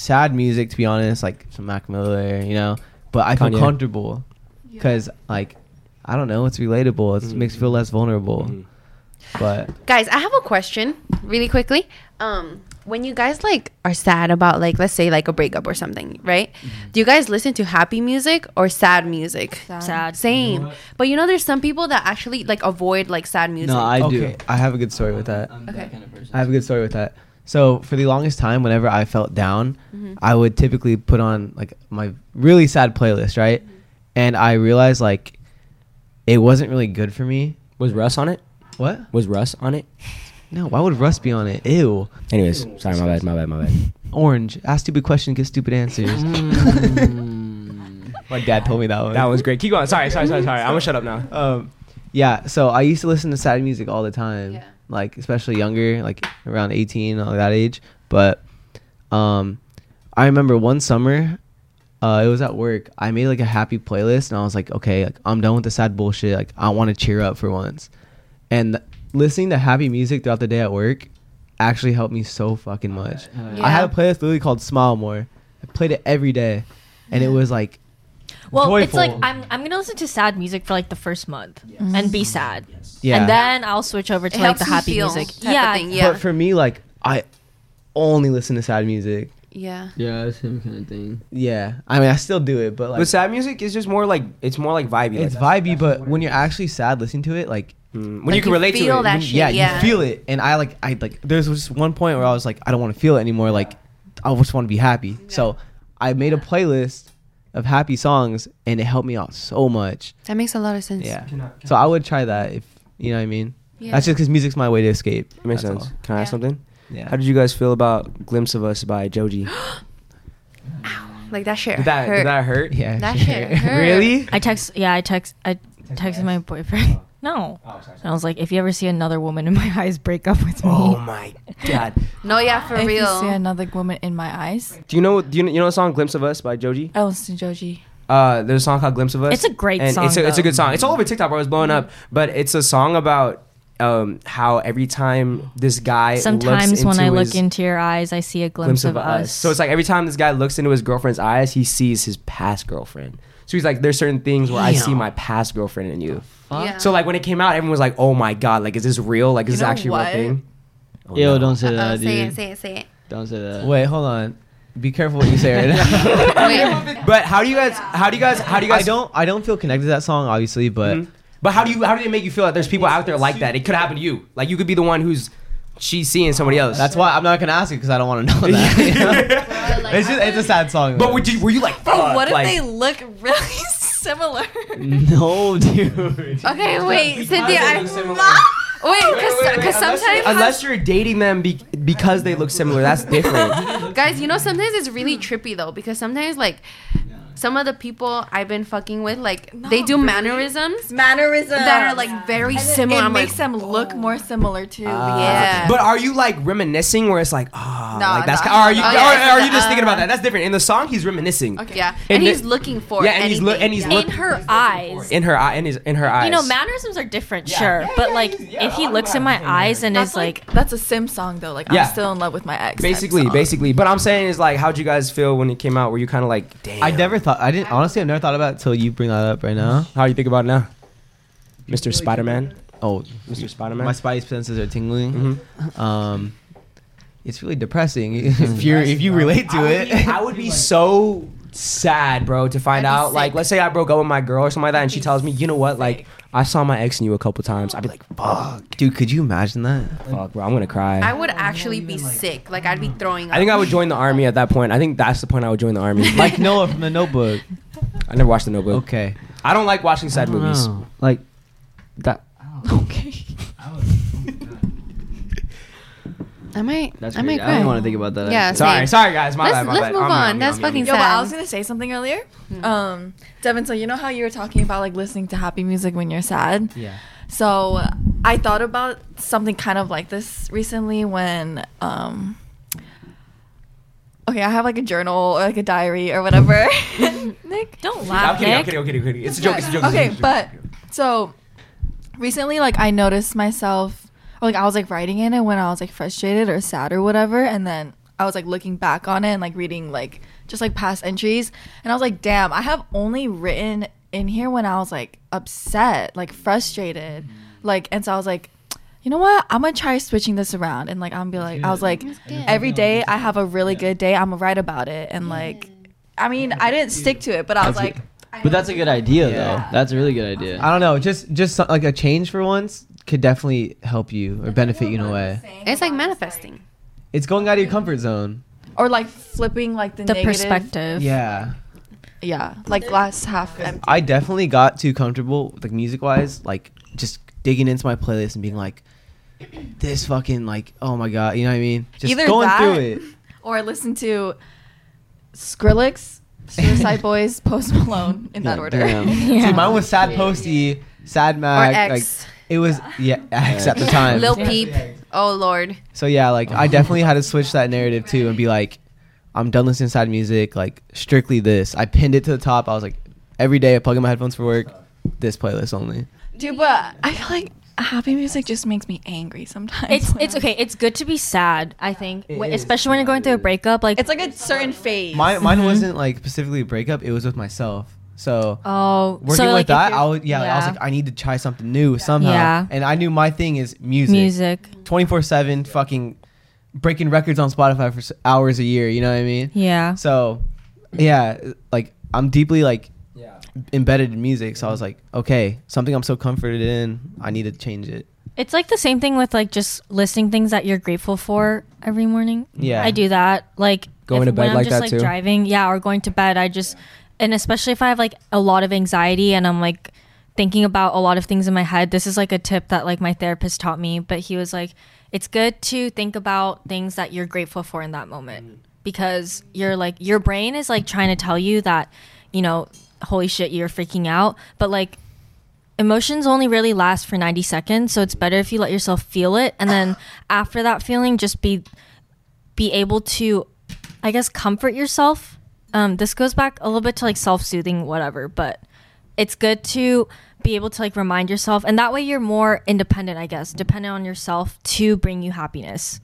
C: sad music. To be honest, like some Mac Miller, you know. But I feel
A: Kanye.
C: comfortable because like I don't know, it's relatable. It
E: Mm-hmm.
C: makes you feel less vulnerable. But
F: guys i have a question really quickly um when you guys like are sad about like let's say like a breakup or something right do you guys listen to happy music or sad music
B: sad.
F: same but you know there's some people that actually like avoid like sad music
E: No, Uh, I
C: okay,
E: do.
C: I have a good story with that.
E: I'm
F: Okay.
E: that kind of person.
C: I have a good story with that. So for the longest time, whenever I felt down, I would typically put on like my really sad playlist, right? And I realized like it wasn't really good for me.
A: was Russ on it?
C: What?
A: Was Russ on it?
C: No, why would Russ be on it? Ew.
A: Anyways, sorry, my bad, my bad, my bad.
C: Orange. Ask stupid question, get stupid answers.
E: Mm.
C: [LAUGHS] my dad told me that
A: [LAUGHS]
C: one.
A: That one's great. Keep going. Sorry, sorry, sorry, sorry. I'm gonna shut up now.
C: Um, yeah. So I used to listen to sad music all the time.
F: Yeah.
C: Like especially younger, like around eighteen, or that age. But um, I remember one summer, uh, it was at work. I made like a happy playlist, and I was like, okay, like, I'm done with the sad bullshit. Like I want to cheer up for once. And listening to happy music throughout the day at work actually helped me so fucking much. I had a playlist literally called Smile More. I played it every day, and it was like
B: Well, it's
C: joyful.
B: like I'm I'm gonna listen to sad music for like the first month and be sad,
C: yeah.
B: and then I'll switch over to
F: It
B: like
F: helps
B: the
F: you
B: happy
F: feel
B: music.
F: type of
B: yeah,
F: thing, yeah
C: But for me, like I only listen to sad music.
F: yeah
E: Yeah, it's same kind of thing.
C: Yeah, I mean, I still do it, but like
A: But sad music is just more like it's more like vibey.
C: it's
A: like,
C: vibey. But when you're actually sad, listening to it, like
A: Mm, when
F: Like,
A: you can
F: you
A: relate to
F: feel
A: it.
F: that
A: when-
F: shit.
C: yeah,
F: yeah.
C: you feel it. And I like, I like. There's just one point where I was like, I don't want to feel it anymore. Like, I just want to be happy. So I made a playlist of happy songs, and it helped me out so much.
F: that makes a lot of sense
C: Yeah. So I would try that if you know what I mean. That's just because music's my way to escape.
A: It makes
C: That's
A: sense.
C: all.
A: Can I ask
F: Yeah.
A: something?
C: Yeah.
A: How did you guys feel about "Glimpse of Us" by Joji?
F: like that shit
A: Did that
F: hurt.
A: did that hurt?
C: [LAUGHS] yeah.
F: That shit
C: [LAUGHS]
F: hurt.
A: Really?
B: I text. Yeah, I text. I texted my boyfriend. [LAUGHS] No,
A: Oh,
B: and I was like, if you ever see another woman in my [LAUGHS] eyes, break up with me.
A: Oh my god.
F: no yeah for
D: if
F: real
D: you see another woman in my eyes,
A: Do you know do you, you know the song "Glimpse of Us" by Joji?
D: I listen to Joji.
A: Uh, there's a song called "Glimpse of Us."
B: It's a great
A: and
B: song,
A: It's a, it's a
B: though. Mm-hmm.
A: good song. It's all over TikTok. Bro. It's blowing up. But it's a song about um how every time this guy looks
B: Sometimes when
A: into
B: I look
A: his
B: into your eyes, I see a glimpse, of, us.
A: So it's like every time this guy looks into his girlfriend's eyes, he sees his past girlfriend. So he's like, there's certain things where I see my past girlfriend in you.
F: yeah.
A: So like when it came out, everyone was like, oh my god, like is this real? Like is this
D: know
A: actually
D: what?
A: a real thing? Oh,
E: Ew,
A: no.
E: don't say that,
F: oh,
E: dude.
F: say it say it say it
E: Don't say that.
C: Wait, hold on. Be careful what you say
E: [LAUGHS]
C: [LAUGHS] right now.
F: Wait.
A: But how do you guys? How do you guys? [LAUGHS] How do you guys?
C: I don't. I don't feel connected to that song, obviously, but.
A: Mhm. But how do you? How do they make you feel that there's people out there like that? It could happen to you. Like you could be the one who's she's seeing somebody else.
C: That's why I'm not gonna ask you because I don't want to know that. [LAUGHS] you
A: [LAUGHS]
C: know? it's just it's a sad song.
A: But
C: though.
A: would you, were you like? Fuck,
D: What if
A: like,
D: they look really similar?
C: [LAUGHS]
E: No, dude.
F: okay wait cynthia
A: they
F: I,
A: look similar.
F: wait
A: Wait, wait,
F: because
A: unless you're-
F: sometimes
A: unless you're dating them be, because they look similar, that's different.
F: Guys, you know sometimes it's really trippy though because sometimes like some of the people I've been fucking with like they do mannerisms
D: Mannerisms
F: that are like very similar.
D: It
F: I'm
D: makes
F: like, oh.
D: them look more similar too.
F: [LAUGHS]
A: Uh,
F: yeah.
A: But are you like reminiscing where it's like, ah,
D: Nah,
A: like that's
D: nah.
A: ki- or are you
F: Oh, yeah,
A: or-
F: it's
A: or are
F: the,
A: you just thinking
F: uh,
A: about that? That's different. In the song, he's reminiscing.
D: Okay.
F: yeah, and,
A: And
F: he's
A: the-
F: looking for
A: Yeah, and he's look-
F: anything.
A: and he's
F: Yeah.
A: look-
B: in her eyes.
A: In her eye, in his, in her eyes.
B: you know, mannerisms are different,
A: Yeah.
B: sure,
A: Yeah,
B: but
A: yeah,
B: like
A: yeah,
B: if he
A: I'm
B: looks in
A: not
B: my eyes and
D: That's
B: is like,
D: that's a sim song though. Like
A: Yeah.
D: I'm still in love with my ex. type
A: Basically,
D: song. [LAUGHS]
A: basically. But I'm saying is like, how'd you guys feel when it came out? Were you kind of like, damn?
C: I never thought. I didn't. Honestly, I've never thought about it till you bring that up right now.
A: How you think about it now, Mr. Spider Man?
C: Oh,
A: Mr. Spider
C: my
A: Man.
C: spidey senses are tingling. Um, it's really depressing if you if [LAUGHS] you relate to
A: I would be-
C: it.
A: I would be so sad, bro, to find
D: I'd be
A: out. Like,
D: sick.
A: let's say I broke up with my girl or something like that, and she tells me, you know what, like, I saw my ex and you a couple times. I'd be like, fuck,
C: Dude, could you imagine that?
A: fuck, bro, I'm gonna cry.
F: I would actually be sick. Like I'd be throwing. Up.
A: I think I would join the army at that point. I think that's the point I would join the army. Like,
C: Like
E: [LAUGHS]
C: Noah from The Notebook.
A: I never watched The Notebook.
C: Okay.
A: I don't like watching sad movies.
E: Like that.
F: I might.
E: That's
F: I might
E: crazy. I don't
F: cry.
E: want to think about that.
F: Yeah,
E: actually.
A: Sorry,
F: Same.
A: sorry guys, my
F: Let's-
A: bad. My
F: let's
A: bad.
F: move on. That's fucking
D: Yo, but
F: Sad.
D: I was gonna say something earlier.
F: Hmm.
D: Um, Devin, so you know how you were talking about like listening to happy music when you're sad.
C: Yeah.
D: So I thought about something kind of like this recently when um Okay, I have like a journal or like a diary or whatever.
A: [LAUGHS]
D: [LAUGHS] Nick,
B: Don't
A: I'm
B: laugh,
A: kidding, I'm
B: Nick.
A: kidding, I'm kidding, I'm kidding. It's a joke, it's a joke. it's a joke,
D: okay,
A: it's a joke.
D: but so recently, like I noticed myself, like I was like writing in it when I was like frustrated or sad or whatever, and then I was like looking back on it and like reading like just like past entries, and I was like, damn, I have only written in here when I was like upset, like frustrated, like, and so I was like. You know what? I'm gonna try switching this around and like I'm gonna be like I was like every day I have a really good day. I'm gonna write about it and like I mean I didn't stick to it, but I was
E: That's
D: like
E: good. But that's a good idea, though. That's a really good idea.
C: I don't know. Just just so- like a change for once could definitely help you or benefit you in a way.
F: It's like manifesting.
C: It's going out of your comfort zone.
D: or like flipping like the,
B: The
D: negative-
B: perspective.
C: Yeah.
D: yeah like glass half empty
C: I definitely got too comfortable, like music wise, like just digging into my playlist and being like, this fucking like, oh my god, you know what I mean? Just
D: Either
C: going
D: that-
C: through it.
D: or I listen to Skrillex Suicide Boys Post Malone in that
C: Yeah,
D: order [LAUGHS]
E: damn.
C: See, mine was sad posty, sad mag,
F: X.
C: like it was yeah, X at
B: [LAUGHS]
C: the time.
F: Lil Peep. Oh lord.
C: so yeah, like I definitely had to switch that narrative too and be like, I'm done listening to sad music, like strictly this. I pinned it to the top. I was like, every day I plug in my headphones for work, this playlist only.
D: dude but I feel like happy music just makes me angry sometimes
B: It's
D: when
B: it's
D: I'm-
B: okay. It's good to be sad. I think,
C: It
B: Wh-
C: is.
B: especially when you're going through a breakup. Like
D: it's like a certain phase
C: Mine, mine wasn't like specifically a breakup. It was with myself. So
B: oh,
C: working
B: so
C: with
B: like if
C: that,
B: you're-
C: I was yeah, I was like, I need to try something new somehow.
B: Yeah.
C: And I knew my thing is music,
B: music.
C: twenty four seven, fucking breaking records on Spotify for s- hours a year. You know what I mean?
B: Yeah.
C: So, yeah, like I'm deeply like
A: Yeah.
C: embedded in music. So I was like, okay, something I'm so comforted in, I need to change it.
B: It's like the same thing with like just listing things that you're grateful for every morning.
C: Yeah.
B: I do that. Like
A: Going
B: if-
A: to bed
B: when I'm
A: like
B: just
A: that
B: like
A: too?
B: driving, yeah, or going to bed. I just and especially if I have like a lot of anxiety and I'm like thinking about a lot of things in my head. This is like a tip that like my therapist taught me, but he was like, it's good to think about things that you're grateful for in that moment because you're like your brain is like trying to tell you that you know holy shit you're freaking out but like emotions only really last for 90 seconds so it's better if you let yourself feel it and then after that feeling just be be able to i guess comfort yourself um, this goes back a little bit to like self-soothing whatever but it's good to be able to like remind yourself and that way you're more independent i guess dependent on yourself to bring you happiness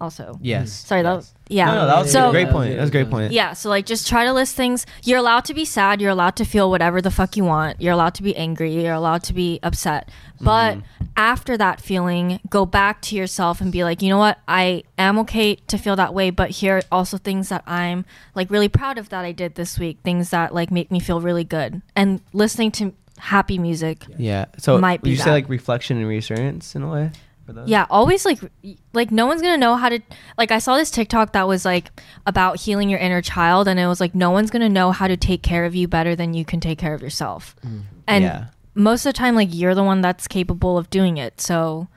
B: also
C: Yes.
B: Mm. sorry that was yeah
C: No, no, that was
B: so
C: a great point. That was a great point.
B: yeah, so like just try to list things. You're allowed to be sad, you're allowed to feel whatever the fuck you want. You're allowed to be angry, you're allowed to be upset. But after that feeling, go back to yourself and be like, "You know what? I am okay to feel that way, but here are also things that I'm like really proud of that I did this week, things that like make me feel really good." And listening to happy music. Yeah,
C: Yeah. So
B: Might
C: would
B: be
C: you say
B: that.
C: like reflection and reassurance in a [LAUGHS] way? For those?
B: always like y- like no one's going to know how to like I saw this TikTok that was like about healing your inner child and it was like no one's going to know how to take care of you better than you can take care of yourself.
E: Mm.
B: And
C: yeah.
B: most of the time like you're the one that's capable of doing it so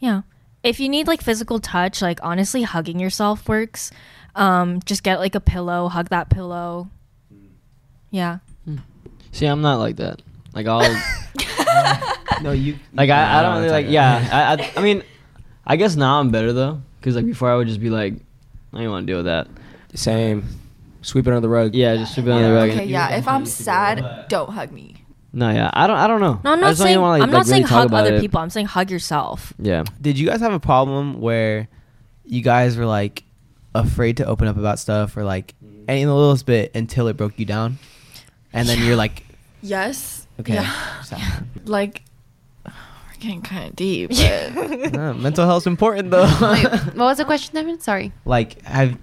B: yeah if you need like physical touch like honestly hugging yourself works um just get like a pillow hug that pillow
E: Mm.
B: yeah
E: See, I'm not like that. Like
C: [LAUGHS]
E: I'll.
C: No, you
E: Like I, I don't
C: know
E: really
C: what
E: like
C: I'm
E: yeah.
C: talking about. [LAUGHS]
E: I, I I mean, I guess now I'm better though, because like before I would just be like, I don't want to deal with that.
A: Same. Sweep it under the rug.
E: Yeah, just sleep on the
A: Yeah.
E: rug.
D: okay
E: and-
D: yeah if I'm sad don't hug me
E: No, yeah. I don't. I don't know.
B: no i'm
E: I
B: not
E: just don't
B: saying
E: even wanna, like,
B: i'm not
E: like, really
B: saying
E: talk
B: hug
E: about
B: other
E: it.
B: people i'm saying hug yourself
E: Yeah.
C: Did you guys have a problem where you guys were like afraid to open up about stuff or like any the littlest bit until it broke you down? And then you're like,
D: yes
F: [LAUGHS]
C: okay,
D: yeah.
C: just happened.
D: like we're getting kind of [LAUGHS] deep but
C: No, mental health's important though.
F: Wait, what
C: [LAUGHS]
F: was the question, Devin? Sorry.
C: like, have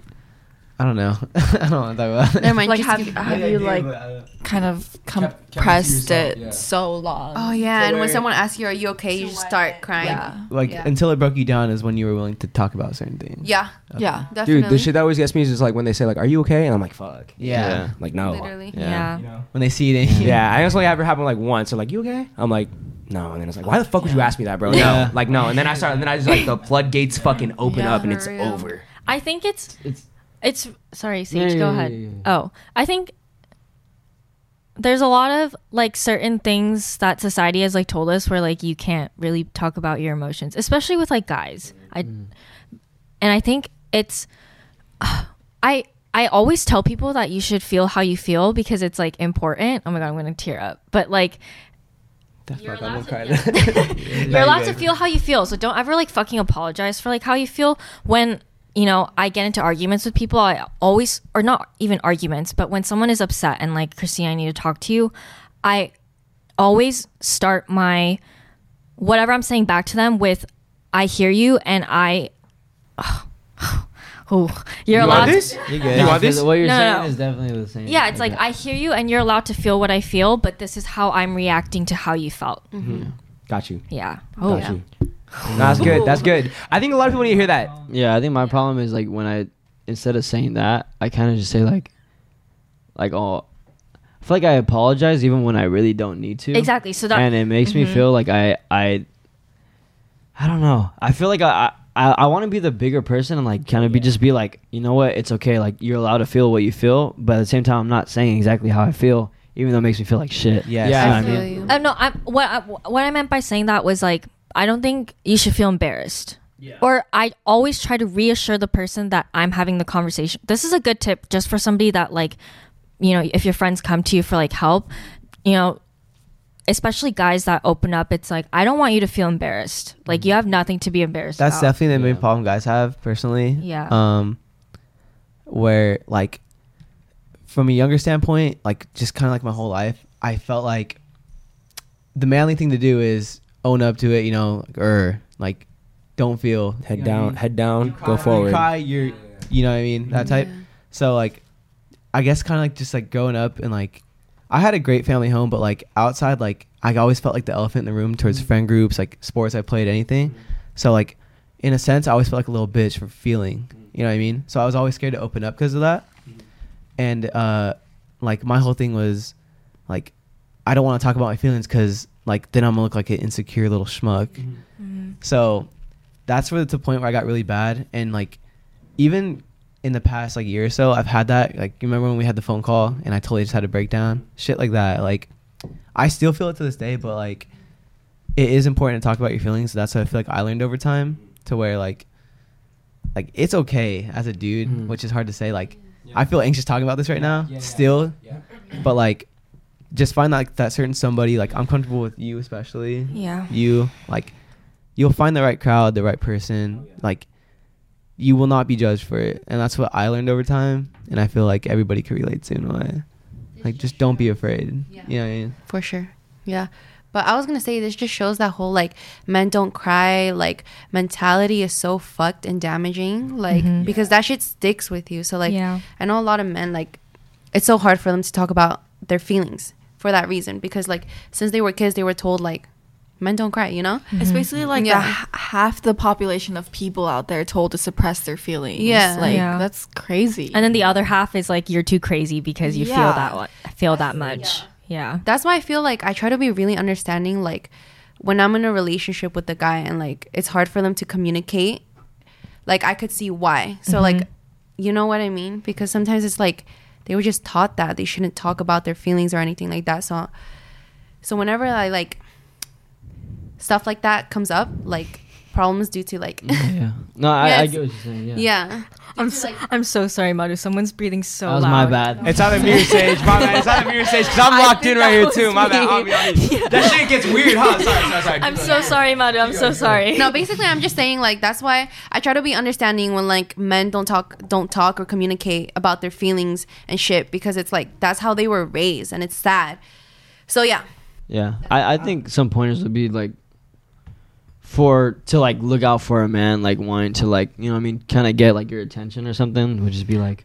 C: I don't know. [LAUGHS] I don't want to talk about it.
F: Never mind.
D: like
F: just
D: have,
F: keep-
D: have you like kind of
A: kept it to
D: compressed
A: yourself,
D: it
A: yeah.
D: so long
F: Oh yeah, and when
A: where-
F: someone asks you, "Are you okay?" You just start crying. Yeah,
D: yeah
C: Like
F: Yeah.
C: until it broke you down is when you were willing to talk about certain things.
D: yeah
F: definitely.
A: Dude, the shit that always gets me is just like when they say like, "Are you okay?" and I'm like, "Fuck."
C: Yeah.
E: Yeah.
A: Like no.
F: Literally.
B: yeah,
C: When they see it in you.
A: Yeah, I only ever happened like once. They're like, "You okay?" I'm like, "No," and then it's like, "Why the fuck would you ask me that, bro?"
E: Yeah.
A: No, like no. And then I start, and then I just like the floodgates fucking open
D: Yeah,
A: up, and
F: for
A: it's
F: real.
A: over.
B: i think it's
E: It's
B: it's sorry
E: Yeah,
B: sage
E: yeah,
B: go
E: yeah,
B: ahead
E: yeah, yeah.
B: oh i think there's a lot of like certain things that society has like told us where like you can't really talk about your emotions, especially with like guys. I
E: Mm.
B: and I think it's [SIGHS] I I always tell people that you should feel how you feel because it's like important. Oh my god, I'm gonna tear up. But like you're allowed, to, yeah. You're allowed to feel how you feel. So don't ever like fucking apologize for like how you feel when you know I get into arguments with people. I always or not even arguments, but when someone is upset and like Christine, I need to talk to you. I always start my whatever I'm saying back to them with I hear you and I. [SIGHS] Oh, you're allowed. to-
E: You good?
A: You want this?
E: What you're
B: No,
E: saying
B: no.
E: is definitely the same.
B: yeah, it's like I hear you and you're allowed to feel what I feel, but this is how I'm reacting to how you felt.
A: Got you.
B: Yeah.
A: Got
B: Oh, yeah.
A: you. No, that's good. That's good. I think a lot of people need to hear that.
E: Yeah, I think my problem is like when I instead of saying that, I kind of just say like, like oh, I feel like I apologize even when I really don't need to.
B: Exactly. So that Mm-hmm.
E: and it makes me feel like I I I don't know. I feel like I I, I want to be the bigger person and like kind of be just be like, you know what? It's okay. Like you're allowed to feel what you feel, but at the same time, I'm not saying exactly how I feel, even though it makes me feel like shit.
C: Yes.
E: You know
C: I
E: what
F: feel
E: mean?
F: you.
B: Uh, no, I, what I, what I meant by saying that was like I don't think you should feel embarrassed. Or I always try to reassure the person that I'm having the conversation. This is a good tip just for somebody that like, you know, if your friends come to you for like help, you know, especially guys that open up, it's like I don't want you to feel embarrassed. Like you have nothing to be embarrassed.
C: That's
B: about.
C: definitely the main problem guys have personally.
B: Yeah.
C: Um, where like, from a younger standpoint, like just kind of like my whole life, I felt like the manly thing to do is own up to it, you know, or like don't feel
A: Head down. Head down. Go
C: You
A: forward.
C: cry, you're, you know what I mean, that type. So like, I guess kind of like just like growing up and like, I had a great family home, but like outside, like I always felt like the elephant in the room towards friend groups, like sports I played, anything. So like, in a sense, I always felt like a little bitch for feeling, you know what I mean. So I was always scared to open up because of that. And uh, like my whole thing was, like, I don't want to talk about my feelings because like then I'm gonna look like an insecure little schmuck. So that's where it's a point where I got really bad and like even in the past like year or so I've had that like you remember when we had the phone call and I totally just had a breakdown shit like that like I still feel it to this day but like it is important to talk about your feelings that's what I feel like I learned over time to where like like it's okay as a dude
E: Mhm.
C: which is hard to say like I feel anxious talking about this right now still but like just find like that certain somebody like I'm comfortable with you especially
B: Yeah.
C: you like you'll find the right crowd the right person like you will not be judged for it and that's what i learned over time and i feel like everybody could relate to in a way like just don't be afraid
F: Yeah.
C: you know what I mean?
F: for sure yeah but i was gonna say this just shows that whole like men don't cry like mentality is so fucked and damaging like because that shit sticks with you so like
B: Yeah.
F: i know a lot of men like it's so hard for them to talk about their feelings for that reason because like since they were kids they were told like men don't cry you know
D: It's basically like
F: Yeah.
D: the h- half the population of people out there told to suppress their feelings.
F: Yeah.
D: like
B: Yeah.
D: that's crazy.
B: And then the other half is like you're too crazy because you feel
D: Yeah.
B: that one, feel that much. Yeah.
F: that's why I feel like I try to be really understanding. Like when I'm in a relationship with a guy and like it's hard for them to communicate, like I could see why. So like, you know what I mean? Because sometimes it's like they were just taught that they shouldn't talk about their feelings or anything like that. So, so whenever I like stuff like that comes up, like problems due to like [LAUGHS]
E: Yeah. No, I, I
F: Yes.
E: get what you're saying. Yeah.
F: yeah,
B: I'm so, I'm so sorry, Madhu. Someone's breathing so
E: That was
B: loud.
E: my bad.
A: It's on the mirror stage. My bad. It's on the mirror stage because I'm locked in
B: think
A: right
B: that
A: here
B: was
A: too. My bad.
B: me.
A: I'll be honest.
B: [LAUGHS]
A: That shit gets weird, huh? Sorry, sorry, sorry.
B: I'm so sorry, Madhu. I'm so sorry.
F: no basically i'm just saying like that's why i try to be understanding when like men don't talk don't talk or communicate about their feelings and shit because it's like that's how they were raised and it's sad so yeah
E: Yeah, I, I think some pointers would be like for to like look out for a man like wanting to like you know what I mean kind of get like your attention or something would just be like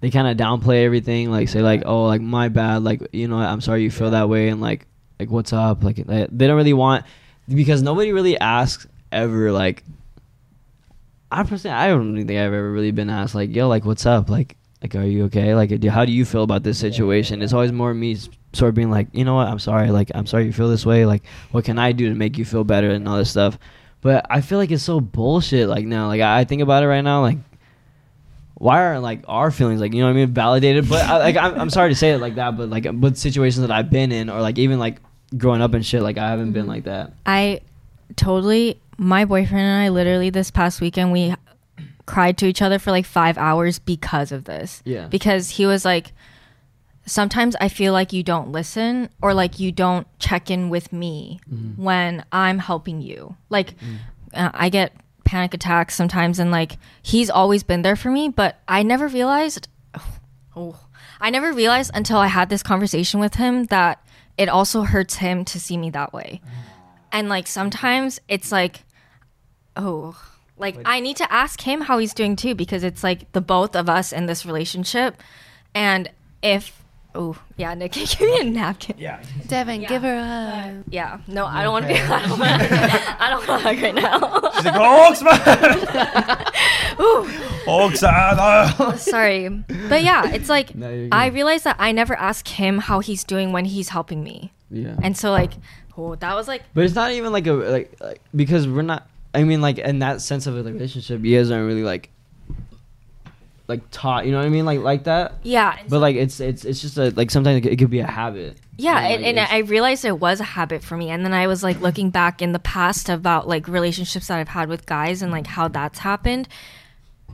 E: they kind of downplay everything like say like oh like my bad like you know I'm sorry you feel that way and like like what's up like they, they don't really want because nobody really asks ever like I personally I don't think I've ever really been asked like yo like what's up like like are you okay like do- how do you feel about this situation it's always more me s- sort of being like you know what I'm sorry like I'm sorry you feel this way like what can I do to make you feel better and all this stuff but I feel like it's so bullshit like now like I, I think about it right now like why aren't like our feelings like you know what I mean validated? But I, like I'm, I'm sorry to say it like that, but like but situations that I've been in or like even like growing up and shit, like I haven't been like that.
B: I totally. My boyfriend and I literally this past weekend we cried to each other for like five hours because of this.
E: Yeah.
B: Because he was like, sometimes I feel like you don't listen or like you don't check in with me when I'm helping you. Like, uh, I get panic attacks sometimes, and like he's always been there for me, but I never realized. [SIGHS] Oh, I never realized until I had this conversation with him that it also hurts him to see me that way. And like sometimes it's like, oh, like I need to ask him how he's doing too because it's like the both of us in this relationship. And if, oh, yeah, Nick, [LAUGHS] give me a napkin. Yeah.
F: Devin, give her a.
B: Yeah. No, I don't want to be, [LAUGHS] I don't want to, I don't want to hug right now.
G: She's like, Hawks, man!
B: [LAUGHS] Ooh.
G: Hawks, ah,
B: sorry but yeah it's like
E: No, you're
B: i
E: good.
B: realized that i never ask him how he's doing when he's helping me
E: Yeah.
B: and so like oh that was like
E: But it's not even like a like, like because we're not. I mean, like in that sense of a relationship, you guys aren't really like like taught. You know what I mean? Like like that.
B: yeah and
E: But like it's it's it's just a like sometimes it could be a habit.
B: yeah
E: You know,
B: and,
E: like,
B: and
E: it's-
B: i realized it was a habit for me and then i was like looking back in the past about like relationships that i've had with guys and like how that's happened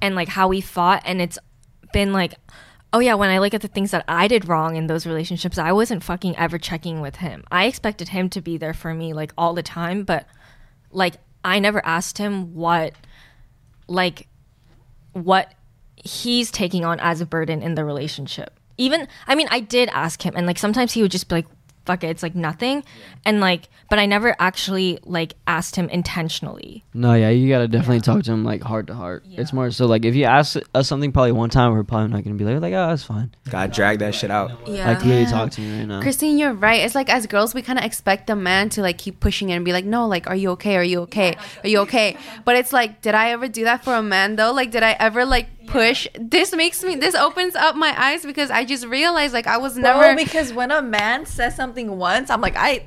B: and like how we fought and it's been like oh yeah when i look at the things that i did wrong in those relationships i wasn't fucking ever checking with him i expected him to be there for me like all the time but like i never asked him what like what he's taking on as a burden in the relationship. Even I mean, I did ask him and like sometimes he would just be like fuck it, it's like nothing. And like but I never actually like asked him intentionally.
E: No, yeah, you gotta definitely talk to him like heart to heart. It's more so like if you ask us something probably one time, we're probably not gonna be like like oh that's fine.
C: God, drag that shit out.
D: Yeah.
E: Like really talk to me right now.
F: Christine, you're right. It's like as girls, we kind of expect the man to like keep pushing it and be like, "No, like, are you okay? Are you okay? Are you okay?" But it's like, did I ever do that for a man though? Like, did I ever like push? This makes me. This opens up my eyes because I just realized like I was
D: Never.
F: never.
D: because when a man says something once, I'm like, I.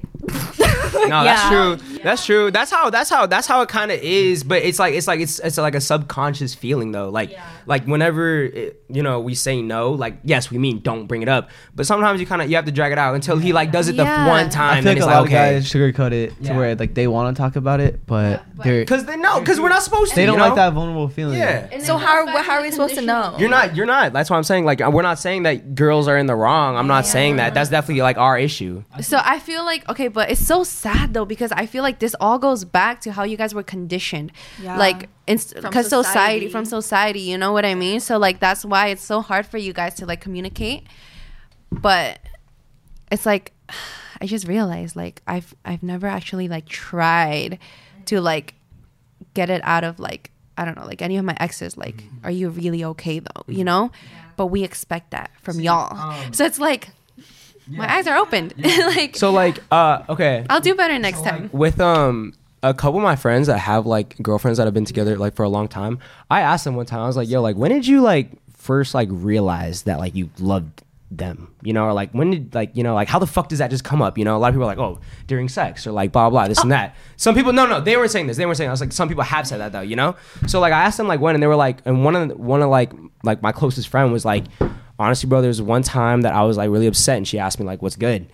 A: No, that's true. That's true. That's how. That's how. That's how it kind of is. But it's like it's like it's it's like a subconscious feeling though. Like like whenever it, you know we say no, like yes, we mean don't bring it up. But sometimes you kind of you have to drag it out until he like does it
F: Yeah.
A: the one time.
C: I feel
A: and
C: like a
A: it's
C: lot
A: like
C: of
A: okay.
C: guys sugarcoat it
A: Yeah.
C: to where like they want to talk about it, but they're
A: Cause they no, cause we're not supposed to.
C: they don't
A: you know?
C: like that vulnerable feeling.
A: Yeah.
D: So how are, how are we supposed to know?
A: You're not. You're not. That's what I'm saying. Like we're not saying that girls are in the wrong. I'm not saying that. That's definitely like our issue.
F: So I feel like okay, but it's so sad though because I feel like this all goes back to how you guys were conditioned,
D: Yeah.
F: like because
D: From
F: society.
D: society.
F: from society, you know what I mean. So like that's why it's so hard for you guys to like communicate. But it's like I just realized like I've I've never actually like tried to like get it out of like I don't know like any of my exes like
A: Mm-hmm.
F: are you really okay though you know, but we expect that from y'all. so it's like. My eyes are opened. [LAUGHS] like
A: um, So like, uh, okay,
F: I'll do better next time.
A: with um a couple of my friends that have like girlfriends that have been together like for a long time, I asked them one time. I was like, yo, like when did you like first like realize that like you loved them, you know, or like when did like you know like how the fuck does that just come up? You know, a lot of people are like, oh, during sex or like blah blah this and that. Some people, no, no, they weren't saying this. They weren't saying. That. I was like, some people have said that though, you know. So like I asked them like when, and they were like, and one of the- one of like like my closest friend was like, honestly, bro, there was one time that I was like really upset, and she asked me like, what's good,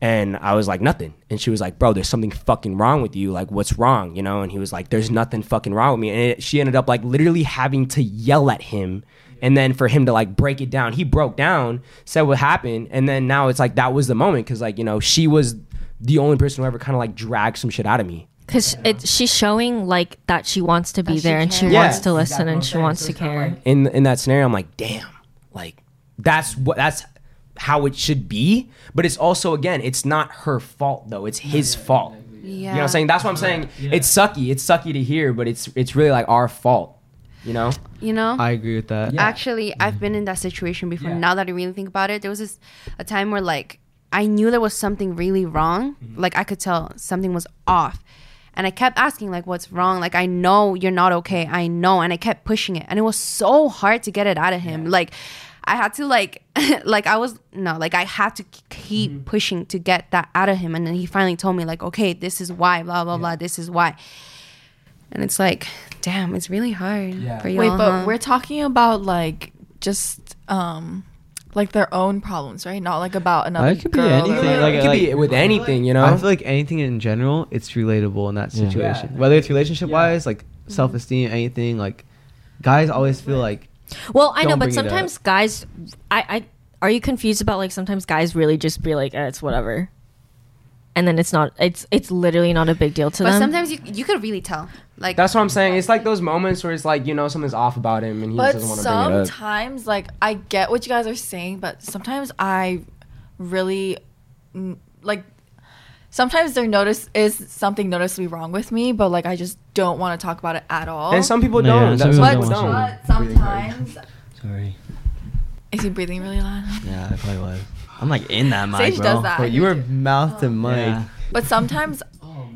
A: and I was like, nothing. And she was like, bro, there's something fucking wrong with you. Like, what's wrong? You know? And he was like, there's nothing fucking wrong with me. And it, she ended up like literally having to yell at him. And then for him to like break it down, he broke down, said what happened. And then now it's like, that was the moment. Cause like, you know, she was the only person who ever kind of like dragged some shit out of me.
B: Cuz it's she's showing like that she wants to be there and she
F: cares.
B: wants
A: Yeah.
B: to listen and she wants to care.
A: in in that scenario, I'm like, damn, like that's what that's how it should be. But it's also again, it's not her fault though. It's his fault. You know what
F: Yeah.
A: I'm saying? That's what I'm saying. It's sucky. It's sucky to hear, but it's it's really like our fault. You know?
F: You know?
C: I agree with that.
F: Actually, I've been in that situation before. Now that I really think about it, there was this a time where like I knew there was something really wrong. Like I could tell something was off. And I kept asking like what's wrong? Like I know you're not okay. I know and I kept pushing it. And it was so hard to get it out of him. Like I had to like [LAUGHS] like I was no, like I had to k- keep pushing to get that out of him and then he finally told me like okay, this is why blah blah blah, this is why. and it's like, damn, it's really hard
A: Yeah.
F: for you
D: Wait,
F: all,
D: but
F: huh?
D: we're talking about like just um like their own problems, right? Not like about another
E: could be
D: girl. or
E: anything,
D: whatever.
E: like-
A: it could be with anything, you know.
C: I feel like anything in general, it's relatable in that
E: Yeah.
C: situation.
A: Yeah.
C: Whether it's relationship wise, like self esteem, anything, like guys always feel like
B: Well, I know,
C: Don't
B: but
C: bring it up.
B: sometimes guys, I, I are you confused about like sometimes guys really just be like, eh, it's whatever, and then it's not. It's it's literally not a big deal to
F: but
B: them.
F: sometimes you you could really tell. Like
A: That's what I'm saying. It's like those moments where it's like you know something's off about him and he
D: But
A: doesn't want to bring it up.
D: sometimes, like, I get what you guys are saying, but sometimes I really n- like. Sometimes there notice is something noticeably wrong with me, but like I just don't want to talk about it at all.
A: And some people
E: Yeah,
A: don't.
E: some
A: That's
E: people
A: what
D: but,
E: don't
A: don't.
E: want to.
D: but sometimes
E: Sorry.
D: is he breathing really loud?
E: Yeah, I probably was. I'm like in that mic,
D: Sage
E: bro. Oh.
D: does that. I
C: but you
D: do
C: were
D: too.
C: mouth to mic. [LAUGHS]
E: Yeah.
D: But sometimes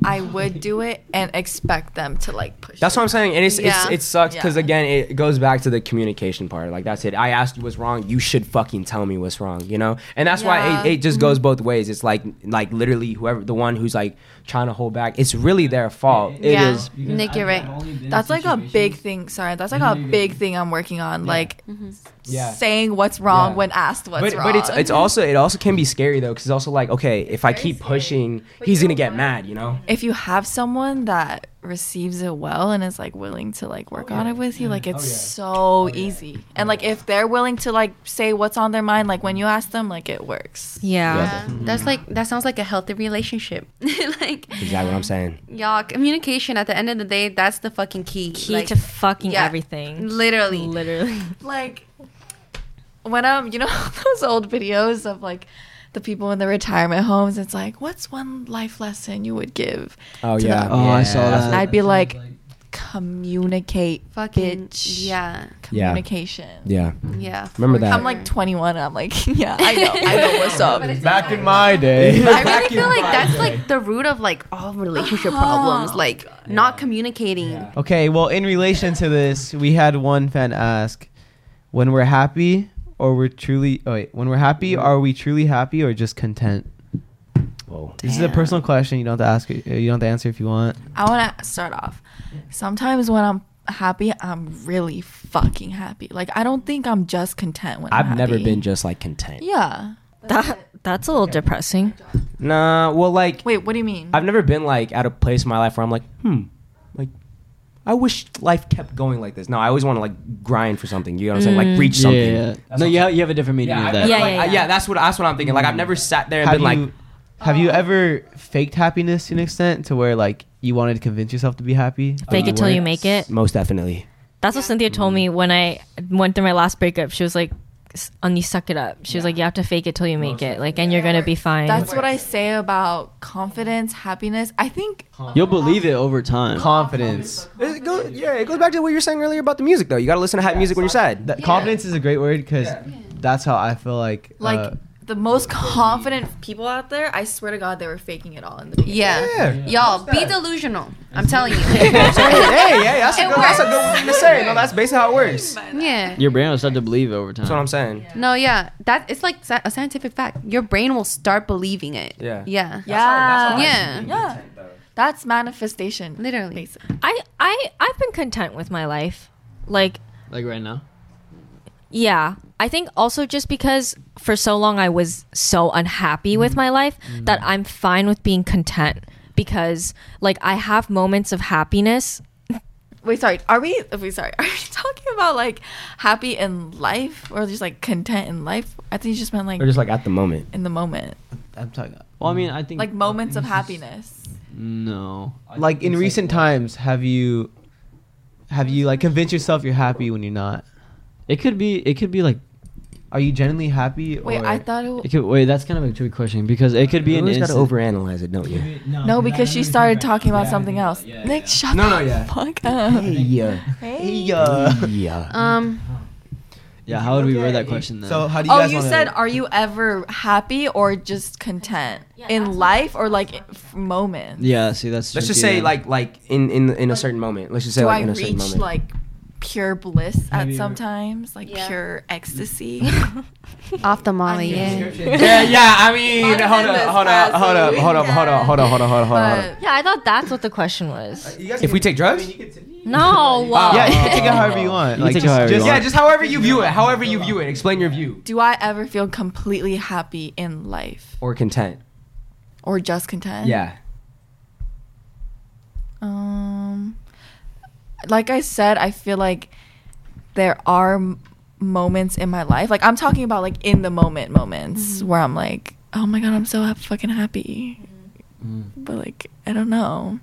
D: I would do it and expect them to like push.
A: That's what I'm saying, and it's,
F: Yeah.
A: it's it sucks because
D: Yeah.
A: again, it goes back to the communication part. Like that's it. I asked you what's wrong. You should fucking tell me what's wrong. You know, and that's why
D: Yeah. Mm-hmm.
A: it, it just goes both ways. It's like like literally whoever the one who's like trying to hold back. It's really their fault. It is.
F: Yeah. Nick, you're right.
D: That's like a big thing. Sorry, that's like a big thing I'm working on. Like
A: Yeah.
D: saying what's wrong
A: Yeah.
D: when asked what's
A: but,
D: wrong.
A: but it's it's also it also can be scary though because it's also like okay if I keep pushing he's gonna get mad you know
D: if you have someone that receives it well and is like willing to like work on it with you, like it's so easy. And like if they're willing to like say what's on their mind, like when you ask them, like it works.
B: yeah.
F: Yeah.
A: Mm.
F: That's like that sounds like a healthy relationship. [LAUGHS] like
A: exactly what I'm saying
F: y'all, communication at the end of the day, that's the fucking key.
B: Key
F: Like,
B: to fucking
F: yeah.
B: everything.
F: literally.
B: Literally.
D: Like when um you know [LAUGHS] those old videos of like the people in the retirement homes, it's like, what's one life lesson you would give?
A: oh
D: To
A: yeah
D: that-
E: Oh, I saw
A: Uh,
D: And
E: that.
D: I'd be like, communicate,
F: Fucking
D: bitch.
F: yeah,
A: Yeah.
D: communication.
A: yeah
F: yeah.
A: Remember
F: for
A: that.
D: I'm like 21 and I'm like, [LAUGHS] yeah, I know, I know
F: [LAUGHS]
D: what's up.
C: Back in
E: [LAUGHS]
C: my day.
F: I really feel like that's like the root of like all relationship problems, like not communicating.
C: Okay, well, in relation to this, we had one fan ask, "When we're happy, or we're truly oh wait, when we're happy,
E: Mm-hmm.
C: are we truly happy or just content?"
A: Whoa.
C: This is a personal question. You don't have to ask. it- You don't have to answer if you want.
D: I want to start off. Sometimes when I'm happy, I'm really fucking happy. Like I don't think I'm just content when I'm
A: I've never
D: happy.
A: been just like content
D: Yeah.
B: That that's a little depressing.
A: nah well like
D: Wait, what do you mean?
A: I've never been like at a place in my life where I'm like hmm like I wish life kept going like this no I always want to like grind for something you know what I'm saying like reach
E: Yeah,
A: something
E: yeah. No, you have, you have a different meaning
A: yeah
E: of
A: I've
E: that.
A: never,
B: Yeah,
A: like-
B: yeah,
A: I-
B: yeah.
A: yeah that's what that's what I'm thinking like I've never sat there and
C: Have
A: been
C: you,
A: like
C: have
D: Uh.
C: you ever faked happiness to an extent to where like you wanted to convince yourself to be happy?
B: Fake it till you make it.
A: most definitely
B: That's what Cynthia told me when I went through my last breakup. She was like, "S- "Onies, suck it up." She was like, "You have to fake it till you make it, like, and you're gonna be fine."
D: That's what I say about confidence, happiness. I think
E: You'll believe it over time.
C: Confidence.
A: It goes, yeah, it goes back to what you were saying earlier about the music, though. You gotta listen to hype music when you're sad.
C: That, Confidence is a great word because that's how I feel like.
D: like
C: uh,
D: the most
A: [LAUGHS]
D: confident people out there, I swear to God, they were faking it all in the beginning.
F: Yeah. y'all be delusional. I'm telling you.
A: [LAUGHS] hey, hey, that's a, good, that's a good thing to say. No, that's basically how it works. That's
F: yeah.
E: Your brain will start to believe it over time.
A: what I'm saying.
F: No, yeah, that it's like sci- a scientific fact. Your brain will start believing it.
A: Yeah.
F: Yeah.
D: Yeah. That's, Uh,
F: Yeah.
D: yeah. that's manifestation.
F: Literally.
D: Basically.
B: I I I've been content with my life, like
E: Like right now.
B: Yeah. I think also just because for so long I was so unhappy with my life that I'm fine with being content because like I have moments of happiness.
D: Wait, sorry. Are we? Wait, sorry. [LAUGHS] Are we talking about like happy in life or just like content in life? I think you just meant like
A: Or just like at the moment.
D: in the moment,
C: I'm talking
E: Well, I mean, I think
D: like moments of happiness.
E: no.
C: like in recent times. Have you have you like convinced yourself you're happy when you're not?
E: It could be. It could be like.
C: Are you genuinely happy?
D: Wait,
C: or
D: I thought it.
E: It
D: Was,
E: could, wait, that's kind of a tricky question because it could be
A: You
E: an
A: always gotta
E: instant.
A: overanalyze it, don't you?
D: no, because she started talking about something else. Nick, shut
A: No,
D: the
A: no, yeah.
D: fuck up.
A: Yeah. [LAUGHS]
C: Yeah.
A: uh, Yeah. [LAUGHS]
F: Um.
E: [LAUGHS] Yeah, how would we word that question then?
C: So how do you
D: oh,
C: guys
D: you
C: wanna-
D: said, are you ever happy or just content in life or like f- moments?
E: yeah, see, that's.
A: Let's just say
E: tricky then.
A: like like in in in a certain moment. Let's just say
D: Do
A: like
D: I
A: in a certain
D: reach
A: moment.
D: like pure bliss
E: Have
D: at
E: you-
D: sometimes, like
F: Yeah.
D: pure
F: [LAUGHS]
D: ecstasy.
F: Off the molly, yeah.
A: yeah, yeah. I mean,
D: Other
A: hold
D: than
A: up,
D: this
A: hold up, hold up,
D: absolute
A: hold up, hold up, hold up, hold up, hold up, hold up. hold up.
D: but
B: Yeah, I thought that's what the question was.
A: If we take drugs,
B: No. wow.
C: yeah, you can take it
A: Oh.
C: however you want.
E: You
C: like,
E: take it
C: just,
E: however you
C: just-
E: want.
A: yeah, just however you view it, however you view it, explain your view
D: do I ever feel completely happy in life
A: or content.
D: or just content?
A: Yeah,
D: Um, like I said, I feel like there are m- moments in my life. Like I'm talking about like in the moment moments
B: Mm-hmm.
D: where I'm like, oh my god, I'm so ha- fucking happy.
A: Mm-hmm.
D: But like I don't know.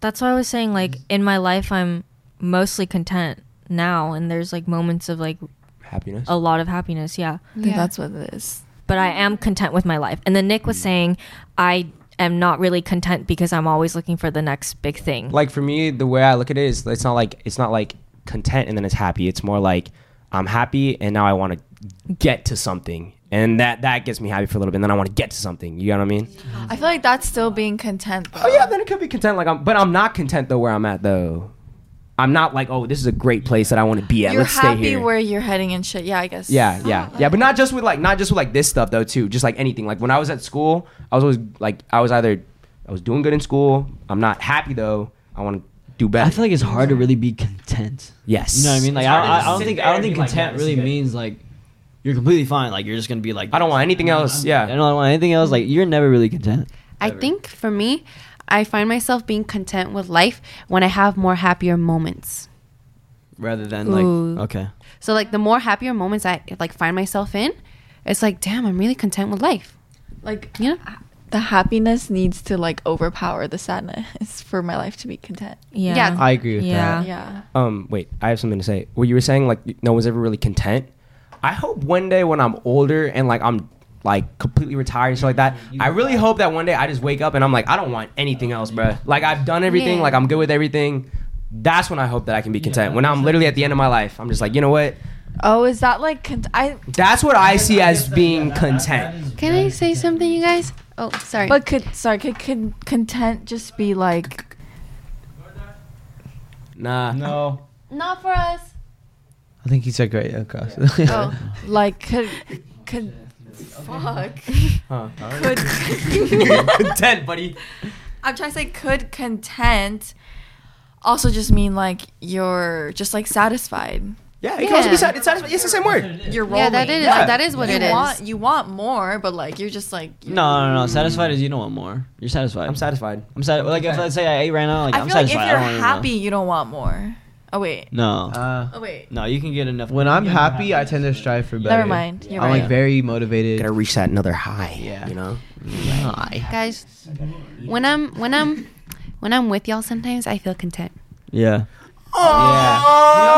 B: That's why I was saying like in my life I'm mostly content now and there's like moments of like
A: happiness.
B: a lot of happiness, yeah.
D: I think that's what it is.
B: But I am content with my life. And then Nick
C: Mm.
B: was saying I am not really content because I'm always looking for the next big thing.
A: Like for me, the way I look at it is, it's not like it's not like content and then it's happy. It's more like I'm happy and now I want to get to something, and that that gets me happy for a little bit. And then I want to get to something. You know what I mean?
D: I feel like that's still being content.
A: Mm-hmm. Oh yeah, then it could be content. Like I'm, but I'm not content though where I'm at though. I'm not like, oh, this is a great place that I want to be at.
D: You're
A: Let's
D: happy
A: stay here.
D: where Oh. you're heading and shit. Yeah, I guess.
A: Yeah, yeah, yeah. But not just with like not just with like this stuff though too. Just like anything. Like when I was at school, I was always like I was either I was doing good in school. I'm not happy though. I want to do better.
E: I feel like it's hard to really be content.
A: yes.
E: You know what I mean? Like
A: It's
E: I,
A: hard to
E: I, I
A: just
E: don't
A: sit
E: think
A: there
E: I don't
A: and
E: think
A: be like,
E: content
A: yeah, this
E: really
A: is good.
E: means like you're completely fine. Like you're just gonna be like
A: I don't want anything else.
E: I
A: Yeah.
E: don't want anything else. Like you're never really content.
F: I think for me, I find myself being content with life when I have more happier moments.
E: Rather than
B: Ooh.
E: like okay.
F: So like the more happier moments I like find myself in, it's like damn, I'm really content with life.
D: Like
F: You know?
D: the happiness needs to like overpower the sadness [LAUGHS] for my life to be content.
B: yeah.
F: yeah.
C: I agree with
B: yeah.
D: Yeah.
A: Um. Wait. I have something to say. What you were saying, like no one's ever really content. I hope one day when I'm older and like I'm like completely retired and stuff like that. I really hope that one day I just wake up and I'm like I don't want anything else, bruh. Like I've done everything.
F: Yeah.
A: Like I'm good with everything. That's when I hope that I can be content. When I'm literally at the end of my life, I'm just like, you know what?
D: Oh, is that like cont- I
A: That's what I see as being content.
F: Can I say something, you guys? Oh, sorry.
D: But could sorry, could, could content just be like
A: Nah.
E: No.
F: not for us.
C: I think he said great across.
F: Oh.
E: [LAUGHS]
D: like could could fuck
A: [LAUGHS]
E: [LAUGHS]
A: Huh.
D: [LAUGHS] could
A: [LAUGHS] content, buddy.
D: I'm trying to say could content also just mean like you're just like satisfied.
A: Yeah, it can also be
F: Yeah.
A: sat- it's satisfying. It's the same word.
D: You're rolling.
F: Yeah, that is
A: Yeah.
F: that is what
D: you
F: it is.
D: want you want more, but like you're just like
E: No, no, no. Satisfied is you don't want more. You're satisfied.
A: I'm satisfied.
E: I'm sad. Like if let's say I ate right now, like
D: I
E: am
D: feel like if
E: satisfied. I
D: you're
E: don't wanna-
D: happy, you don't want more. Oh wait.
E: No.
C: Uh,
D: Oh wait.
E: no, you can get enough.
C: when I'm happy, I tend to strive for better.
D: Never mind. You're
C: I'm
D: right.
C: like very motivated.
A: Gotta reach that another high.
E: Yeah.
A: You know.
F: Guys, when I'm when I'm when I'm with y'all sometimes I feel content.
E: Yeah.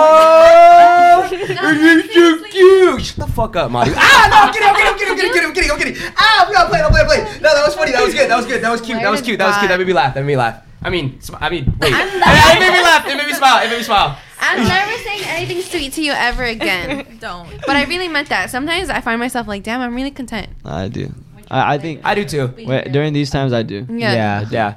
A: Oh, you're so cute. Shut the fuck up, Molly. Ah, no, I'm kidding, I'm kidding, I'm kidding, I'm kidding, I'm kidding, I'm kidding. Ah, we gotta play, I'm playing, I'm playing. No, that was funny, that was good, that was good, that was cute, that was cute, that was cute. That made me laugh, that made me laugh. I mean, sm- I mean, wait. [LAUGHS] It made me laugh, it made me smile, it made me smile.
F: I'm never saying anything sweet to you ever [LAUGHS] again.
D: Don't.
F: but I really meant that. Sometimes I find myself like, damn, I'm really content.
E: I do. I, I think
A: I do too.
E: wait, during these times I do.
F: Yeah.
A: Yeah.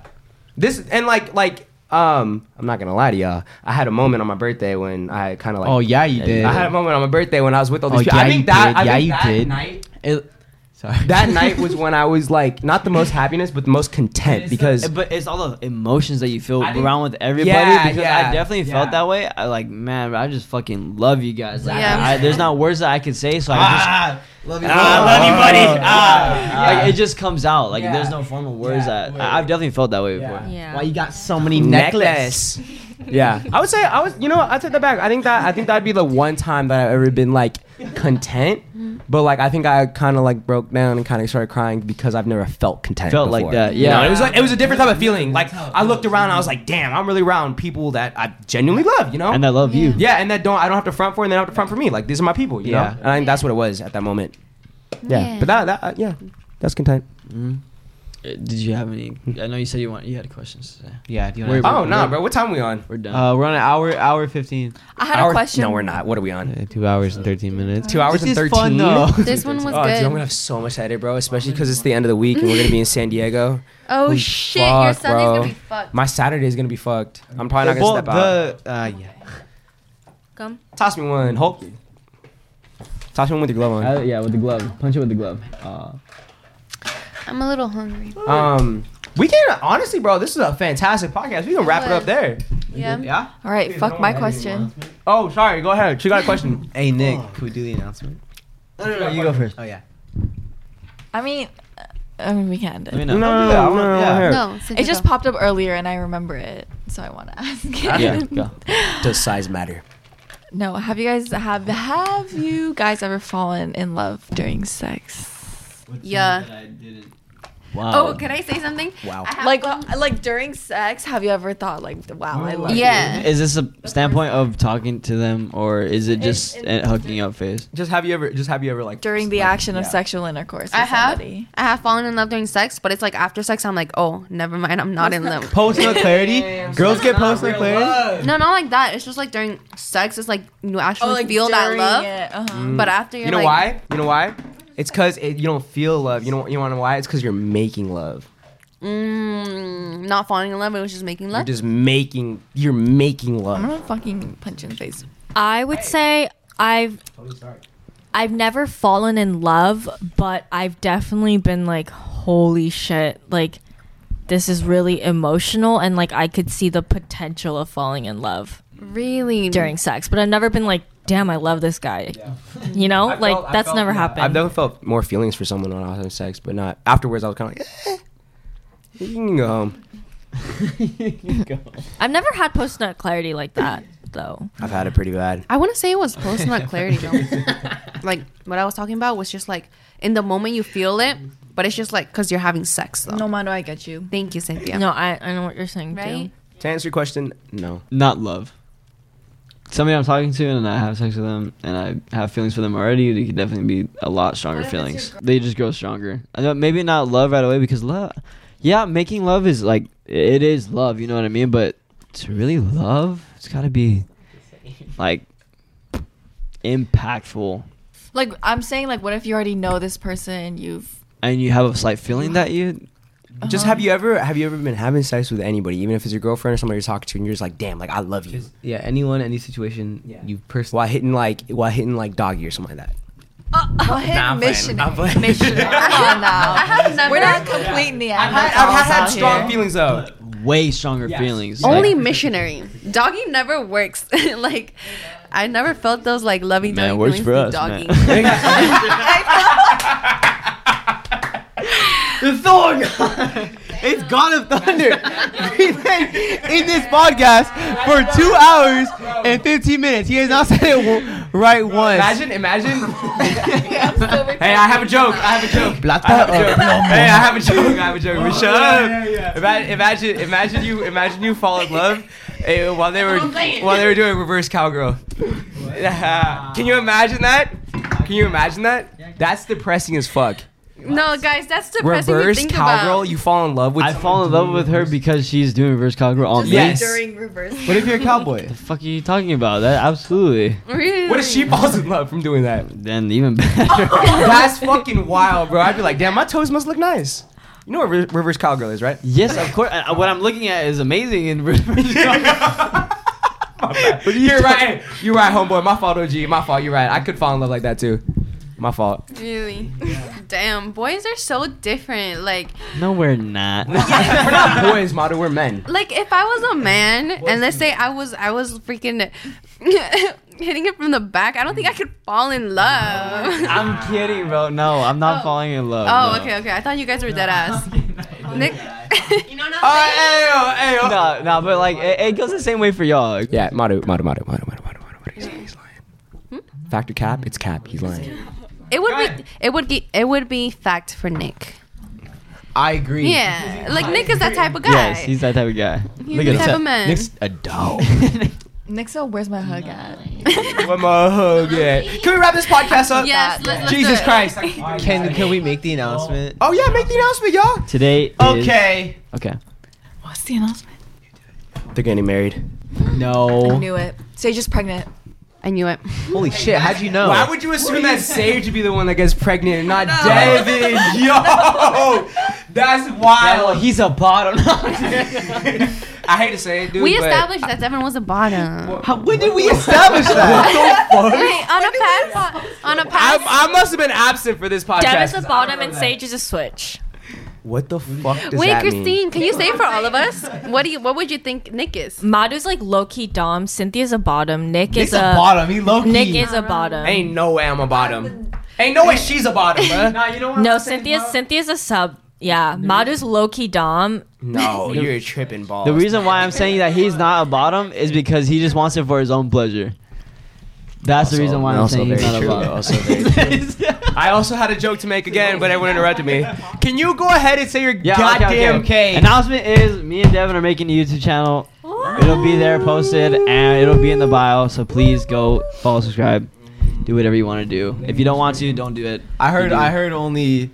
A: This and like like um I'm not gonna lie to y'all. I had a moment on my birthday when I kind of like
C: Oh yeah, you did.
A: I had a moment on my birthday when I was with all these
C: Oh,
A: people.
C: yeah,
A: I think
C: you
A: that
C: did.
A: I
C: Yeah,
A: think
C: you
A: that
C: did.
A: night
C: It- sorry. [LAUGHS]
A: that night was when I was like not the most happiness but the most content because
E: Eh, but it's all the emotions that you feel
A: I think-
E: around with everybody.
A: Yeah,
E: because
A: yeah,
E: I definitely
A: yeah.
E: felt that way. I like, man, I just fucking love you guys. Like,
F: Yeah.
E: I, there's not words that I could say, so I just
C: love
E: Ah, love you, buddy. Ah.
A: Yeah.
E: Like it just comes out. Like
A: Yeah.
E: there's no formal words
A: Yeah.
E: that I, I've definitely felt that way
A: Yeah.
E: before.
B: Yeah.
C: Why you got so many
A: necklace. yeah, I would say I was. You know, I take that back. I think that I think that'd be the one time that I've ever been like content. But like, I think I kind of like broke down and kind of started crying because I've never felt content.
E: Felt
A: before.
E: like that,
A: You know,
E: yeah.
A: it was like it was a different type of feeling. Like I looked around, and I was like, damn, I'm really around people that I genuinely love. You know.
E: And I love you.
A: yeah, and that don't I don't have to front for, and they don't have to front for me. Like these are my people, you
E: Yeah.
A: know. And I think that's what it was at that moment. Yeah, but that that uh, yeah, that's content.
E: Uh, Did you have any? I know you said you want. You had questions. Today.
C: Yeah. Do you
E: Wait,
C: want
A: Oh no, nah, bro, what time we on?
E: We're done.
C: Uh, we're on an hour, hour fifteen,
D: I had
A: Hour-
D: a question.
A: No, we're not. What are we on?
C: Uh, two hours and thirteen minutes.
A: Two hours and
C: This is
A: thirteen.
C: fun, though. [LAUGHS]
F: This one was
A: Oh, dude,
F: good.
A: I'm gonna have so much headache, bro. Especially because it's the end of the week and we're gonna be in San Diego.
F: oh
A: Holy
F: shit, your
A: fuck,
F: Sunday's
A: bro.
F: gonna be fucked.
A: My Saturday's gonna be fucked. I'm probably not gonna
C: Well,
A: step out.
C: the- uh, yeah.
B: Gum.
A: Toss me one, Hulk. Toss me one with your glove on.
E: Uh, yeah, with the glove. Punch it with the glove. Uh,
F: I'm a little hungry.
A: Um, we can honestly, bro. This is a fantastic podcast. We can wrap it up there.
F: Yeah.
A: Yeah.
D: All right,
A: Please,
D: fuck
A: don't
D: my
A: worry.
D: question.
A: Oh, sorry. Go ahead. She got a question.
C: Hey Nick, can we do the announcement?
E: no, no, no, you go first.
C: Oh yeah.
D: I mean, uh, I mean we can end it.
E: Let me know.
C: do that. I wanna- yeah.
F: No, since
D: It just
F: popped.
D: popped up earlier and I remember it, so I want to [LAUGHS] ask.
E: Yeah,
D: it.
E: go.
D: [LAUGHS]
G: Does size matter?
D: No, have you guys have have you guys ever fallen in love during sex?
F: Yeah.
E: Wow.
F: Oh, can I say something?
G: Wow.
F: I have
D: Like
F: one-
D: like during sex, have you ever thought like, wow,
A: Oh,
D: I love
F: yeah.
E: Is this a standpoint of talking to them, or is it just a hooking up phase?
A: Just have you ever? Just have you ever like
D: during the action of
A: yeah.
D: sexual intercourse? With
F: I have.
D: somebody?
F: I have fallen in love during sex, but it's like after sex, I'm like, oh, never mind, I'm not in love.
C: Personal clarity. Girls get personal clarity.
F: No, not like that. It's just like during sex, it's like you actually feel that
D: Oh, during
F: love.
D: it, uh-huh.
F: But after you're
A: You know
F: like,
A: why? You know why? It's because it, you don't feel love. You don't. You want to know why? It's because you're making love.
F: mm, not falling in love, it was just making
A: You're
F: love.
A: just making. You're making
D: I'm
A: love.
D: gonna fucking punch you in the face.
B: I would say I've I've never fallen in love, but I've definitely been like, holy shit, like this is really emotional and like I could see the potential of falling in love
F: really?
B: during sex. But I've never been like, damn, I love this guy. You know?
A: I felt-
B: like
A: I
B: that's
A: felt-
B: never
A: yeah,
B: happened.
A: I've never felt more feelings for someone when I was having sex, but not afterwards. I was kind of like, eh, you can go home.
B: I've never had post nut clarity like that though.
A: I've had it pretty bad.
F: I wouldn't say it was post
A: [LAUGHS]
F: nut clarity though. like what I was talking about was just like in the moment you feel it, but it's just like because you're having sex though.
D: No, Mando, I get you.
F: Thank you, Cynthia.
B: No, I, I know what you're saying
F: Right?
B: too.
A: To answer your question, no.
E: Not love. Somebody I'm talking to and I have sex with them and I have feelings for them already. They could definitely be a lot stronger feelings. They just grow stronger. I know maybe not love right away because love. Yeah, making love is like it is love. You know what I mean? But to really love, it's got to be like impactful.
D: Like I'm saying, like what if you already know this person? You've
E: And you have a slight feeling that you
A: Just have you ever have you ever been having sex with anybody, even if it's your girlfriend or somebody you're talking to, and you're just like, damn, like I love you.
C: Yeah, anyone, any situation,
A: Yeah.
C: you personally.
A: While hitting like while hitting like doggy or something like that.
D: well, hit missionary.
A: [LAUGHS]
F: Oh,
D: We're not complete the act.
A: I've had strong feelings though.
E: way stronger feelings. like-
F: Only missionary. Doggy never works. [LAUGHS] like I never felt those like loving
E: Man,
F: doggy
E: it works for
F: feelings through
E: us,
F: doggy.
E: [LAUGHS] man.
C: The thorn. it's God of Thunder. We've been in this podcast for two hours and 15 minutes. He has not said it w- right once.
A: Imagine,
C: [LAUGHS]
A: imagine. [LAUGHS] hey, I have a joke. I have a joke.
C: Plata
A: I have a
C: or
A: joke. Hey, I have a joke. I have a joke.
C: Oh,
A: But shut up. Ima- Imagine, imagine you, imagine you fall in love eh, while they were while they were doing reverse cowgirl. [LAUGHS] Can you imagine that? Can you imagine that? That's depressing as fuck.
F: No, guys, that's depressing to
A: Reverse
F: think
A: cowgirl.
F: about.
A: You fall in love with.
E: I fall in love with her because she's doing reverse cowgirl on me.
A: Yes.
D: during reverse.
C: What if you're a cowboy?
E: The fuck are you talking about? That absolutely.
F: Really?
A: What if she falls in love from doing that?
E: Then even better. [LAUGHS]
A: [LAUGHS] That's fucking wild, bro. I'd be like, damn, my toes must look nice. You know what re- reverse cowgirl is, right?
E: yes, of course. I, I- what I'm looking at is amazing in [LAUGHS] reverse
C: [LAUGHS]
E: cowgirl.
A: But you're [LAUGHS] right. You're right, homeboy. My fault, OG. My fault. You're right. I could fall in love like that too. My fault.
F: Really? Damn, boys are so different. Like,
E: no, we're
C: [LAUGHS]
E: not.
A: we're [LAUGHS] not boys, model. We're men.
F: like if I was a man and let's say I was, I was freaking [LAUGHS] hitting it from the back, I don't think I could fall in love.
E: I'm kidding, bro. No, I'm not
F: Oh.
E: falling in love.
F: Oh,
E: no.
F: okay, okay. I thought you guys were
E: [LAUGHS]
F: dead ass. Nick,
A: Oh, hey, yo, hey, yo.
E: No, no, but like it, it goes the same way for y'all. Like,
A: Yeah, Madu, Madu, Madu, Madu, Madu, Madu, Madu, Madu. He's, he's lying. Factor cap, it's cap. He's lying.
F: it would be, it would be, it would be fact for Nick.
C: I agree.
F: Yeah, like Nick is that type of guy.
E: Yes, he's that type of guy.
F: He's the type of man. [LAUGHS]
C: [LAUGHS]
E: [LAUGHS]
A: [LAUGHS]
C: a dog.
D: Nixo, where's my hug at?
A: One more hug, yeah. Can we wrap this podcast up?
F: Yes, let's, let's
A: Jesus
F: do it.
A: Christ.
F: [LAUGHS]
C: Can can we make the announcement?
A: Oh yeah, make the announcement, y'all.
E: Today. is-
A: Okay.
E: okay.
D: What's the announcement?
A: They're getting married.
D: I
C: No.
D: knew it. Sage is pregnant.
F: I knew it.
C: Holy shit! How'd you know?
A: Why would you assume that Sage would be the one that gets pregnant and not David? Yo, that's wild.
E: he's a bottom.
A: [LAUGHS] I hate to say it, dude.
F: we
A: but-
F: established that Devin was a bottom.
C: How, when did
A: [LAUGHS]
C: we establish that?
F: Wait, on a past po- on a past.
A: I, I must have been absent for this podcast.
B: Dev is the
A: 'cause I
B: bottom
A: don't
B: and
A: know
B: Sage is a switch.
C: what the fuck does
F: Wait,
C: that
F: Christine,
C: mean?
F: can you say for all of us? What do you? What would you think Nick is?
B: Madu's like low key dom. Cynthia's a bottom. Nick
C: Nick's
B: is
C: a
B: a,
C: bottom. He low key.
B: Nick is a bottom.
A: that. Ain't no way I'm a bottom. Ain't no way she's a bottom, bruh.
E: Nah, you know what?
B: No, Cynthia's Cynthia's a sub. Yeah, Madu's low key dom.
A: No, you're tripping balls.
E: The reason why I'm saying that he's not a bottom is because he just wants it for his own pleasure. That's the reason why I'm
A: also
E: saying he's
A: very
E: not a
A: true.
E: bottom. [LAUGHS]
A: Also very [LAUGHS] I also had a joke to make again, but everyone interrupted me. Can you go ahead and say your
E: Yeah, okay,
A: goddamn
E: okay, okay.
A: case?
E: Announcement is me and Devin are making a YouTube channel. It'll be there posted and it'll be in the bio. So please go follow, subscribe, do whatever you want to do. If you don't want to, don't do it.
C: I heard. I heard only.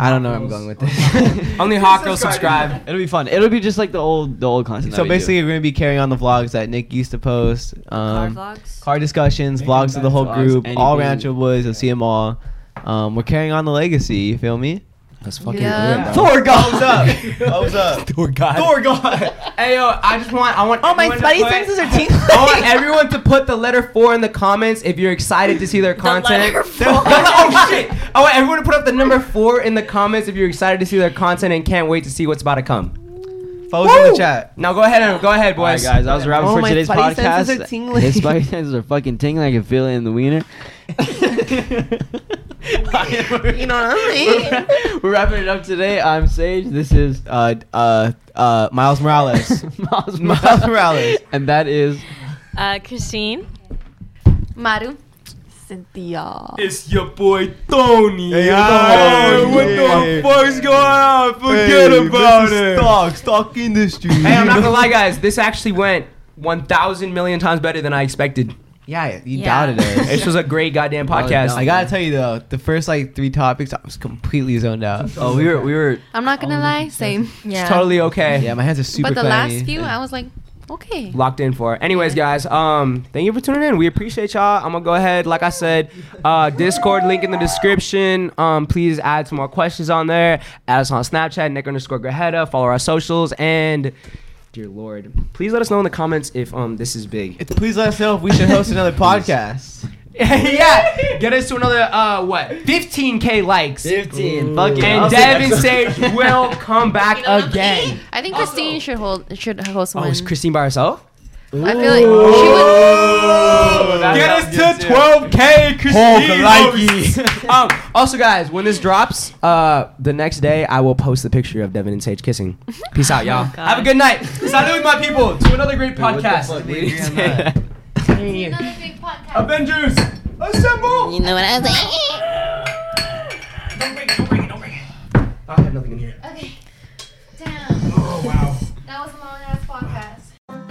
C: I don't know where I'm going with
A: [LAUGHS]
C: this.
A: Only
C: [LAUGHS]
A: Hawk will subscribe.
E: It'll be fun. It'll be just like the old the old content. that
C: so
E: we do.
C: basically, we're gonna be carrying on the vlogs that Nick used to post. Um, car discussions, vlogs of the whole
E: Vlogs,
C: group, all
E: anything.
C: Rancho Boys. You'll see them all. Um, we're carrying on the legacy. You feel me?
A: That's fucking
F: Yeah.
A: good,
C: Thor God, thumbs up.
E: [LAUGHS]
C: Thumbs up.
A: Thor God.
C: Thor God.
A: Hey yo, I just want I want.
D: Oh, my
A: everyone to
D: spidey
A: put-
D: senses are tingling.
A: I want everyone to put the letter four in the comments if you're excited to see their content.
B: letter
A: The- oh shit! I want everyone to put up the number four in the comments if you're excited to see their content and can't wait to see what's about to come.
C: Foes in the chat.
A: Now go ahead and go ahead,
E: All right,
A: boys. [LAUGHS]
E: guys, that was a wrap
C: Oh,
E: for
C: my
E: today's
C: spidey senses are
E: podcast.
C: tingling.
E: His spidey senses are fucking tingling. I can feel it in the
C: [LAUGHS]
E: wiener.
F: You know what I mean?
E: We're wrapping it up today. I'm Sage. This is
C: Uh, uh, uh, Miles Morales.
A: [LAUGHS]
E: [LAUGHS] Miles
C: [LAUGHS] Miles Morales.
E: and that is.
B: Uh, Christine.
F: Maru. Cynthia.
A: It's your boy Tony.
C: Yeah,
A: Hey, what
C: yeah.
A: the fuck's going on? Forget about it.
C: Stock, stock industry.
A: Hey, I'm not gonna lie, guys. This actually went 1,000 million times better than I expected.
C: Yeah, you
B: Yeah.
C: doubted it.
A: This was a great goddamn podcast.
C: I gotta tell you though, the first like three topics, I was completely zoned out.
E: Oh, we were we were
F: I'm not gonna lie, same.
A: It's totally okay.
C: Yeah, my hands are super.
F: But the
C: clammy.
F: last few, I was like, okay.
A: locked in for. Anyways, guys, um, thank you for tuning in. We appreciate y'all. I'm gonna go ahead, like I said, uh, Discord link in the description. Um, please add some more questions on there. Add us on Snapchat, Nick underscore Grajeda. Follow our socials and. Dear Lord, please let us know in the comments if um this is big.
C: Please let us know if we should host [LAUGHS] another podcast.
A: [LAUGHS] yeah, get us to another uh what 15k likes,
E: 15. Fuck
A: and Devin Sage will come back again.
F: I think Christine should hold should host
A: Oh,
F: one.
A: is Christine by herself?
F: I feel like she would.
A: Oh. Get us to 12k, Christine. [LAUGHS] um, also, guys, when this drops, uh, the next day I will post the picture of Devin and Sage [LAUGHS] kissing. Peace out, y'all. Have a good night. Salute, my people, to another great podcast. [LAUGHS] Avengers, assemble!
F: You know what I'm saying?
A: Don't break it, don't break it, don't break it. I have nothing in here.
F: Okay. Damn.
A: Oh wow.
F: That was a long ass podcast.